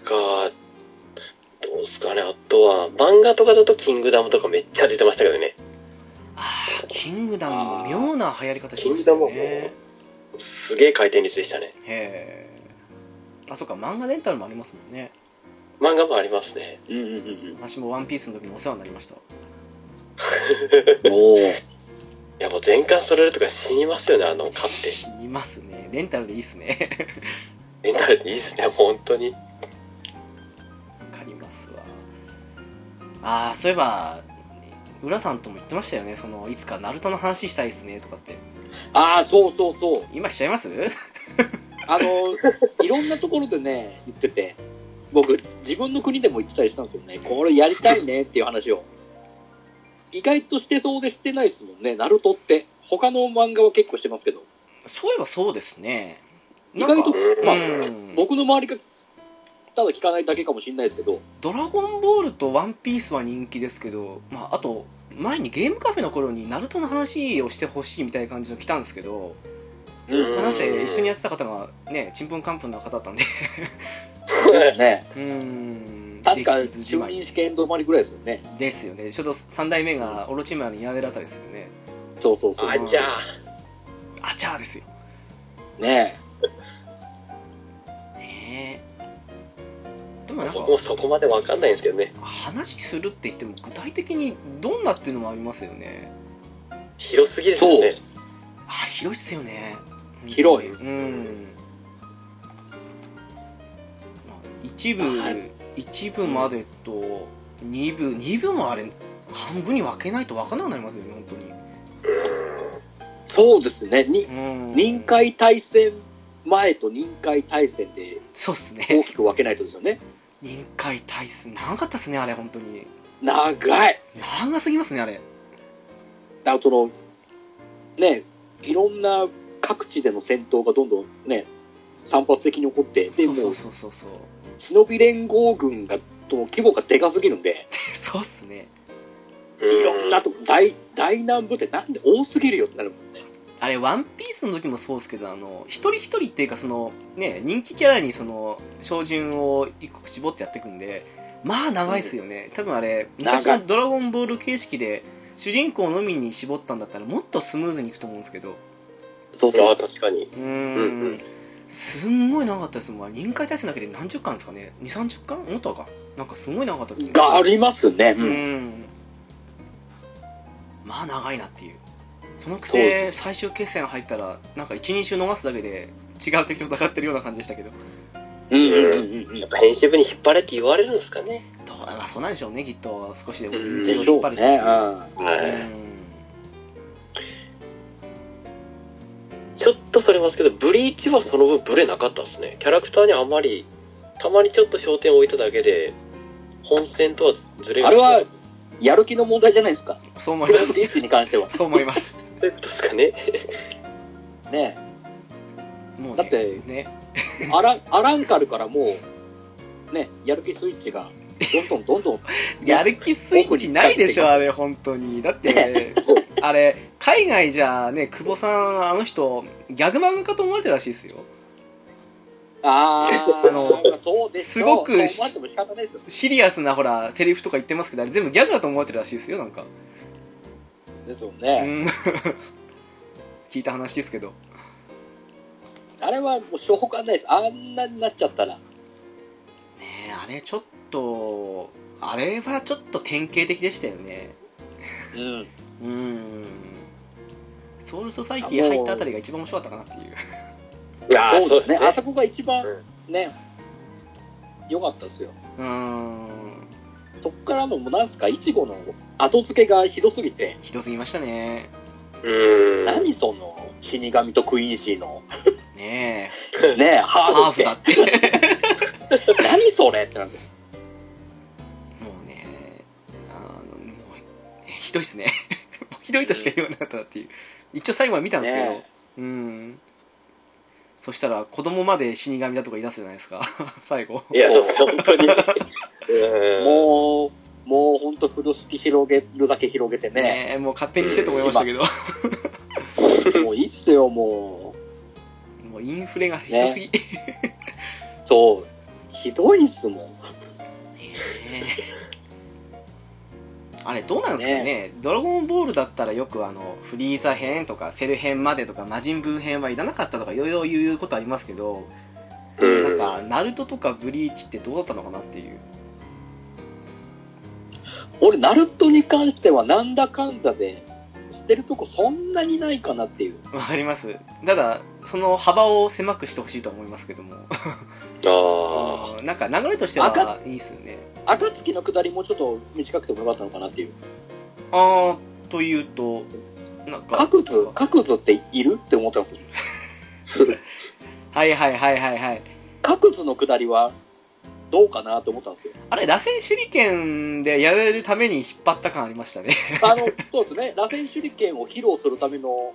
Speaker 1: がどうですかねあとは漫画とかだと「キングダム」とかめっちゃ出てましたけどね
Speaker 2: ああ、キングダムも妙な流行り方し
Speaker 1: キ
Speaker 2: ま
Speaker 1: ング
Speaker 2: した
Speaker 1: ダム
Speaker 2: よ
Speaker 1: はも
Speaker 2: ね。
Speaker 1: うすげえ回転率でしたね
Speaker 2: へえ。あ、そっか、漫画レンタルもありますもんね。
Speaker 1: 漫画もありますね
Speaker 3: うんうんうん
Speaker 2: 私もワンピースの時にお世話になりました。
Speaker 3: うん。おお。
Speaker 1: いやもう全巻揃えるとか死にますよねあの買って
Speaker 2: 死にますね。レンタルでいいっすね。
Speaker 1: レンタルでいいですね、本当に。
Speaker 2: わかりますわああそういえば浦さんとも言ってましたよねそのいつかナルトの話したいですねとかって
Speaker 3: ああ、そうそうそう。
Speaker 2: 今しちゃいます
Speaker 3: あの、いろんなところでね、言ってて、僕、自分の国でも言ってたりしたんですよね。これやりたいねっていう話を。意外としてそうでしてないですもんね、ナルトって。他の漫画は結構してますけど。
Speaker 2: そういえばそうですね
Speaker 3: 意外
Speaker 2: な
Speaker 3: と
Speaker 2: んか
Speaker 3: まあ
Speaker 2: うん
Speaker 3: 僕の周りが、ただ聞かないだけかもしれないですけど。
Speaker 2: ドラゴンボール」と「ワンピースは人気ですけど、まあ、あと前にゲームカフェの頃にナルトの話をしてほしいみたいな感じの来たんですけど、
Speaker 1: うん
Speaker 2: まあなんせ一緒にやってた方がねちんぷんかんぷんな方だったんで
Speaker 3: ね。
Speaker 2: うーん
Speaker 3: 確か、
Speaker 2: できずじ
Speaker 3: 就
Speaker 2: まい
Speaker 3: 任試験止まりぐらいですよね。
Speaker 2: ですよねちょっと3代目がオロチマにやられたりですよね
Speaker 3: そうそうそう。
Speaker 1: あじゃあ、
Speaker 2: あちゃーですよ
Speaker 3: ね
Speaker 2: ねえでもなんか
Speaker 1: 僕もそこまでわかんないんですけどね。
Speaker 2: 話するって言っても具体的にどんなっていうのもありますよね
Speaker 1: 広すぎですよね。
Speaker 2: あ広いっすよね
Speaker 3: 広い
Speaker 2: うんまあ一部
Speaker 3: はい
Speaker 2: 一部までと二部二部もあれ半分に分けないと分からなくなりますよね本当に
Speaker 1: う
Speaker 3: そうですね。に、
Speaker 2: うん
Speaker 3: 臨海対戦前と任海対戦で
Speaker 2: そうっすね
Speaker 3: 大きく分けないとですよね。
Speaker 2: 任海対戦長かったっすねあれ本当に
Speaker 3: 長い
Speaker 2: 長すぎますねあれ
Speaker 3: だからその、ね、いろんな各地での戦闘がどんどんね、散発的に起こって、で、
Speaker 2: そう
Speaker 3: も
Speaker 2: そう
Speaker 3: う、
Speaker 2: そうそうそう
Speaker 3: 忍び連合軍が、との規模がでかすぎるんで、
Speaker 2: そうっすね
Speaker 3: いろんなとこ、大、大南部ってなんで多すぎるよってなるもんね。
Speaker 2: あれ、ワンピースの時もそうですけど、あの、一人一人っていうか、その、ね、人気キャラにその、照準を一個絞ってやっていくんで、まあ長いっすよね。多分あれ、昔
Speaker 3: 長
Speaker 2: の
Speaker 3: い
Speaker 2: ドラゴンボール形式で、主人公のみに絞ったんだったら、もっとスムーズにいくと思うんですけど、
Speaker 3: そう
Speaker 1: あ
Speaker 3: そ
Speaker 1: あ、
Speaker 3: う。
Speaker 1: 確かに。
Speaker 2: うーん,、
Speaker 1: うんうん
Speaker 2: すんごい長かったですもん。臨海対戦だけで何十巻ですかね ?2、30巻もっとか。なんかすごい長かったですね。
Speaker 3: がありますね。
Speaker 2: う
Speaker 3: うん。
Speaker 2: ん。まあ長いなっていう。そのく
Speaker 3: そう
Speaker 2: せ、最終決戦入ったら、なんか1、2週逃すだけで違う敵と戦ってるような感じでしたけど、ど
Speaker 3: うんうんうんうん
Speaker 1: やっ。ぱ編集部に引っ張れって言われるんですかね。
Speaker 2: うまあ、そうなんでしょうね、きっと、少しでも
Speaker 1: うん
Speaker 2: 人
Speaker 3: でし
Speaker 2: 気を引
Speaker 3: ょ
Speaker 2: っ張
Speaker 3: う
Speaker 2: るってい
Speaker 3: ね。
Speaker 2: う
Speaker 3: うん。
Speaker 1: はい。
Speaker 2: う
Speaker 1: ちょっとそれますけど、ブリーチはその分ブレなかったですね。キャラクターにあまり、たまにちょっと焦点を置いただけで、本戦とはずれが
Speaker 3: あれは、やる気の問題じゃないですか。
Speaker 2: んそう思
Speaker 3: こ
Speaker 2: いま
Speaker 3: れ、
Speaker 2: す。
Speaker 3: リーチに関しては。
Speaker 2: そう思います。
Speaker 1: そういうことですかね。
Speaker 3: ね。
Speaker 2: もう、ね、
Speaker 3: だって
Speaker 2: ね、
Speaker 3: アラン、アランカルからもう、ね、やる気スイッチが、どんどんどんどん、
Speaker 2: やる気スイッチないでしょ、あれ、本当に。だって、あれ、海外じゃね、久保さん、あの人、ギャグ漫画家と思われてるらしいですよ。
Speaker 3: あ
Speaker 2: あの
Speaker 3: ー、そうでしょ
Speaker 2: すごく
Speaker 3: そう思われても仕方ないですよ。
Speaker 2: シリアスなほらセリフとか言ってますけどあれ全部ギャグだと思われてるらしいですよなんか、
Speaker 3: ですよ
Speaker 2: う
Speaker 3: ね。
Speaker 2: ん 聞いた話ですけど
Speaker 3: あれはもう、しょうがないです。あんなになっちゃったら。
Speaker 2: ねえあれちょっとあれはちょっと典型的でしたよね
Speaker 3: うん。
Speaker 2: うんソウルソサイティ入ったあたりが一番面白かったかなっていう
Speaker 1: ああ、
Speaker 3: そ
Speaker 1: そううです
Speaker 3: で
Speaker 1: す
Speaker 3: ね。
Speaker 1: ね。
Speaker 3: あそこが一番
Speaker 1: うん、
Speaker 3: ね、良かったですよ。
Speaker 2: うん
Speaker 3: そっからの、もうなんすか、いちごの後付けがひどすぎて、
Speaker 2: ひどすぎましたね
Speaker 1: うーん。
Speaker 3: 何その、死神とクイーンシーの、
Speaker 2: ねえ
Speaker 3: ね、ハード
Speaker 2: ハー
Speaker 3: っ
Speaker 2: フ
Speaker 3: て
Speaker 2: だ、って
Speaker 3: 何それってなって。
Speaker 2: もうねあのもうねひどいっすね もうひどいとしか言わなかったなっていう一応最後は見たんですけど、
Speaker 3: ね
Speaker 2: うんそしたら子供まで死神だとか言い出すじゃないですか 最後
Speaker 1: いや、そうです、本当に。うーん。
Speaker 3: もう、もう本当風呂敷広げるだけ広げてね。
Speaker 2: ねえもう勝手にしてと思いましたけど、
Speaker 3: もういいっすよ、もう。
Speaker 2: もうインフレがひどすぎ、ね
Speaker 3: そう。ひどいっすもん。
Speaker 2: え あれどうなんですかねドラゴンボールだったらよくあのフリーザ編とかセル編までとか魔人ブー編はいらなかったとかいろいろ言うことありますけど、
Speaker 1: うん
Speaker 2: なんかナルトとかブリーチってどうだったのかなっていう
Speaker 3: 俺、ナルトに関してはなんだかんだで、捨てるとこそんなにないかなっていう。
Speaker 2: わかりますただその幅を狭くしてほしいと思いますけども
Speaker 1: ああ。
Speaker 2: うんなんか流れとして
Speaker 3: 赤
Speaker 2: はいいっすよね
Speaker 3: 暁の下りもちょっと短くてもよかったのかなっていう。
Speaker 2: あーというとなんか
Speaker 3: 各図、各図っているって思ったんですよ。
Speaker 2: はいはいはいはいはい
Speaker 3: 各図の下りは、どうかなと思ったんですよ。
Speaker 2: あれ螺旋手裏剣でやれるために引っ張った感ありましたね
Speaker 3: あの、そうですね。螺旋手裏剣を披露するための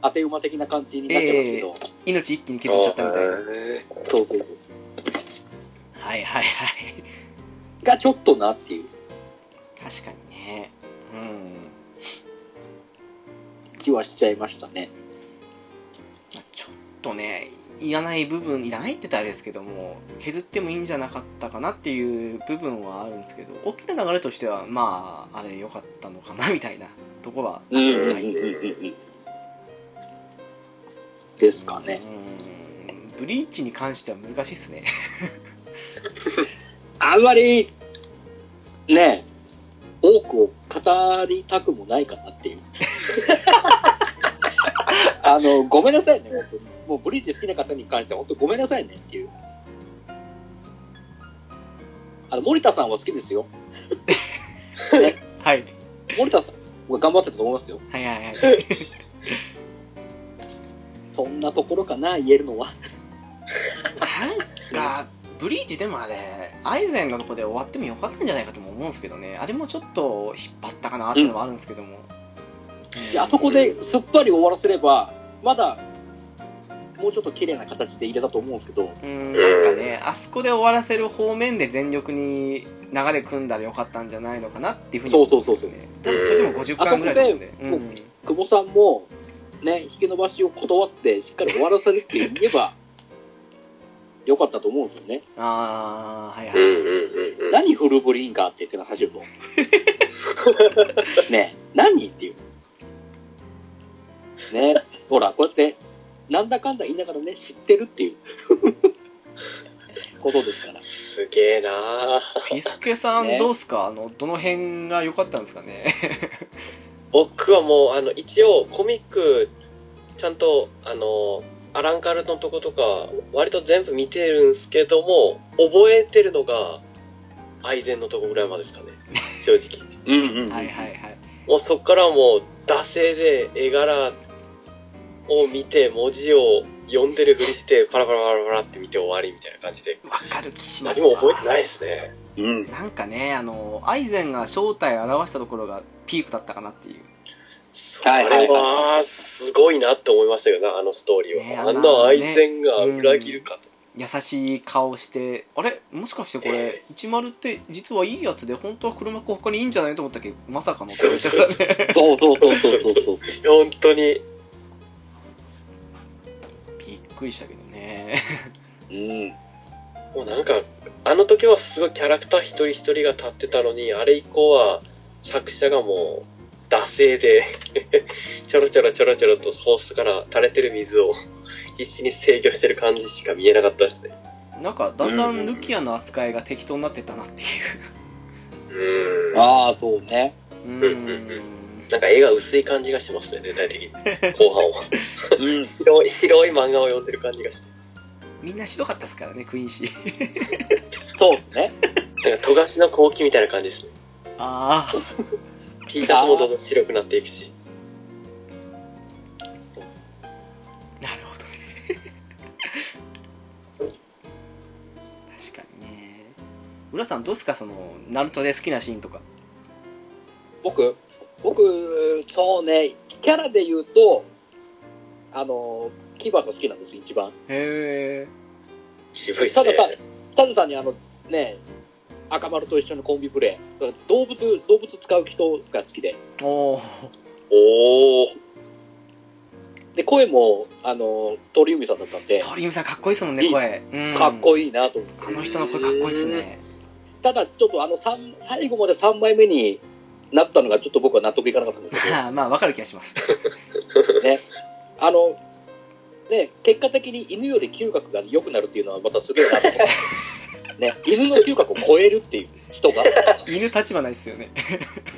Speaker 3: 当て馬的な感じになっちゃいますけど。
Speaker 2: 命一気に削っちゃったみたいな
Speaker 1: な。
Speaker 3: そうそうそうそう。
Speaker 2: はいはいはい
Speaker 3: がちょっとなっていう
Speaker 2: 確かにねうん
Speaker 3: 気はしちゃいましたね。
Speaker 2: まあちょっとねいらない部分いらないって言ったらあれですけども削ってもいいんじゃなかったかなっていう部分はあるんですけど大きな流れとしてはまああれ良かったのかなみたいなとこは
Speaker 3: う
Speaker 1: う
Speaker 3: ん。
Speaker 1: んうんうん
Speaker 3: ですかね。
Speaker 2: うんブリーチに関しては難しいっす ね
Speaker 3: あんまり、ねえ、多くを語りたくもないかなっていう。あの、ごめんなさいね、本当に。もうブリーチ好きな方に関しては本当ごめんなさいねっていう。あの、森田さんは好きですよ。
Speaker 2: はい
Speaker 3: 森田さん、僕は頑張ってたと思いますよ。
Speaker 2: はいはいはい
Speaker 3: そんなところかな、言えるのは。
Speaker 2: か、ブリーチでもあれ、アイゼンのとこで終わってもよかったんじゃないかとも思うんですけどね、あれもちょっと引っ張ったかなっていうのはあるんですけども、
Speaker 3: いやあそこですっぱり終わらせれば、まだ、もうちょっと綺麗な形で入れたと思うんですけど、
Speaker 2: うん、なんかね、あそこで終わらせる方面で全力に流れ組んだらよかったんじゃないのかなっていうふうに思んですよ
Speaker 3: そうそうそう
Speaker 2: ね、多分それでも50巻ぐらいだもんで、
Speaker 3: あそこでも久保さんも、ね、引き延ばしを断って、しっかり終わらせるって言え ば、よかったと思うんですよね。
Speaker 2: ああ、はいは
Speaker 1: う
Speaker 2: い。
Speaker 1: んうんうんうん。
Speaker 3: 何フルブリンガーって言ってんの、走ると。ねえ何っていう。ねえほら、こうやって、なんだかんだ言いながらね、知ってるっていうことですから。
Speaker 1: すげえなー
Speaker 2: ピスケさん、
Speaker 3: ね
Speaker 2: どうすか、あのどの辺が良かったんですかね。
Speaker 1: 僕はもうあの一応コミックちゃんとあのアランカルのとことか割と全部見てるんですけども覚えてるのがアイゼンのとこぐらいまでですかね正 直
Speaker 3: うんう
Speaker 2: はいはいはい。
Speaker 1: もうそこからはもう惰性で絵柄を見て文字を読んでるふりしてパラパラパラパラって見て終わりみたいな感じで
Speaker 2: わかる気します
Speaker 1: 何も
Speaker 2: わ
Speaker 1: 覚えてないですね
Speaker 3: うん。
Speaker 2: なんかね、あの、アイゼンが正体を表したところがピークだったかなっていう。
Speaker 1: それ
Speaker 3: はいは
Speaker 1: はすごいなって思いましたけどなあのストーリ
Speaker 2: ね
Speaker 1: ーは、
Speaker 2: あ
Speaker 1: あ
Speaker 2: の
Speaker 1: ん
Speaker 2: ね
Speaker 1: なアイゼンが裏切るかと、
Speaker 2: 優しい顔して、あれもしかしてこれ、10って実はいいやつで、本当は黒幕他にいいんじゃないと思ったけど、まさかのってましたからね。
Speaker 3: そうそうそうそうそうそう。
Speaker 1: 本当に
Speaker 2: びっくりしたけどね。
Speaker 3: うん。
Speaker 1: もうなんか、あの時はすごいキャラクター一人一人が立ってたのに、あれ以降は作者がもう、惰性で、 ちょろちょろちょろちょろとホースから垂れてる水を 必死に制御してる感じしか見えなかったですね。
Speaker 2: なんか、だんだんルキアの扱いが適当になってったなっていう
Speaker 1: ーん。
Speaker 3: ああ、そうね。。
Speaker 2: う
Speaker 1: うんうんう
Speaker 2: ーん。
Speaker 1: なんか絵が薄い感じがしますね、全体的に。後半は。
Speaker 3: うん。
Speaker 1: 白い、白い漫画を読んでる感じがして。
Speaker 2: みんなひどかったですからね、クイーンシー。
Speaker 3: そうですね。
Speaker 1: なんか、富樫の後期みたいな感じですね。
Speaker 2: ああ。
Speaker 1: T シャツもどんどん白くなっていくし。
Speaker 2: なるほどね確かにね浦さんどうですかそのナルトで好きなシーンとか
Speaker 3: 僕、僕、そうね、キャラで言うと、あの、キバが好きなんです、一番。
Speaker 2: へえ
Speaker 1: 渋いっす
Speaker 3: ただ
Speaker 1: ね。
Speaker 3: た、ただ単にあの、ね、赤丸と一緒にコンビプレイ。動物、動物使う人が好きで。
Speaker 2: おお
Speaker 1: おー。
Speaker 3: で、声も、あの、鳥海さんだったんで、
Speaker 2: 鳥海さんかっこいいですもんね
Speaker 3: いい
Speaker 2: 声、うん、
Speaker 3: かっこ
Speaker 2: いい
Speaker 3: いいなと思って。
Speaker 2: あの人の声かっこいいっすね
Speaker 3: ただ、ちょっとあの、三最後まで3枚目になったのが、ちょっと僕は納得いかなかったんですけど。
Speaker 2: まあ まあわかる気がします
Speaker 3: ね、あの、ね、結果的に犬より嗅覚が良くなるっていうのはまたすごいなと思って、ね、犬の嗅覚を超えるっていう人が、
Speaker 2: 犬立場ないっすよね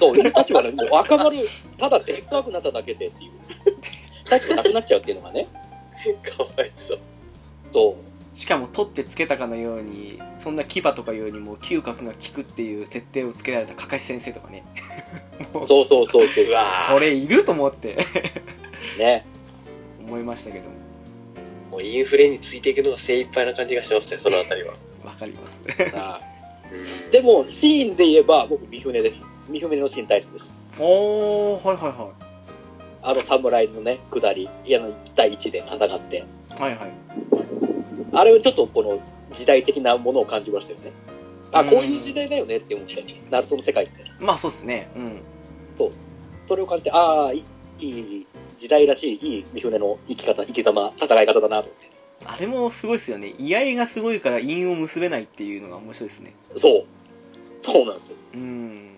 Speaker 3: そう、犬立場のもう赤丸、ただでっかくなっただけでっていう、立場なくなっちゃうっていうのがね、
Speaker 1: かわいそう。
Speaker 3: そ
Speaker 2: しかも取ってつけたかのようにそんな牙とかようにも嗅覚が効くっていう設定をつけられたかかし先生とかね
Speaker 3: う、そうそうそうそう
Speaker 1: う、わ
Speaker 2: それいると思って
Speaker 3: ね、
Speaker 2: 思いましたけども
Speaker 1: ー。もうインフレについていくのが精一杯な感じがしましたね、そのあたりは。
Speaker 2: わかります
Speaker 3: あー
Speaker 1: で
Speaker 3: でも、シーンで言えば、僕、三船です。三船のシーン大好きです。
Speaker 2: おおはいはいは
Speaker 3: あの、侍のね、下り、いや、第一で戦って、
Speaker 2: いはいはい
Speaker 3: あれはちょっとこの時代的なものを感じましたよね。あ、こういう時代だよねって思って、ナルトの世界って。
Speaker 2: まあそうですねうん
Speaker 3: それを感じて、ああ、いいい時代らしい、いい三船の生き方、生き様、戦い方だなと思って。
Speaker 2: あれもすごいですよね居合がすごいから因を結べないっていうのが面白いですね
Speaker 3: そう。そうなんですよ。
Speaker 2: うん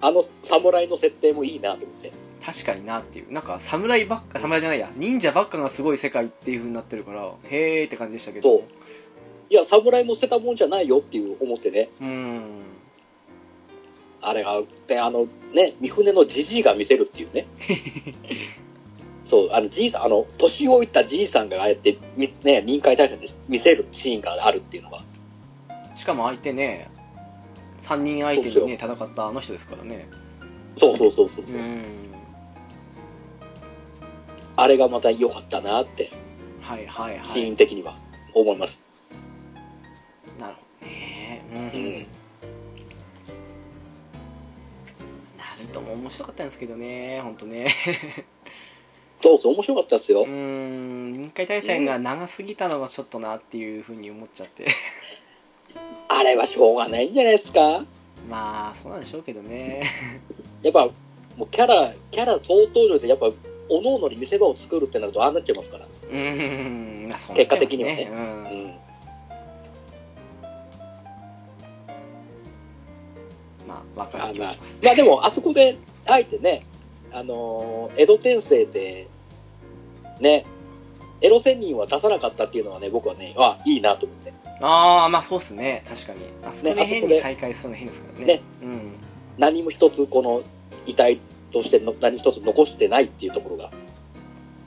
Speaker 3: あの侍の設定もいいなと思って。
Speaker 2: 確かになっていうなんか侍ばっか侍じゃないや忍者ばっかがすごい世界っていう風になってるからへーって感じでしたけど
Speaker 3: そいや、侍も捨てたもんじゃないよっていう思ってね。
Speaker 2: ううん
Speaker 3: あれが、で、あの、ね、三船のじじいが見せるってい うね。そう、あの、じいさん、あの、年老いたじいさんがああやって、みね、民間対戦で見せるシーンがあるっていうのが。
Speaker 2: しかも相手ね3人相手にね戦ったあの人ですからね
Speaker 3: そうそうそうそう。
Speaker 2: うん
Speaker 3: あれがまた良かったなって、
Speaker 2: はいはいは
Speaker 3: シー
Speaker 2: い
Speaker 3: ン的には思います。
Speaker 2: う
Speaker 1: うんん
Speaker 2: なるとも面白かったんですけどね本当ね
Speaker 3: どうぞ面白かったですよ
Speaker 2: うー。ん臨海大戦が長すぎたのがちょっとなっていうふうに思っちゃって
Speaker 3: あれはしょうがないんじゃないですか
Speaker 2: まあそうなんでしょうけどね
Speaker 3: やっぱ、もうキャラ、キャラ総登場で、やっぱ、おのおのに見せ場を作るってなると、ああなっちゃいますから。
Speaker 2: うーんまあそうなっちゃいます
Speaker 3: 結果的にはね
Speaker 2: うん
Speaker 3: うん。
Speaker 2: まあわか
Speaker 3: あ
Speaker 2: る気
Speaker 3: ま
Speaker 2: が
Speaker 3: あ
Speaker 2: します、
Speaker 3: まあでも、あそこで、あえてね、あのー江戸天聖で、ね、エロ仙人は出さなかったっていうのはね、僕はね、あいいなと思って。
Speaker 2: ああまあそうっすね確かにあそこで変に再開するの変ですからね
Speaker 3: ね
Speaker 2: うん
Speaker 3: 何も一つ、この、遺体としての、何一つ残してないっていうところが。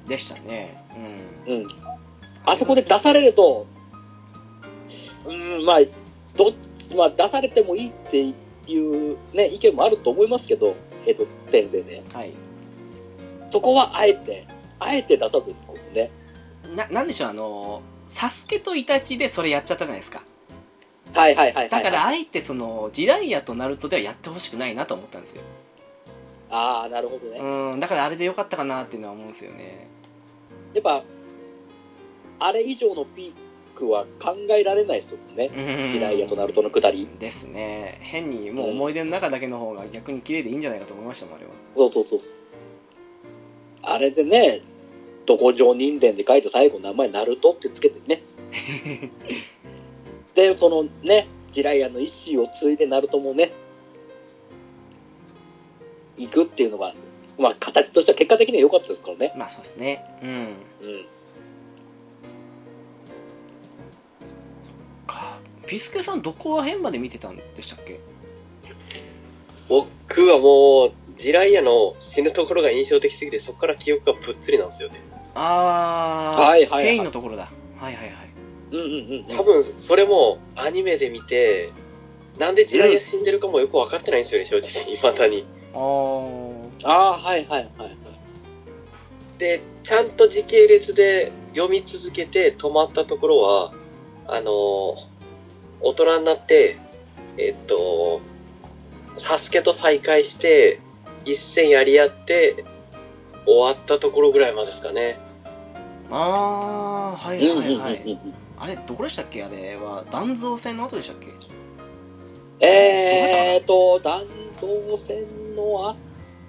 Speaker 2: でしたねうん
Speaker 3: うん。あそこで出されると、うーん、まあ、どっちまあ、出されてもいいっていうね、意見もあると思いますけど、えっと、天性ね。
Speaker 2: はい
Speaker 3: そこはあえて、あえて出さずに、こうね。
Speaker 2: ななんでしょうあのサスケとイタチでそれやっちゃったじゃないですか
Speaker 3: はいはいはいはい、は
Speaker 2: だ
Speaker 3: い。
Speaker 2: からあえてそのジライアとナルトではやってほしくないなと思ったんですよ
Speaker 3: ああ、なるほどね。
Speaker 2: うんだからあれでよかったかなっていうのは思うんですよね
Speaker 3: やっぱ、あれ以上のピークは考えられないですよね。
Speaker 2: うん
Speaker 3: ジライアとナルトの下り。
Speaker 2: ですね変にもう思い出の中だけの方が逆に綺麗でいいんじゃないかと思いましたもんあれは
Speaker 3: そうそうそうそう。あれでね、どこ上人伝で書いて最後名前ナルトってつけてね。で、そのね、ジライアの意思を継いでナルトもね、行くっていうのが、まあ形としては結果的には良かったですからね。
Speaker 2: まあそうですねうん
Speaker 3: うん。
Speaker 2: かビスケさんどこら辺まで見てたんでしたっけ
Speaker 1: 僕はもう、ジライアの死ぬところが印象的すぎて、そこから記憶がぷっつりなんですよね。
Speaker 2: ああ、
Speaker 3: はいはいはい
Speaker 2: ペインのところだはいはいはい
Speaker 3: うんうんうん。
Speaker 1: 多分、それもアニメで見て、なんでジライア死んでるかもよく分かってないんですよね、正直、未だに。
Speaker 2: あー
Speaker 3: ああー、はいはいはいはい。
Speaker 1: で、ちゃんと時系列で読み続けて止まったところは、あのー大人になって、えっと、サスケと再会して、一戦やり合って、終わったところぐらいまでですかね。
Speaker 2: あーは
Speaker 3: う
Speaker 2: い
Speaker 3: んうん
Speaker 2: は
Speaker 3: うんう
Speaker 2: い
Speaker 3: ん
Speaker 2: はい、あれどこでしたっけあれは断蔵戦の後でしたっけ
Speaker 3: えーと、断層線の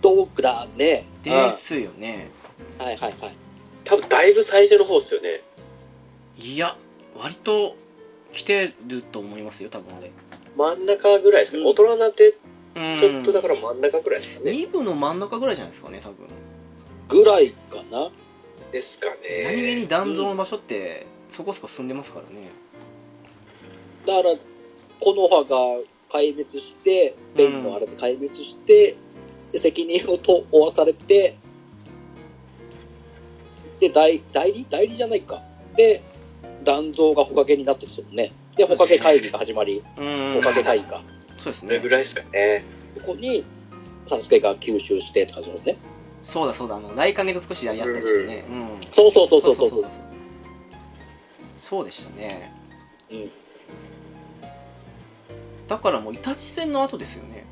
Speaker 3: 後だね。
Speaker 2: ですよね
Speaker 3: うんはいはいはい。
Speaker 1: 多分、だいぶ最初の方ですよね。
Speaker 2: いや割と来てると思いますよ多分あれ
Speaker 1: 真ん中ぐらいですかね。
Speaker 3: うん
Speaker 1: 大人になって、
Speaker 2: うん
Speaker 1: ちょっとだから真ん中ぐらいですかね。
Speaker 2: 2部の真ん中ぐらいじゃないですかね多分
Speaker 3: ぐらいかな。
Speaker 1: ですかね。
Speaker 2: 何気に断蔵の場所ってそこそこ進んでますからね
Speaker 3: だから、木の葉が壊滅して、ベインのあれで壊滅して、で責任をと負わされて、で、代代理代理じゃないか。で、断蔵が捕獲になってるんですよね。で、捕獲会議が始まり、
Speaker 2: うん
Speaker 3: 捕獲会議か。
Speaker 2: そうです
Speaker 1: それぐ
Speaker 2: ね
Speaker 1: らいですかね。
Speaker 3: ここに、サスケが吸収してって感じのね。
Speaker 2: そうだそうだあの内影と少しやり合ったりしてねうん
Speaker 3: そうそうそうそうそう
Speaker 2: そうそうでしたね
Speaker 3: うん
Speaker 2: だからもうイタチ戦の後ですよね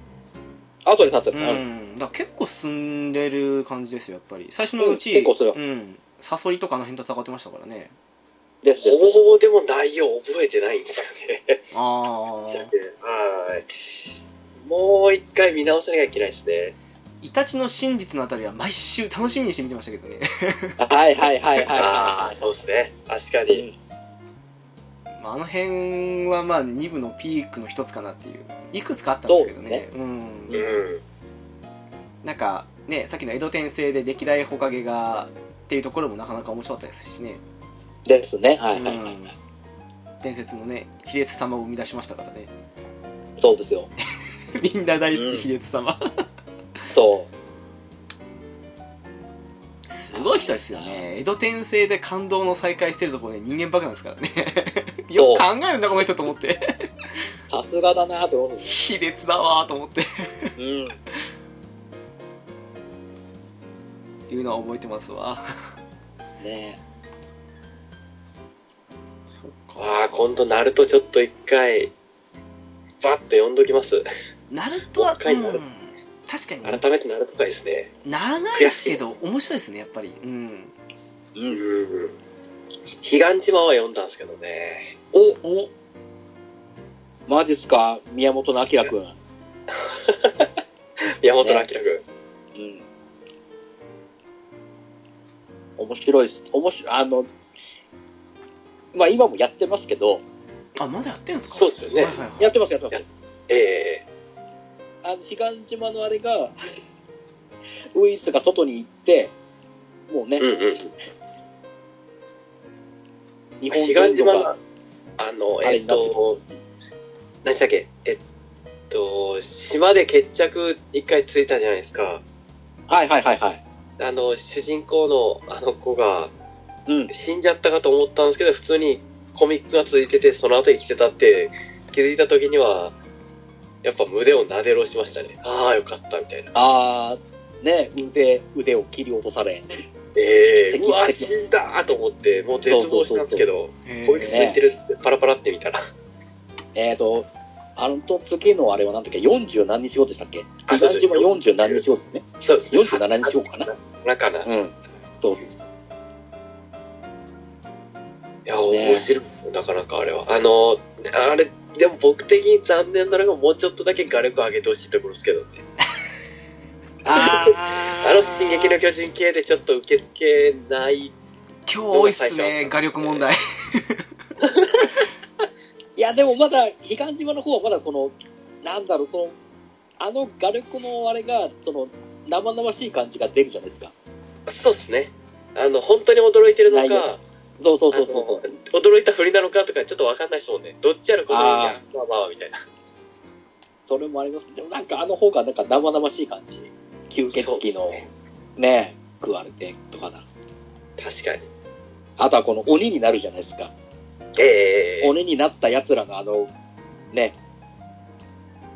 Speaker 3: 後で立って
Speaker 2: う
Speaker 3: るの、
Speaker 2: んだから結構進んでる感じですよやっぱり最初のうち、
Speaker 3: うん結構そうだ
Speaker 2: んサソリとかあの辺と戦ってましたからね
Speaker 3: です
Speaker 1: ほぼほぼでも内容覚えてないんですよね。
Speaker 2: ああ
Speaker 1: じゃあはい。もう一回見直さなきゃいけないですね。
Speaker 2: イタチの真実のあたりは毎週楽しみにして見てましたけどね
Speaker 3: はいはいはいはい
Speaker 1: あ
Speaker 3: は
Speaker 1: あ、そうですね。確か
Speaker 3: い。
Speaker 1: に。
Speaker 2: まああの辺はまあ2部のピークの一つかなっていういくつかあったんですけどねうん
Speaker 1: うん。
Speaker 2: なんかねさっきの江戸天聖で歴代ほかげがっていうところもなかなか面白かったですしね、
Speaker 3: ですね。はいはいはい。
Speaker 2: うん伝説のね卑劣様を生み出しましたからね
Speaker 3: そうですよ。
Speaker 2: みんな大好
Speaker 1: う
Speaker 2: き
Speaker 1: ん
Speaker 2: 卑劣様
Speaker 3: そ
Speaker 2: すごい人ですよね江戸天聖で感動の再会してるところで人間バカなんですからねよ く考えるんだこの人と思って
Speaker 3: う。さすがだなと思うんです
Speaker 2: 卑劣だわーと思って
Speaker 3: うん。
Speaker 2: いうのは覚えてますわ
Speaker 3: ね
Speaker 2: そっ
Speaker 1: ああ、今度、ナルトちょっと一回、バッと読んどきます。
Speaker 5: ナルト
Speaker 1: も
Speaker 5: は
Speaker 1: う一、回
Speaker 5: うん
Speaker 1: ナルト
Speaker 5: 確かに
Speaker 1: 改めてなるとかですね。
Speaker 5: 長いですけど面白いですねやっぱりうん
Speaker 1: うんうん。彼岸島は読んだんですけどね。お
Speaker 3: おマジっすか、宮本の明君。
Speaker 1: 宮本の明君。
Speaker 3: うん。面白いっす。面白い、あの、まあ今もやってますけど、
Speaker 5: あまだやってるんですか
Speaker 1: そうですよね
Speaker 5: はいはいはい
Speaker 3: やってます、やってます。
Speaker 1: ええ
Speaker 3: あの、彼岸島のあれが、ウイルスが外に行って、もうね、
Speaker 1: うんうん。
Speaker 3: 日本
Speaker 1: 彼岸
Speaker 3: 全土
Speaker 1: 島
Speaker 3: が
Speaker 1: が、あの、
Speaker 3: あ
Speaker 1: え
Speaker 3: れ
Speaker 1: っ
Speaker 3: になって
Speaker 1: と、何でしたっけえっと、島で決着一回ついたじゃないですか。
Speaker 3: はいはいはいはい。
Speaker 1: あの、主人公のあの子が
Speaker 3: うん。
Speaker 1: 死んじゃったかと思ったんですけど、普通にコミックが続いてて、その後生きてたって気づいた時には、やっぱ胸をなでろしましたね。ああ、よかったみたいな。
Speaker 3: あー、ね、腕、腕を切り落とされ。
Speaker 1: ええ
Speaker 3: 敵
Speaker 1: うわ、
Speaker 3: 敵
Speaker 1: 死んだと思って、もう絶望したんですけど、
Speaker 5: へ
Speaker 1: こいつ
Speaker 5: ー
Speaker 1: いてるってパラパラって見たら、
Speaker 3: えーと、あの次のあれは何だっけ、40何日後でしたっけ
Speaker 1: あ
Speaker 3: 彼
Speaker 1: そうそう
Speaker 3: 岸島40何日後ですね。
Speaker 1: そう ですね。
Speaker 3: 47日後かな。
Speaker 1: なかな。い
Speaker 3: うん。そうそうそう。
Speaker 1: や、面白いですよ、なかなかあれは。あの、あれ、でも僕的に残念なのが、もうちょっとだけ画力上げてほしいところですけどね。
Speaker 5: あー
Speaker 1: あの、進撃の巨人系でちょっと受け付けない。
Speaker 5: 今日多いっすね
Speaker 1: のが最初
Speaker 5: 画力問題
Speaker 3: いや、でもまだ、彼岸島の方はまだこの、なんだろう、その、あの画力のあれが、その、生々しい感じが出るじゃないですか。
Speaker 1: そうですね。あの、本当に驚いてるの
Speaker 3: 内容
Speaker 1: か、
Speaker 3: そうそう
Speaker 1: あ
Speaker 3: そ
Speaker 1: の
Speaker 3: うそう。
Speaker 1: 驚いたふりなのかとかちょっとわかんないですもんね。どっちやろ、このように
Speaker 3: あ
Speaker 1: まあまあ、みたいな。
Speaker 3: それもあります。でもなんかあの方がなんか生々しい感じ。吸血
Speaker 1: そうで
Speaker 3: 鬼
Speaker 1: す
Speaker 3: の
Speaker 1: ね
Speaker 3: ね、食われてとかな。
Speaker 1: 確かに。
Speaker 3: あとはこの鬼になるじゃないですか。
Speaker 1: ええ
Speaker 3: 鬼になった奴らのあの、ね、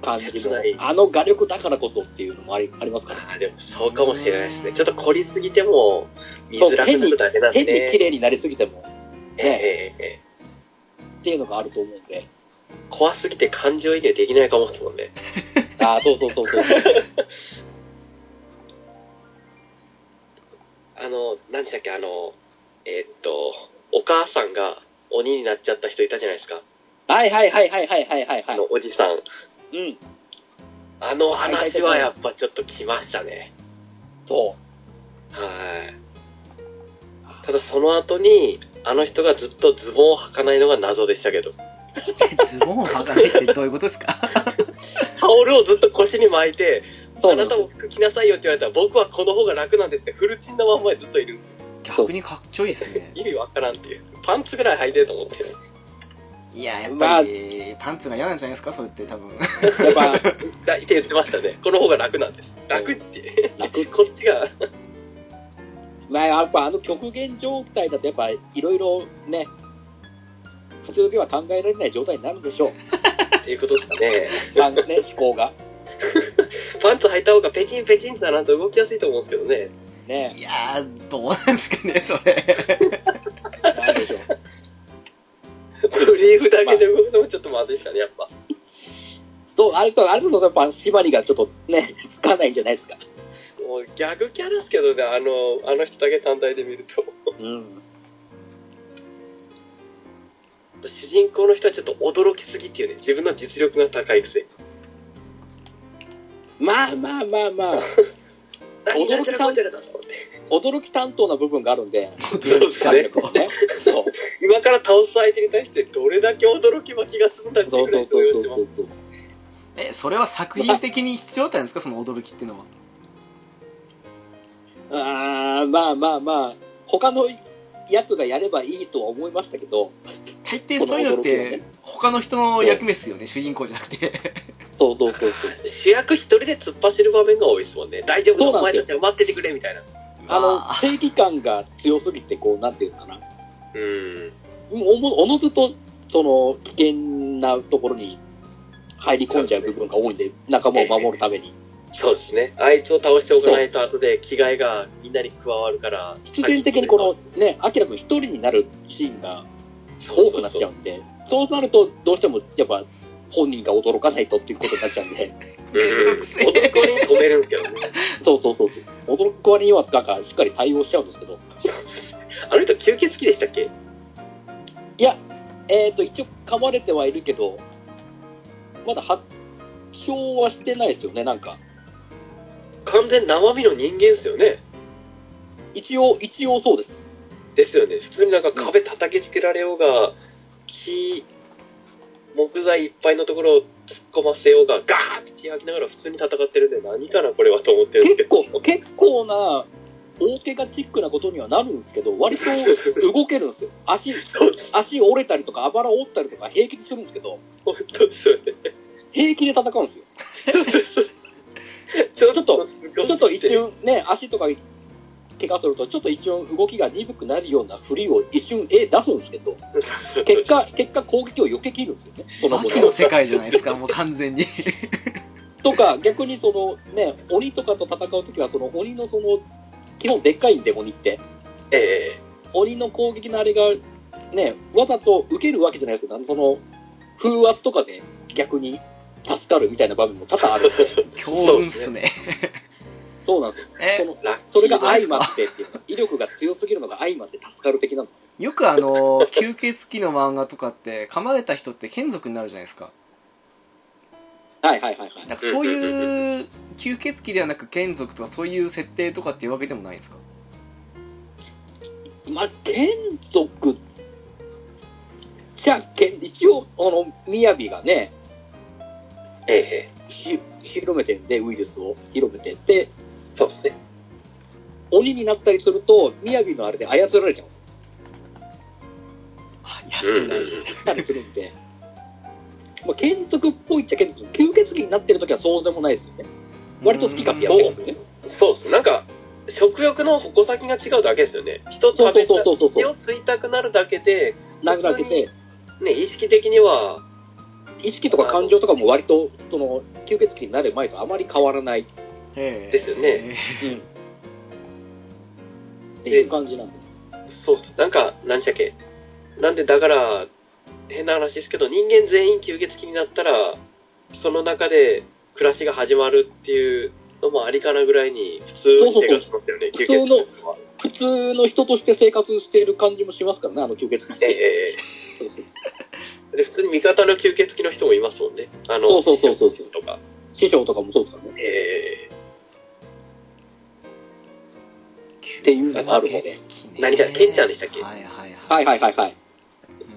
Speaker 3: 感じ
Speaker 1: 切
Speaker 3: の
Speaker 1: ない、
Speaker 3: あの画力だからこそっていうのもありありますから。
Speaker 1: あーでもそうかもしれないですね。ちょっと凝りすぎても見づらくなるだけなんで、
Speaker 3: 変に綺
Speaker 1: ね。
Speaker 3: 麗になりすぎても
Speaker 1: ええええ
Speaker 3: っていうのがあると思うんで。
Speaker 1: 怖すぎて感情移入できないかもですもんね。
Speaker 3: ああ、そうそうそう そう。
Speaker 1: あの、何でしたっけ、あの、えーっと、お母さんが鬼になっちゃった人いたじゃないですか。
Speaker 3: はいはいはいはいはいはいはい、は
Speaker 1: あ
Speaker 3: い。
Speaker 1: の、おじさん。
Speaker 3: うん。
Speaker 1: あの話はやっぱちょっと来ましたね。
Speaker 3: そう。
Speaker 1: はい。ただその後に、あの人がずっとズボンを履かないのが謎でしたけど。
Speaker 5: ズボンを履かないってどういうことですか
Speaker 1: タオルをずっと腰に巻いて、
Speaker 3: そう
Speaker 1: あなたも服着なさいよって言われたら、僕はこの方が楽なんですって、フルチンのまんまでずっといるんですよ。
Speaker 5: 逆にかっちょいいですね
Speaker 1: 意味わからんっていう。パンツぐらい履いてると思って。
Speaker 5: いややっぱりパンツが嫌なんじゃないですかそれって多分
Speaker 3: やっぱ、
Speaker 1: 抱いて言ってましたね。この方が楽なんです。楽って。
Speaker 3: 楽
Speaker 1: こっちが。
Speaker 3: まあ、やっぱあの極限状態だと、やっぱいろいろね、普通では考えられない状態になるんでしょう。
Speaker 1: っていうことですかね。
Speaker 3: ま あね、思考が。
Speaker 1: パンツ履いた方がペチンペチンってならんと動きやすいと思うんですけど ね。
Speaker 3: ね、
Speaker 5: いやーどうなんですかねそれ
Speaker 3: なんでしょう。
Speaker 1: ブリーフだけで動くのもちょっとまずいですかね、やっぱ。
Speaker 3: そう、あれと、あれだとやっぱ縛りがちょっとね、つかないんじゃないですか。
Speaker 1: もうギャグキャラですけどね、あの、あの人だけ単体で見ると。
Speaker 3: うん。
Speaker 1: 主人公の人はちょっと驚きすぎっていうね、自分の実力が高いくせに。
Speaker 3: まあまあまあまあ、
Speaker 1: 何なんちゃらこんちゃらだと思って。
Speaker 3: 驚き担当な部分があるんで、
Speaker 1: そうですね。
Speaker 3: ね。そう。
Speaker 1: 今から倒す相手に対してどれだけ驚きは気が済んだって
Speaker 3: そ
Speaker 1: いうくら
Speaker 3: そ
Speaker 1: いう
Speaker 3: そ
Speaker 1: 動揺
Speaker 3: うそ
Speaker 1: し
Speaker 3: う
Speaker 1: てます。
Speaker 3: そうそう。
Speaker 5: えそれは作品的に必要だったんですかその驚きっていうのは
Speaker 3: あーまあまあまあ、他のやつがやればいいとは思いましたけど、
Speaker 5: 大抵そういうのっ
Speaker 3: この驚
Speaker 5: て
Speaker 3: き
Speaker 5: 他の人の役目っすよね主人公じゃなくて
Speaker 3: そうそうそうそう。
Speaker 1: 主役一人で突っ走る場面が多いですもんね。大丈夫だ、
Speaker 3: そう
Speaker 1: お
Speaker 3: なん
Speaker 1: 前
Speaker 3: ですよ
Speaker 1: たちは待っててくれみたいな。
Speaker 3: あの
Speaker 5: ま、
Speaker 3: 正義感が強すぎて、こう、なんていうのかな。
Speaker 1: うん。
Speaker 3: もうおもおのずと、その、危険なところに入り込んじゃう部分が多いんで、仲間を守るために。
Speaker 1: そうですね。あいつを倒しておかないと後で着替えがみんなに加わるから。
Speaker 3: 必然的にこの、ね、アキラ君一人になるシーンが
Speaker 1: の
Speaker 3: 多くなっちゃうんで、そうなると、どうしても、やっぱ、本人が驚かないとっていうことになっちゃうん
Speaker 1: う
Speaker 3: で、
Speaker 1: ん。男に止めるんですけどね。
Speaker 3: そうそうそうそう、驚く割には、なんか、しっかり対応しちゃうんですけど、
Speaker 1: あの人吸血鬼でしたっけ
Speaker 3: えっ、と、一応、噛まれてはいるけど、まだ発症はしてないですよね、なんか。
Speaker 1: 完全生身の人間ですよね。
Speaker 3: 一応、一応そうです。
Speaker 1: ですよね。普通になんか壁叩きつけられようが、木、木材いっぱいのところを突っ込ませようが、ガーって血吐きながら普通に戦ってるんで、何かなこれはと思ってるんですけ
Speaker 3: 結
Speaker 1: ど。
Speaker 3: 構、結構な、大怪我チックなことにはなるんですけど、割と動けるんですよ。足、足折れたりとか、あばら折ったりとか、平気でするんですけど、
Speaker 1: 本当ですよね。
Speaker 3: 平気で戦うんですよ。
Speaker 1: ちょ
Speaker 3: っと、ちょっと一 瞬ね、足とか怪我すると、ちょっと一瞬動きが鈍くなるような振りを一瞬絵出すんですけど、結果、結果攻撃を避けきるんですよね、その
Speaker 5: バ
Speaker 3: も
Speaker 5: キ
Speaker 3: の
Speaker 5: の。世界じゃないですか、もう完全 に。
Speaker 3: とか、逆にそのね、鬼とかと戦うときは、その鬼のその、基本でっかいんで、鬼って。
Speaker 1: え
Speaker 3: 鬼の攻撃のあれが、ね、わざと受けるわけじゃないですけど、その、風圧とかで逆に助かるみたいな場面も多々あるん で、
Speaker 5: 強運っすね。
Speaker 3: そうなんですよ。そ
Speaker 5: え、
Speaker 3: の
Speaker 1: えラッ
Speaker 3: それが相まってっていうか、威力が強すぎるのが相まって助かる的なの。
Speaker 5: よくあの、吸血鬼の漫画とかって、噛まれた人って眷属になるじゃないですか。
Speaker 3: はいはいはいはい。
Speaker 5: なんかそういう、吸血鬼ではなく眷属とかそういう設定とかっていうわけでもないんですか
Speaker 3: まあ、眷属じゃあ、けん一応、あの、雅がね、
Speaker 1: ええ
Speaker 3: ひ広めてんで、ウイルスを広めてって、
Speaker 1: えそうですね。
Speaker 3: 鬼になったりすると、雅のあれで操られちゃう。
Speaker 5: あ、やっ
Speaker 1: うん
Speaker 5: て
Speaker 1: う
Speaker 5: ない。
Speaker 1: んうん。
Speaker 3: たりするんで、 まあ、眷属っぽいっちゃ眷属、吸血鬼になってる時はそうでもないですよね。割と好き勝手やってるんですよね。
Speaker 1: そうっす。なんか、食欲の矛先が違うだけですよね。人と食べた
Speaker 3: そうそうそうそうそう
Speaker 1: 血を吸いたくなるだけで、
Speaker 3: 殴られて、
Speaker 1: ね、意識的には、
Speaker 3: 意識とか感情とかも割と、その、吸血鬼になる前とあまり変わらないっ
Speaker 5: ええ
Speaker 1: ですよね
Speaker 3: ていう感じなんで。
Speaker 1: そうっす。なんか、何でしたっけ。なんで、だから、変な話ですけど、人間全員吸血鬼になったら、その中で暮らしが始まるっていうのもありかなぐらいに、普通に生活しますよね、
Speaker 3: そうそ
Speaker 1: 吸血鬼の
Speaker 3: う
Speaker 1: 人は。
Speaker 3: 普通の人として生活している感じもしますからね、あの吸血鬼っ
Speaker 1: ええ
Speaker 3: て。
Speaker 1: ええで、普通に味方の吸血鬼の人もいますもんね。あの、
Speaker 3: そうそうそうそう
Speaker 1: 師匠とか。
Speaker 3: 師匠とかもそうですからね。
Speaker 1: ええ
Speaker 3: っていうのがあるので。
Speaker 1: 何だ、ケンちゃんでしたっけ
Speaker 5: はいはいは
Speaker 3: はい
Speaker 5: い。
Speaker 3: はいはいはい。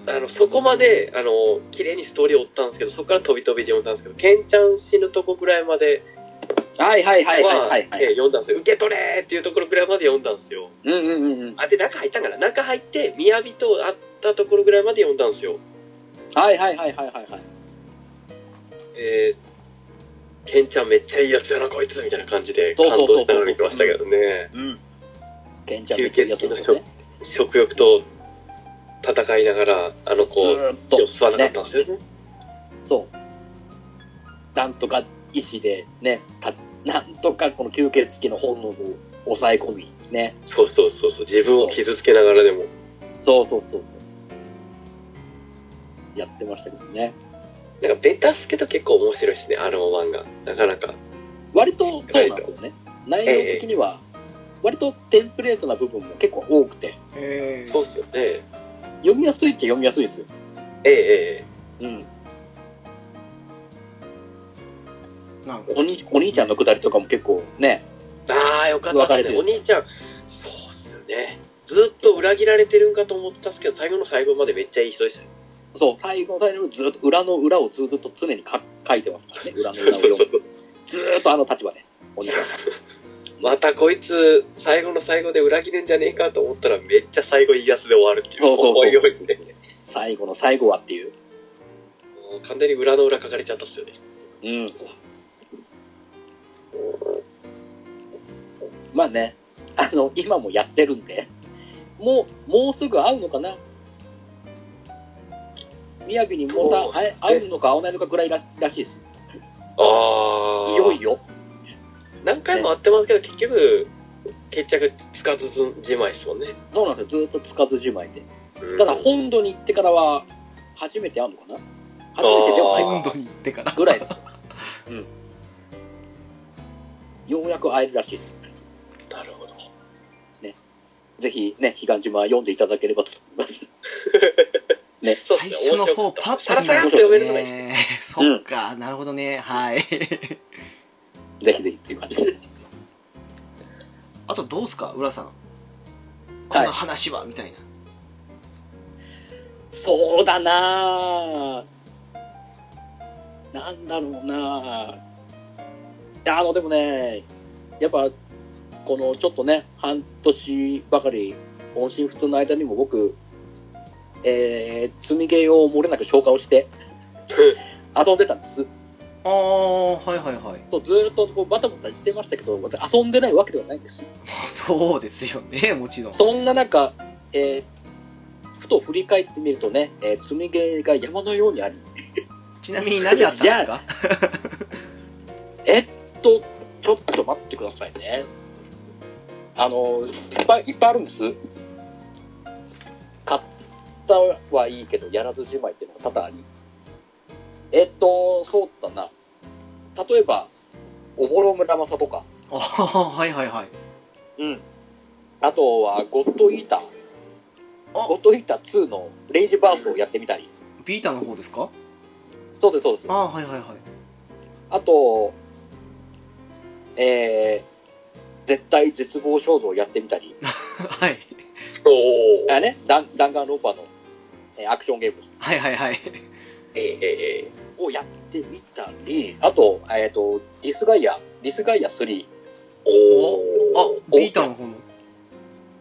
Speaker 1: あのそこまであの綺麗にストーリーを追ったんですけどそこから飛び飛びで読んだんですけどケンちゃん死ぬとこぐらいまで
Speaker 3: はいはい
Speaker 1: は
Speaker 3: はいはいはい、は
Speaker 1: えー
Speaker 3: い。
Speaker 1: 読んだんですよ受け取れーっていうところぐらいまで読んだんですよ
Speaker 3: うんうんうんうん。
Speaker 1: あで中入ったんかな中入って雅と会ったところぐらいまで読んだんですよ
Speaker 3: はいはいはいはいはいはい。
Speaker 1: えー、ケンちゃんめっちゃいいやつやなこいつみたいな感じで
Speaker 3: そう
Speaker 1: 感
Speaker 3: そうそう
Speaker 1: 動しながら見てましたけどね
Speaker 3: うん。ケンちゃん
Speaker 1: 吸血鬼の人
Speaker 3: ね。
Speaker 1: 食欲と戦いながらあの
Speaker 3: ず
Speaker 1: 子
Speaker 3: ーっ
Speaker 1: 血を
Speaker 3: と。
Speaker 1: 吸わなかったんですよね
Speaker 3: そう。なんとか意志でね、たなんとかこの吸血鬼の本能を抑え込み、ね。
Speaker 1: そうそうそうそう自分を傷つけながらでも
Speaker 3: そうそうそう。やってましたけどね。
Speaker 1: なんかベタっすけど結構面白いですねあの漫画なかなか
Speaker 3: 割とそうなんですよね。内容的には、割とテンプレートな部分も結構多くて、
Speaker 5: ええ
Speaker 1: そうっすよね。え
Speaker 3: 読みやすいっちゃ読みやすいですよ。
Speaker 1: ええ
Speaker 3: うん。
Speaker 5: なんか
Speaker 3: おにお兄ちゃんのくだりとかも結構ね、
Speaker 1: えああ、よかったですね。お兄ちゃん、そうっすよね。ずっと裏切られてるんかと思ってたんですけど、最後の最後までめっちゃいい人でしたね。
Speaker 3: そう、最後の最後にずっと裏の裏をずっと常にか書いてますからね、裏 の
Speaker 1: そう
Speaker 3: 裏を
Speaker 1: そうそ
Speaker 3: 読
Speaker 1: う。
Speaker 3: む。ずーっとあの立場で、お兄ちゃんが。
Speaker 1: またこいつ、最後の最後で裏切るんじゃねえかと思ったら、めっちゃ最後いいやつで終わるっていう。
Speaker 3: そうそう
Speaker 1: おいおい
Speaker 3: そ
Speaker 1: っ
Speaker 3: う
Speaker 1: て。。
Speaker 3: 最後の最後はっていう。
Speaker 1: もう完全に裏の裏書かれちゃったっすよね。
Speaker 3: うん。まあね、あの、今もやってるんで、もう、もうすぐ会うのかなみやびにもうさ
Speaker 1: そうっす
Speaker 3: 会
Speaker 1: ね
Speaker 3: え会うのか会わないのかぐらいららしいです。
Speaker 1: あ
Speaker 3: いよいよ。
Speaker 1: 何回も会ってますけど、結局、決着つかずじまいですもんね。
Speaker 3: そうなんですよ、ずーっとつかずじまいで。
Speaker 1: うん
Speaker 3: ただ、本土に行ってからは、初めて会うのかな初めてで
Speaker 1: あー
Speaker 3: も入
Speaker 2: 本
Speaker 3: った
Speaker 2: 土に行ってから
Speaker 3: ぐらいです。
Speaker 1: うん
Speaker 3: ようやく会えるらしいです。
Speaker 1: なるほど。
Speaker 3: ぜひね、彼岸島読んでいただければと思います。ね
Speaker 1: そう
Speaker 2: 最
Speaker 1: ですね
Speaker 2: 初の方
Speaker 1: 面白
Speaker 2: パ
Speaker 1: か
Speaker 2: ッ
Speaker 1: った
Speaker 2: と
Speaker 1: サラ
Speaker 2: 見
Speaker 1: サ
Speaker 2: な
Speaker 1: ラ
Speaker 2: い
Speaker 1: って
Speaker 2: と
Speaker 1: 読めるのがいい。
Speaker 2: ねそっかなるほどねは い
Speaker 3: ぜひぜひという感じで。
Speaker 2: あとどうですか浦さんこの話はみたいな
Speaker 3: そうだなぁ。なんだろうなぁ。いやあの、でもね、やっぱ、このちょっとね、半年ばかり、音信不通の間にも僕、えー、積みゲーを漏れなく消化をして、遊んでたんです。
Speaker 2: ああはいはいはい
Speaker 3: そうずーっとこうバタバタしてましたけど、私遊んでないわけではないんです。
Speaker 2: そうですよねもちろん
Speaker 3: そんな中、えーふと振り返ってみるとね、えー積みゲーが山のようにあり、
Speaker 2: ちなみに何あったんですか
Speaker 3: えっと、ちょっと待ってくださいね。あの、いっぱいいっぱいあるんです。買ったはいいけど、やらずじまいっていうのが多々あり。えっと、そうだな。例えば、おぼろ村正とか、
Speaker 2: ああはいはいはい
Speaker 3: あとはゴッドイーター、
Speaker 2: あ
Speaker 3: ゴッドイーター2のレイジバースをやってみたり。
Speaker 2: ビータの方ですか
Speaker 3: そうです、そうです
Speaker 2: あ。あはいはいはい
Speaker 3: あと、えー、絶対絶望少女をやってみたり、
Speaker 2: はい
Speaker 1: おー
Speaker 3: あね、弾弾丸ローパーの、えーアクションゲーム
Speaker 2: はいはいはい
Speaker 1: ええええ
Speaker 3: をやってみたり、あと、えっ、と、ディスガイア、ディスガイア3
Speaker 1: お
Speaker 2: あ
Speaker 1: お。
Speaker 2: ビータの方の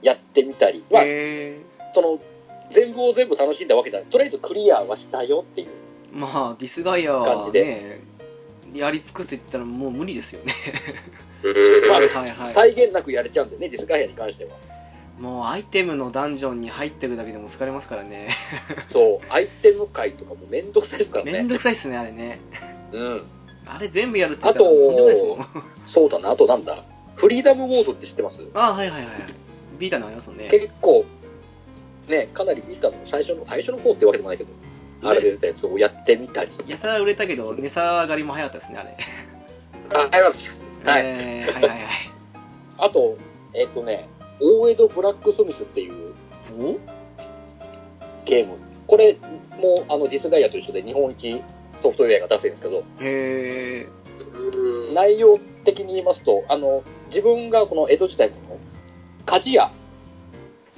Speaker 3: やってみたり、まあ、
Speaker 2: へえ
Speaker 3: その、全部を全部楽しんだわけじゃない。とりあえずクリアはしたよっていう。
Speaker 2: まあディスガイアは
Speaker 3: 感じ
Speaker 2: ねやり尽くすって言ったらもう無理ですよね
Speaker 1: うん
Speaker 3: まあ
Speaker 2: はいはいはい
Speaker 3: 再現なくやれちゃうんでね、ディスガイアに関しては。
Speaker 2: もうアイテムのダンジョンに入ってくだけでも疲れますからね
Speaker 3: そう、アイテム会とかもめんどくさいですから
Speaker 2: め
Speaker 3: ね
Speaker 2: ん。どくさいっすねあれね
Speaker 3: うん。
Speaker 2: あれ全部やるって言ったら
Speaker 3: あと
Speaker 2: とんでもないですもん
Speaker 3: そうだな、あとなんだ。フリーダムモードって知ってます
Speaker 2: あはいはいはいはいビータのありますもんね
Speaker 3: 結構、ね、かなりビータの最初の、最初の方ってわけでもないけど、あれで出たやつをやってみたり。
Speaker 2: やたら売れたけど値下がりも早かったですねあれ
Speaker 3: あ、あります。はい。
Speaker 2: えーはいはいはい
Speaker 3: あと、えっ、とね、大江戸ブラックスミスっていう
Speaker 2: お
Speaker 3: ゲーム。これも、あの、ディスガイアと一緒で日本一ソフトウェアが出せるんですけど、
Speaker 2: へえ
Speaker 1: うん
Speaker 3: 内容的に言いますと、あの、自分がこの江戸時代の鍛冶屋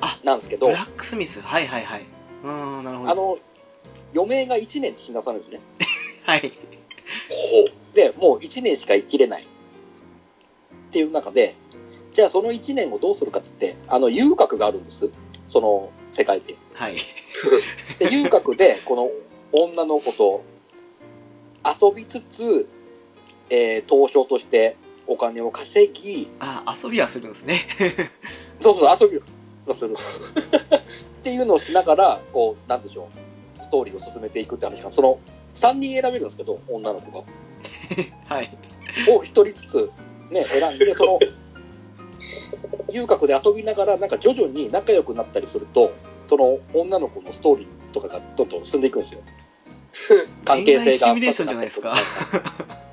Speaker 2: あ
Speaker 3: なんですけど、
Speaker 2: ブ
Speaker 3: あ
Speaker 2: ラックスミスはいはいはいうーんなるほど
Speaker 3: の、余命が1年で死なされるんですね。
Speaker 2: はい
Speaker 1: ほ
Speaker 3: で、もう1年しか生きれない。っていう中で、じゃあその1年をどうするかって言って、あの、遊郭があるんです。その世界で。
Speaker 2: はい
Speaker 3: で、遊郭で、この女の子と遊びつつ、えー、投資としてお金を稼ぎ、
Speaker 2: あ遊びはするんですね
Speaker 3: そうそう、遊びをする。っていうのをしながら、こう、なんでしょう、ストーリーを進めていくって話が、その、3人選べるんですけど、女の子が。
Speaker 2: はい
Speaker 3: を一人ずつ、ね、選んで、その、遊郭で遊びながら、なんか徐々に仲良くなったりすると、その女の子のストーリーとかがどんどん進んでいくんで すよ。関係性が。
Speaker 2: 恋愛シミュレーションじゃないですか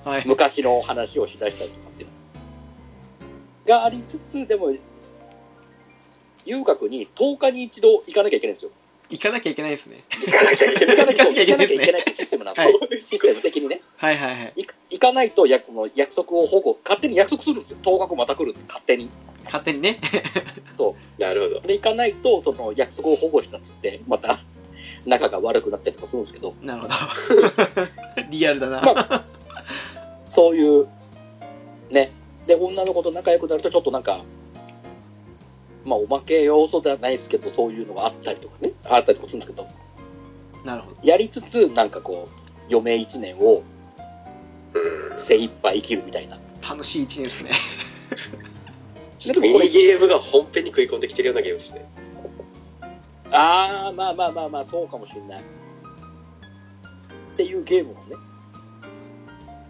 Speaker 2: はい
Speaker 3: 昔の話をしだしたりとかっていうのがありつつ、でも、遊郭に10日に一度行かなきゃいけないんですよ。
Speaker 2: 行かなきゃいけないですね
Speaker 1: う。行かなきゃいけない。
Speaker 3: 行かなきゃいけ
Speaker 2: 行か
Speaker 3: な
Speaker 2: なきゃいけない
Speaker 3: い
Speaker 2: ですね
Speaker 3: ってシステムなん
Speaker 2: はい
Speaker 3: ですシステム的にね。
Speaker 2: はいはいはい
Speaker 3: 行く行かないと約の約束を保護、勝手に約束するんですよ。10日後また来るって勝手に。
Speaker 2: 勝手にね
Speaker 1: なるほど。
Speaker 3: で、行かないと、その約束を保護したっつって、また仲が悪くなったりとかするんですけど、
Speaker 2: なるほど リアルだな、
Speaker 3: まそういう、ね。で、女の子と仲良くなると、ちょっとなんか、まあ、おまけ要素ではないですけど、そういうのがあったりとかね、あったりとかするんですけど、
Speaker 2: なるほど
Speaker 3: やりつつ、なんかこう、余命1年を
Speaker 1: うん
Speaker 3: 精一杯生きるみたいな。
Speaker 2: 楽しい一年 ですね
Speaker 3: ででも
Speaker 1: ミ
Speaker 3: こ
Speaker 1: ニ
Speaker 3: れ、
Speaker 1: ゲームが本編に食い込んできてるようなゲームですね。
Speaker 3: あー、まあまあまあまあ、そうかもしれない。っていうゲームをね、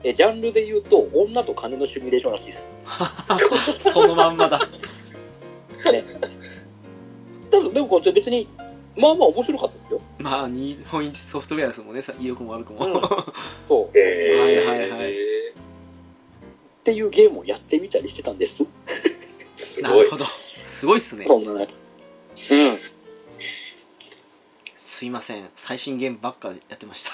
Speaker 3: え、ジャンルで言うと、女と金のシミュレーションらしいです。
Speaker 2: そのまんまだ。
Speaker 3: ただ、でもこれ別に、まあまあ面白かったですよ。
Speaker 2: まあ日本一ソフトウェアですもんねさ良くも悪くも、
Speaker 3: うんそう。っ
Speaker 1: えー、
Speaker 2: はいはいはい
Speaker 3: ていうゲームをやってみたりしてたんです。
Speaker 1: す
Speaker 2: な
Speaker 1: ごい
Speaker 2: るほどすごいっすね
Speaker 3: そんな中。うん。
Speaker 2: すいません最新ゲームばっかやってました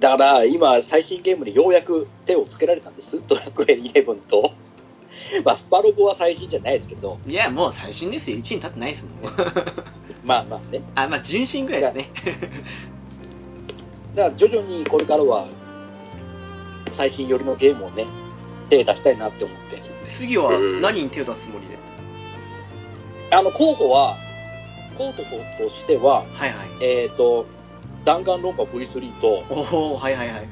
Speaker 3: だから、今、最新ゲームにようやく手をつけられたんです。ドラクエ11と。 まあ、スパロボは最新じゃないですけど、
Speaker 2: いやもう最新ですよ1位に立ってないですもんね
Speaker 3: まあまあね。
Speaker 2: あまあ純真ぐらいですね
Speaker 3: だから徐々にこれからは、最新寄りのゲームをね、手出したいなって思って。
Speaker 2: 次は何に手を出すつもりで、
Speaker 3: あの、候補は、候補としては、
Speaker 2: はいはい
Speaker 3: えっ、と、弾丸論破 V3 と、
Speaker 2: おおはいはいはい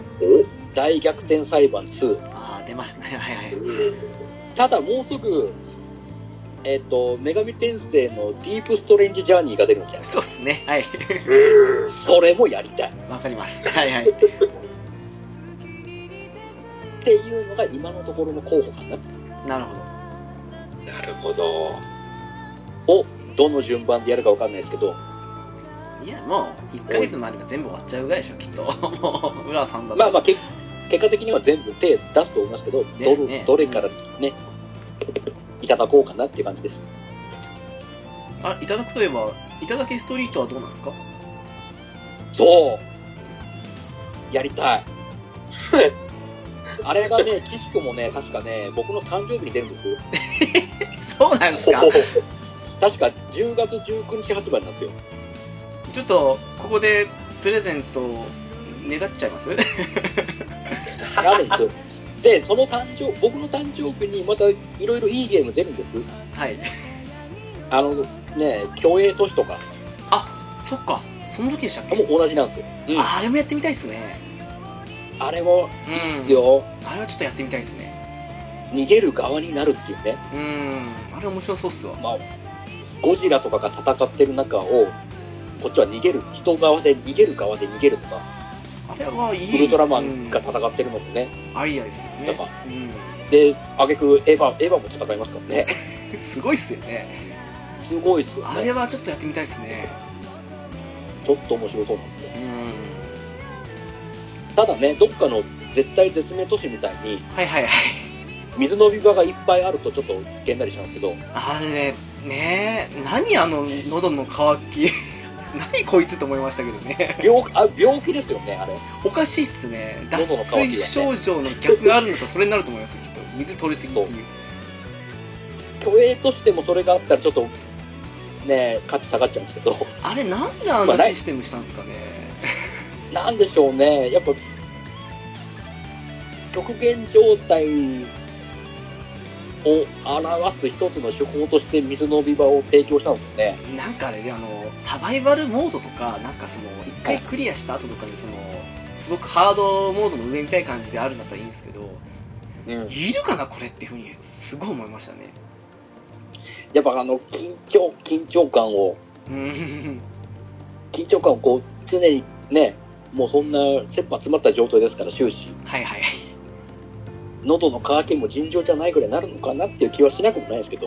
Speaker 3: 大逆転裁判2。
Speaker 2: ああ出ました ねはいはい
Speaker 3: ただもうすぐ、えっ、と、女神転生のディープストレンジジャーニーが出るみたいな。
Speaker 2: そうっすねはい
Speaker 1: うん
Speaker 3: それもやりたい。
Speaker 2: わかりますはいはい
Speaker 3: っていうのが今のところの候補か
Speaker 2: な
Speaker 3: な。
Speaker 2: るほ
Speaker 1: なるほど
Speaker 3: を、どの順番でやるかわかんないですけど、
Speaker 2: どいやもう1ヶ月もあれば全部終わっちゃうぐらいでしょきっと もう浦さんだ
Speaker 3: まあまあ、
Speaker 2: あ
Speaker 3: け結果的には全部手出すと思いますけど、
Speaker 2: です
Speaker 3: ど
Speaker 2: ね
Speaker 3: れどれからね、いただこうかなっていう感じです。
Speaker 2: あいただくといえばいただきストリートはどうなんですか
Speaker 3: そうやりたい。 あれがね、岸君もね、確かね、僕の誕生日に出るんですよ。
Speaker 2: そうなんですか
Speaker 3: 確か10月19日発売なんですよ。
Speaker 2: ちょっとここでプレゼントねだっちゃいます
Speaker 3: あるんですよ。で、その誕生、僕の誕生日にまたいろいろいいゲーム出るんです。
Speaker 2: はい
Speaker 3: あのね、競泳都市とか
Speaker 2: そっかその時でしたっけ、
Speaker 3: も同じなんですよ。うん
Speaker 2: あれもやってみたいっすね
Speaker 3: あれも
Speaker 2: うん
Speaker 3: ですよ、
Speaker 2: あれはちょっとやってみたいですね
Speaker 3: 逃げる側になるっていうね、
Speaker 2: うんあれ面白そうっすわ
Speaker 3: まあ、ゴジラとかが戦ってる中を、こっちは逃げる、人側で逃げる側で逃げるとか、
Speaker 2: あれはいい
Speaker 3: ウルトラマ
Speaker 2: うん
Speaker 3: ンが戦ってるのもね、
Speaker 2: アイデアですよ
Speaker 3: や
Speaker 2: ね
Speaker 3: っぱ
Speaker 2: う
Speaker 3: で、あげくエヴァ、エヴァも戦いますからね、
Speaker 2: んすごいっすよね
Speaker 3: すごいっすよ
Speaker 2: あれ
Speaker 3: ね、
Speaker 2: はちょっとやってみたいっすね
Speaker 3: ちょっと面白そうなんですよ。
Speaker 2: うん
Speaker 3: ただね、どっかの絶対絶命都市みたいに、
Speaker 2: はいはいはい
Speaker 3: 水飲み場がいっぱいあるとちょっとげんなりしちゃうんですけど、
Speaker 2: あれねねえ何あの喉の渇き 何こいつと思いましたけどね
Speaker 3: 病あ病気ですよね、あれ。
Speaker 2: おかしいっすね脱
Speaker 3: 喉の渇きがね
Speaker 2: 水症状の逆があるんだったらそれになると思いますよきっと水取りすぎっていう
Speaker 3: 虚栄としてもそれがあったらちょっと、ね、価値下がっちゃうんですけど、
Speaker 2: あれなんであん
Speaker 3: まあ
Speaker 2: な
Speaker 3: ない
Speaker 2: システムしたんですかね
Speaker 3: なんでしょうね、やっぱ、極限状態を表す一つの手法として水飲み場を提供したんですよね。
Speaker 2: なんかあれであのサバイバルモードとかなんかその一回クリアした後とかにそのすごくハードモードの上みたいな感じであるんだったらいいんですけど
Speaker 3: うん。
Speaker 2: いるかなこれっていうふうにすごい思いましたね
Speaker 3: やっぱあの、緊張、緊張感を、
Speaker 2: うん
Speaker 3: 緊張感をこう、常にね、もうそんな、切羽詰まった状態ですから、終始。
Speaker 2: はいはい
Speaker 3: 喉の渇きも尋常じゃないぐらいになるのかなっていう気はしなくもないですけど、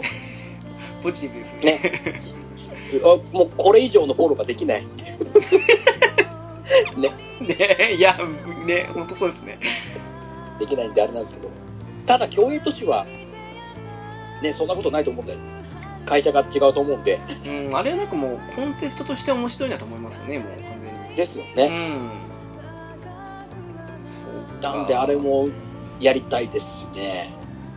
Speaker 2: ポジティブですね
Speaker 3: ねあもうこれ以上のフォローができない。
Speaker 2: ねいやね本当そうですね
Speaker 3: できないんであれなんですけど、ただ、競泳都市は、ね、そんなことないと思うんだよ。会社が違うと思うんで、
Speaker 2: うんあれはなんかもうコンセプトとして面白いなと思いますよねもう完全に
Speaker 3: ですよ
Speaker 2: う
Speaker 3: ね。
Speaker 2: んそうか
Speaker 3: なんで、あれもやりたいですしね、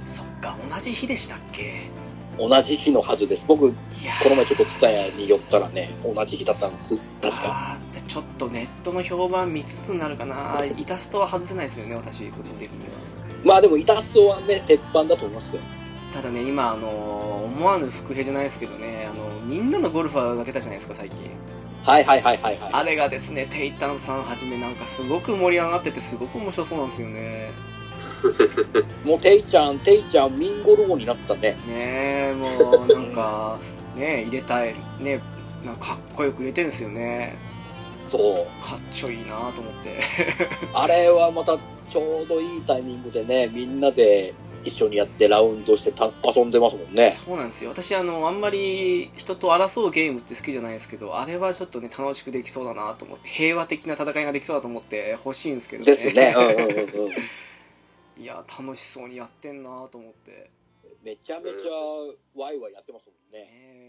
Speaker 2: そっか同じ日でしたっけ
Speaker 3: 同じ日のはずです。
Speaker 2: い
Speaker 3: 僕、
Speaker 2: やー
Speaker 3: この前ちょっとツタヤに寄ったらね、同じ日だったんです。確か。
Speaker 2: あーちょっとネットの評判見つつになるかなイタストは外せないですよね私個人的には
Speaker 3: まあでも、イタストはね、鉄板だと思いますよ。
Speaker 2: ただね今あのー思わぬ伏兵じゃないですけどねあのみんなのゴルファーが出たじゃないですか最近
Speaker 3: はいはいはいはいはい。
Speaker 2: あれがですねテイタンさんはじめなんかすごく盛り上がっててすごく面白そうなんですよね
Speaker 3: もう、ていちゃん、ていちゃん、ミンゴルゴになったね。
Speaker 2: ねえもうなんかねえ入れたいねなんかかっこよく入れてるんですよね
Speaker 3: そう。
Speaker 2: かっちょいいなと思って
Speaker 3: あれはまたちょうどいいタイミングでね、みんなで一緒にやってラウンドしてた遊んでますもんね。
Speaker 2: そうなんですよ私あのあんまり人と争うゲームって好きじゃないですけどあれはちょっとね楽しくできそうだなと思って平和的な戦いができそうだと思って欲しいんですけどね
Speaker 3: です ね。うんうんうんうん。
Speaker 2: いや楽しそうにやってんなと思って
Speaker 3: めちゃめちゃワイワイやってますもんね。
Speaker 2: ね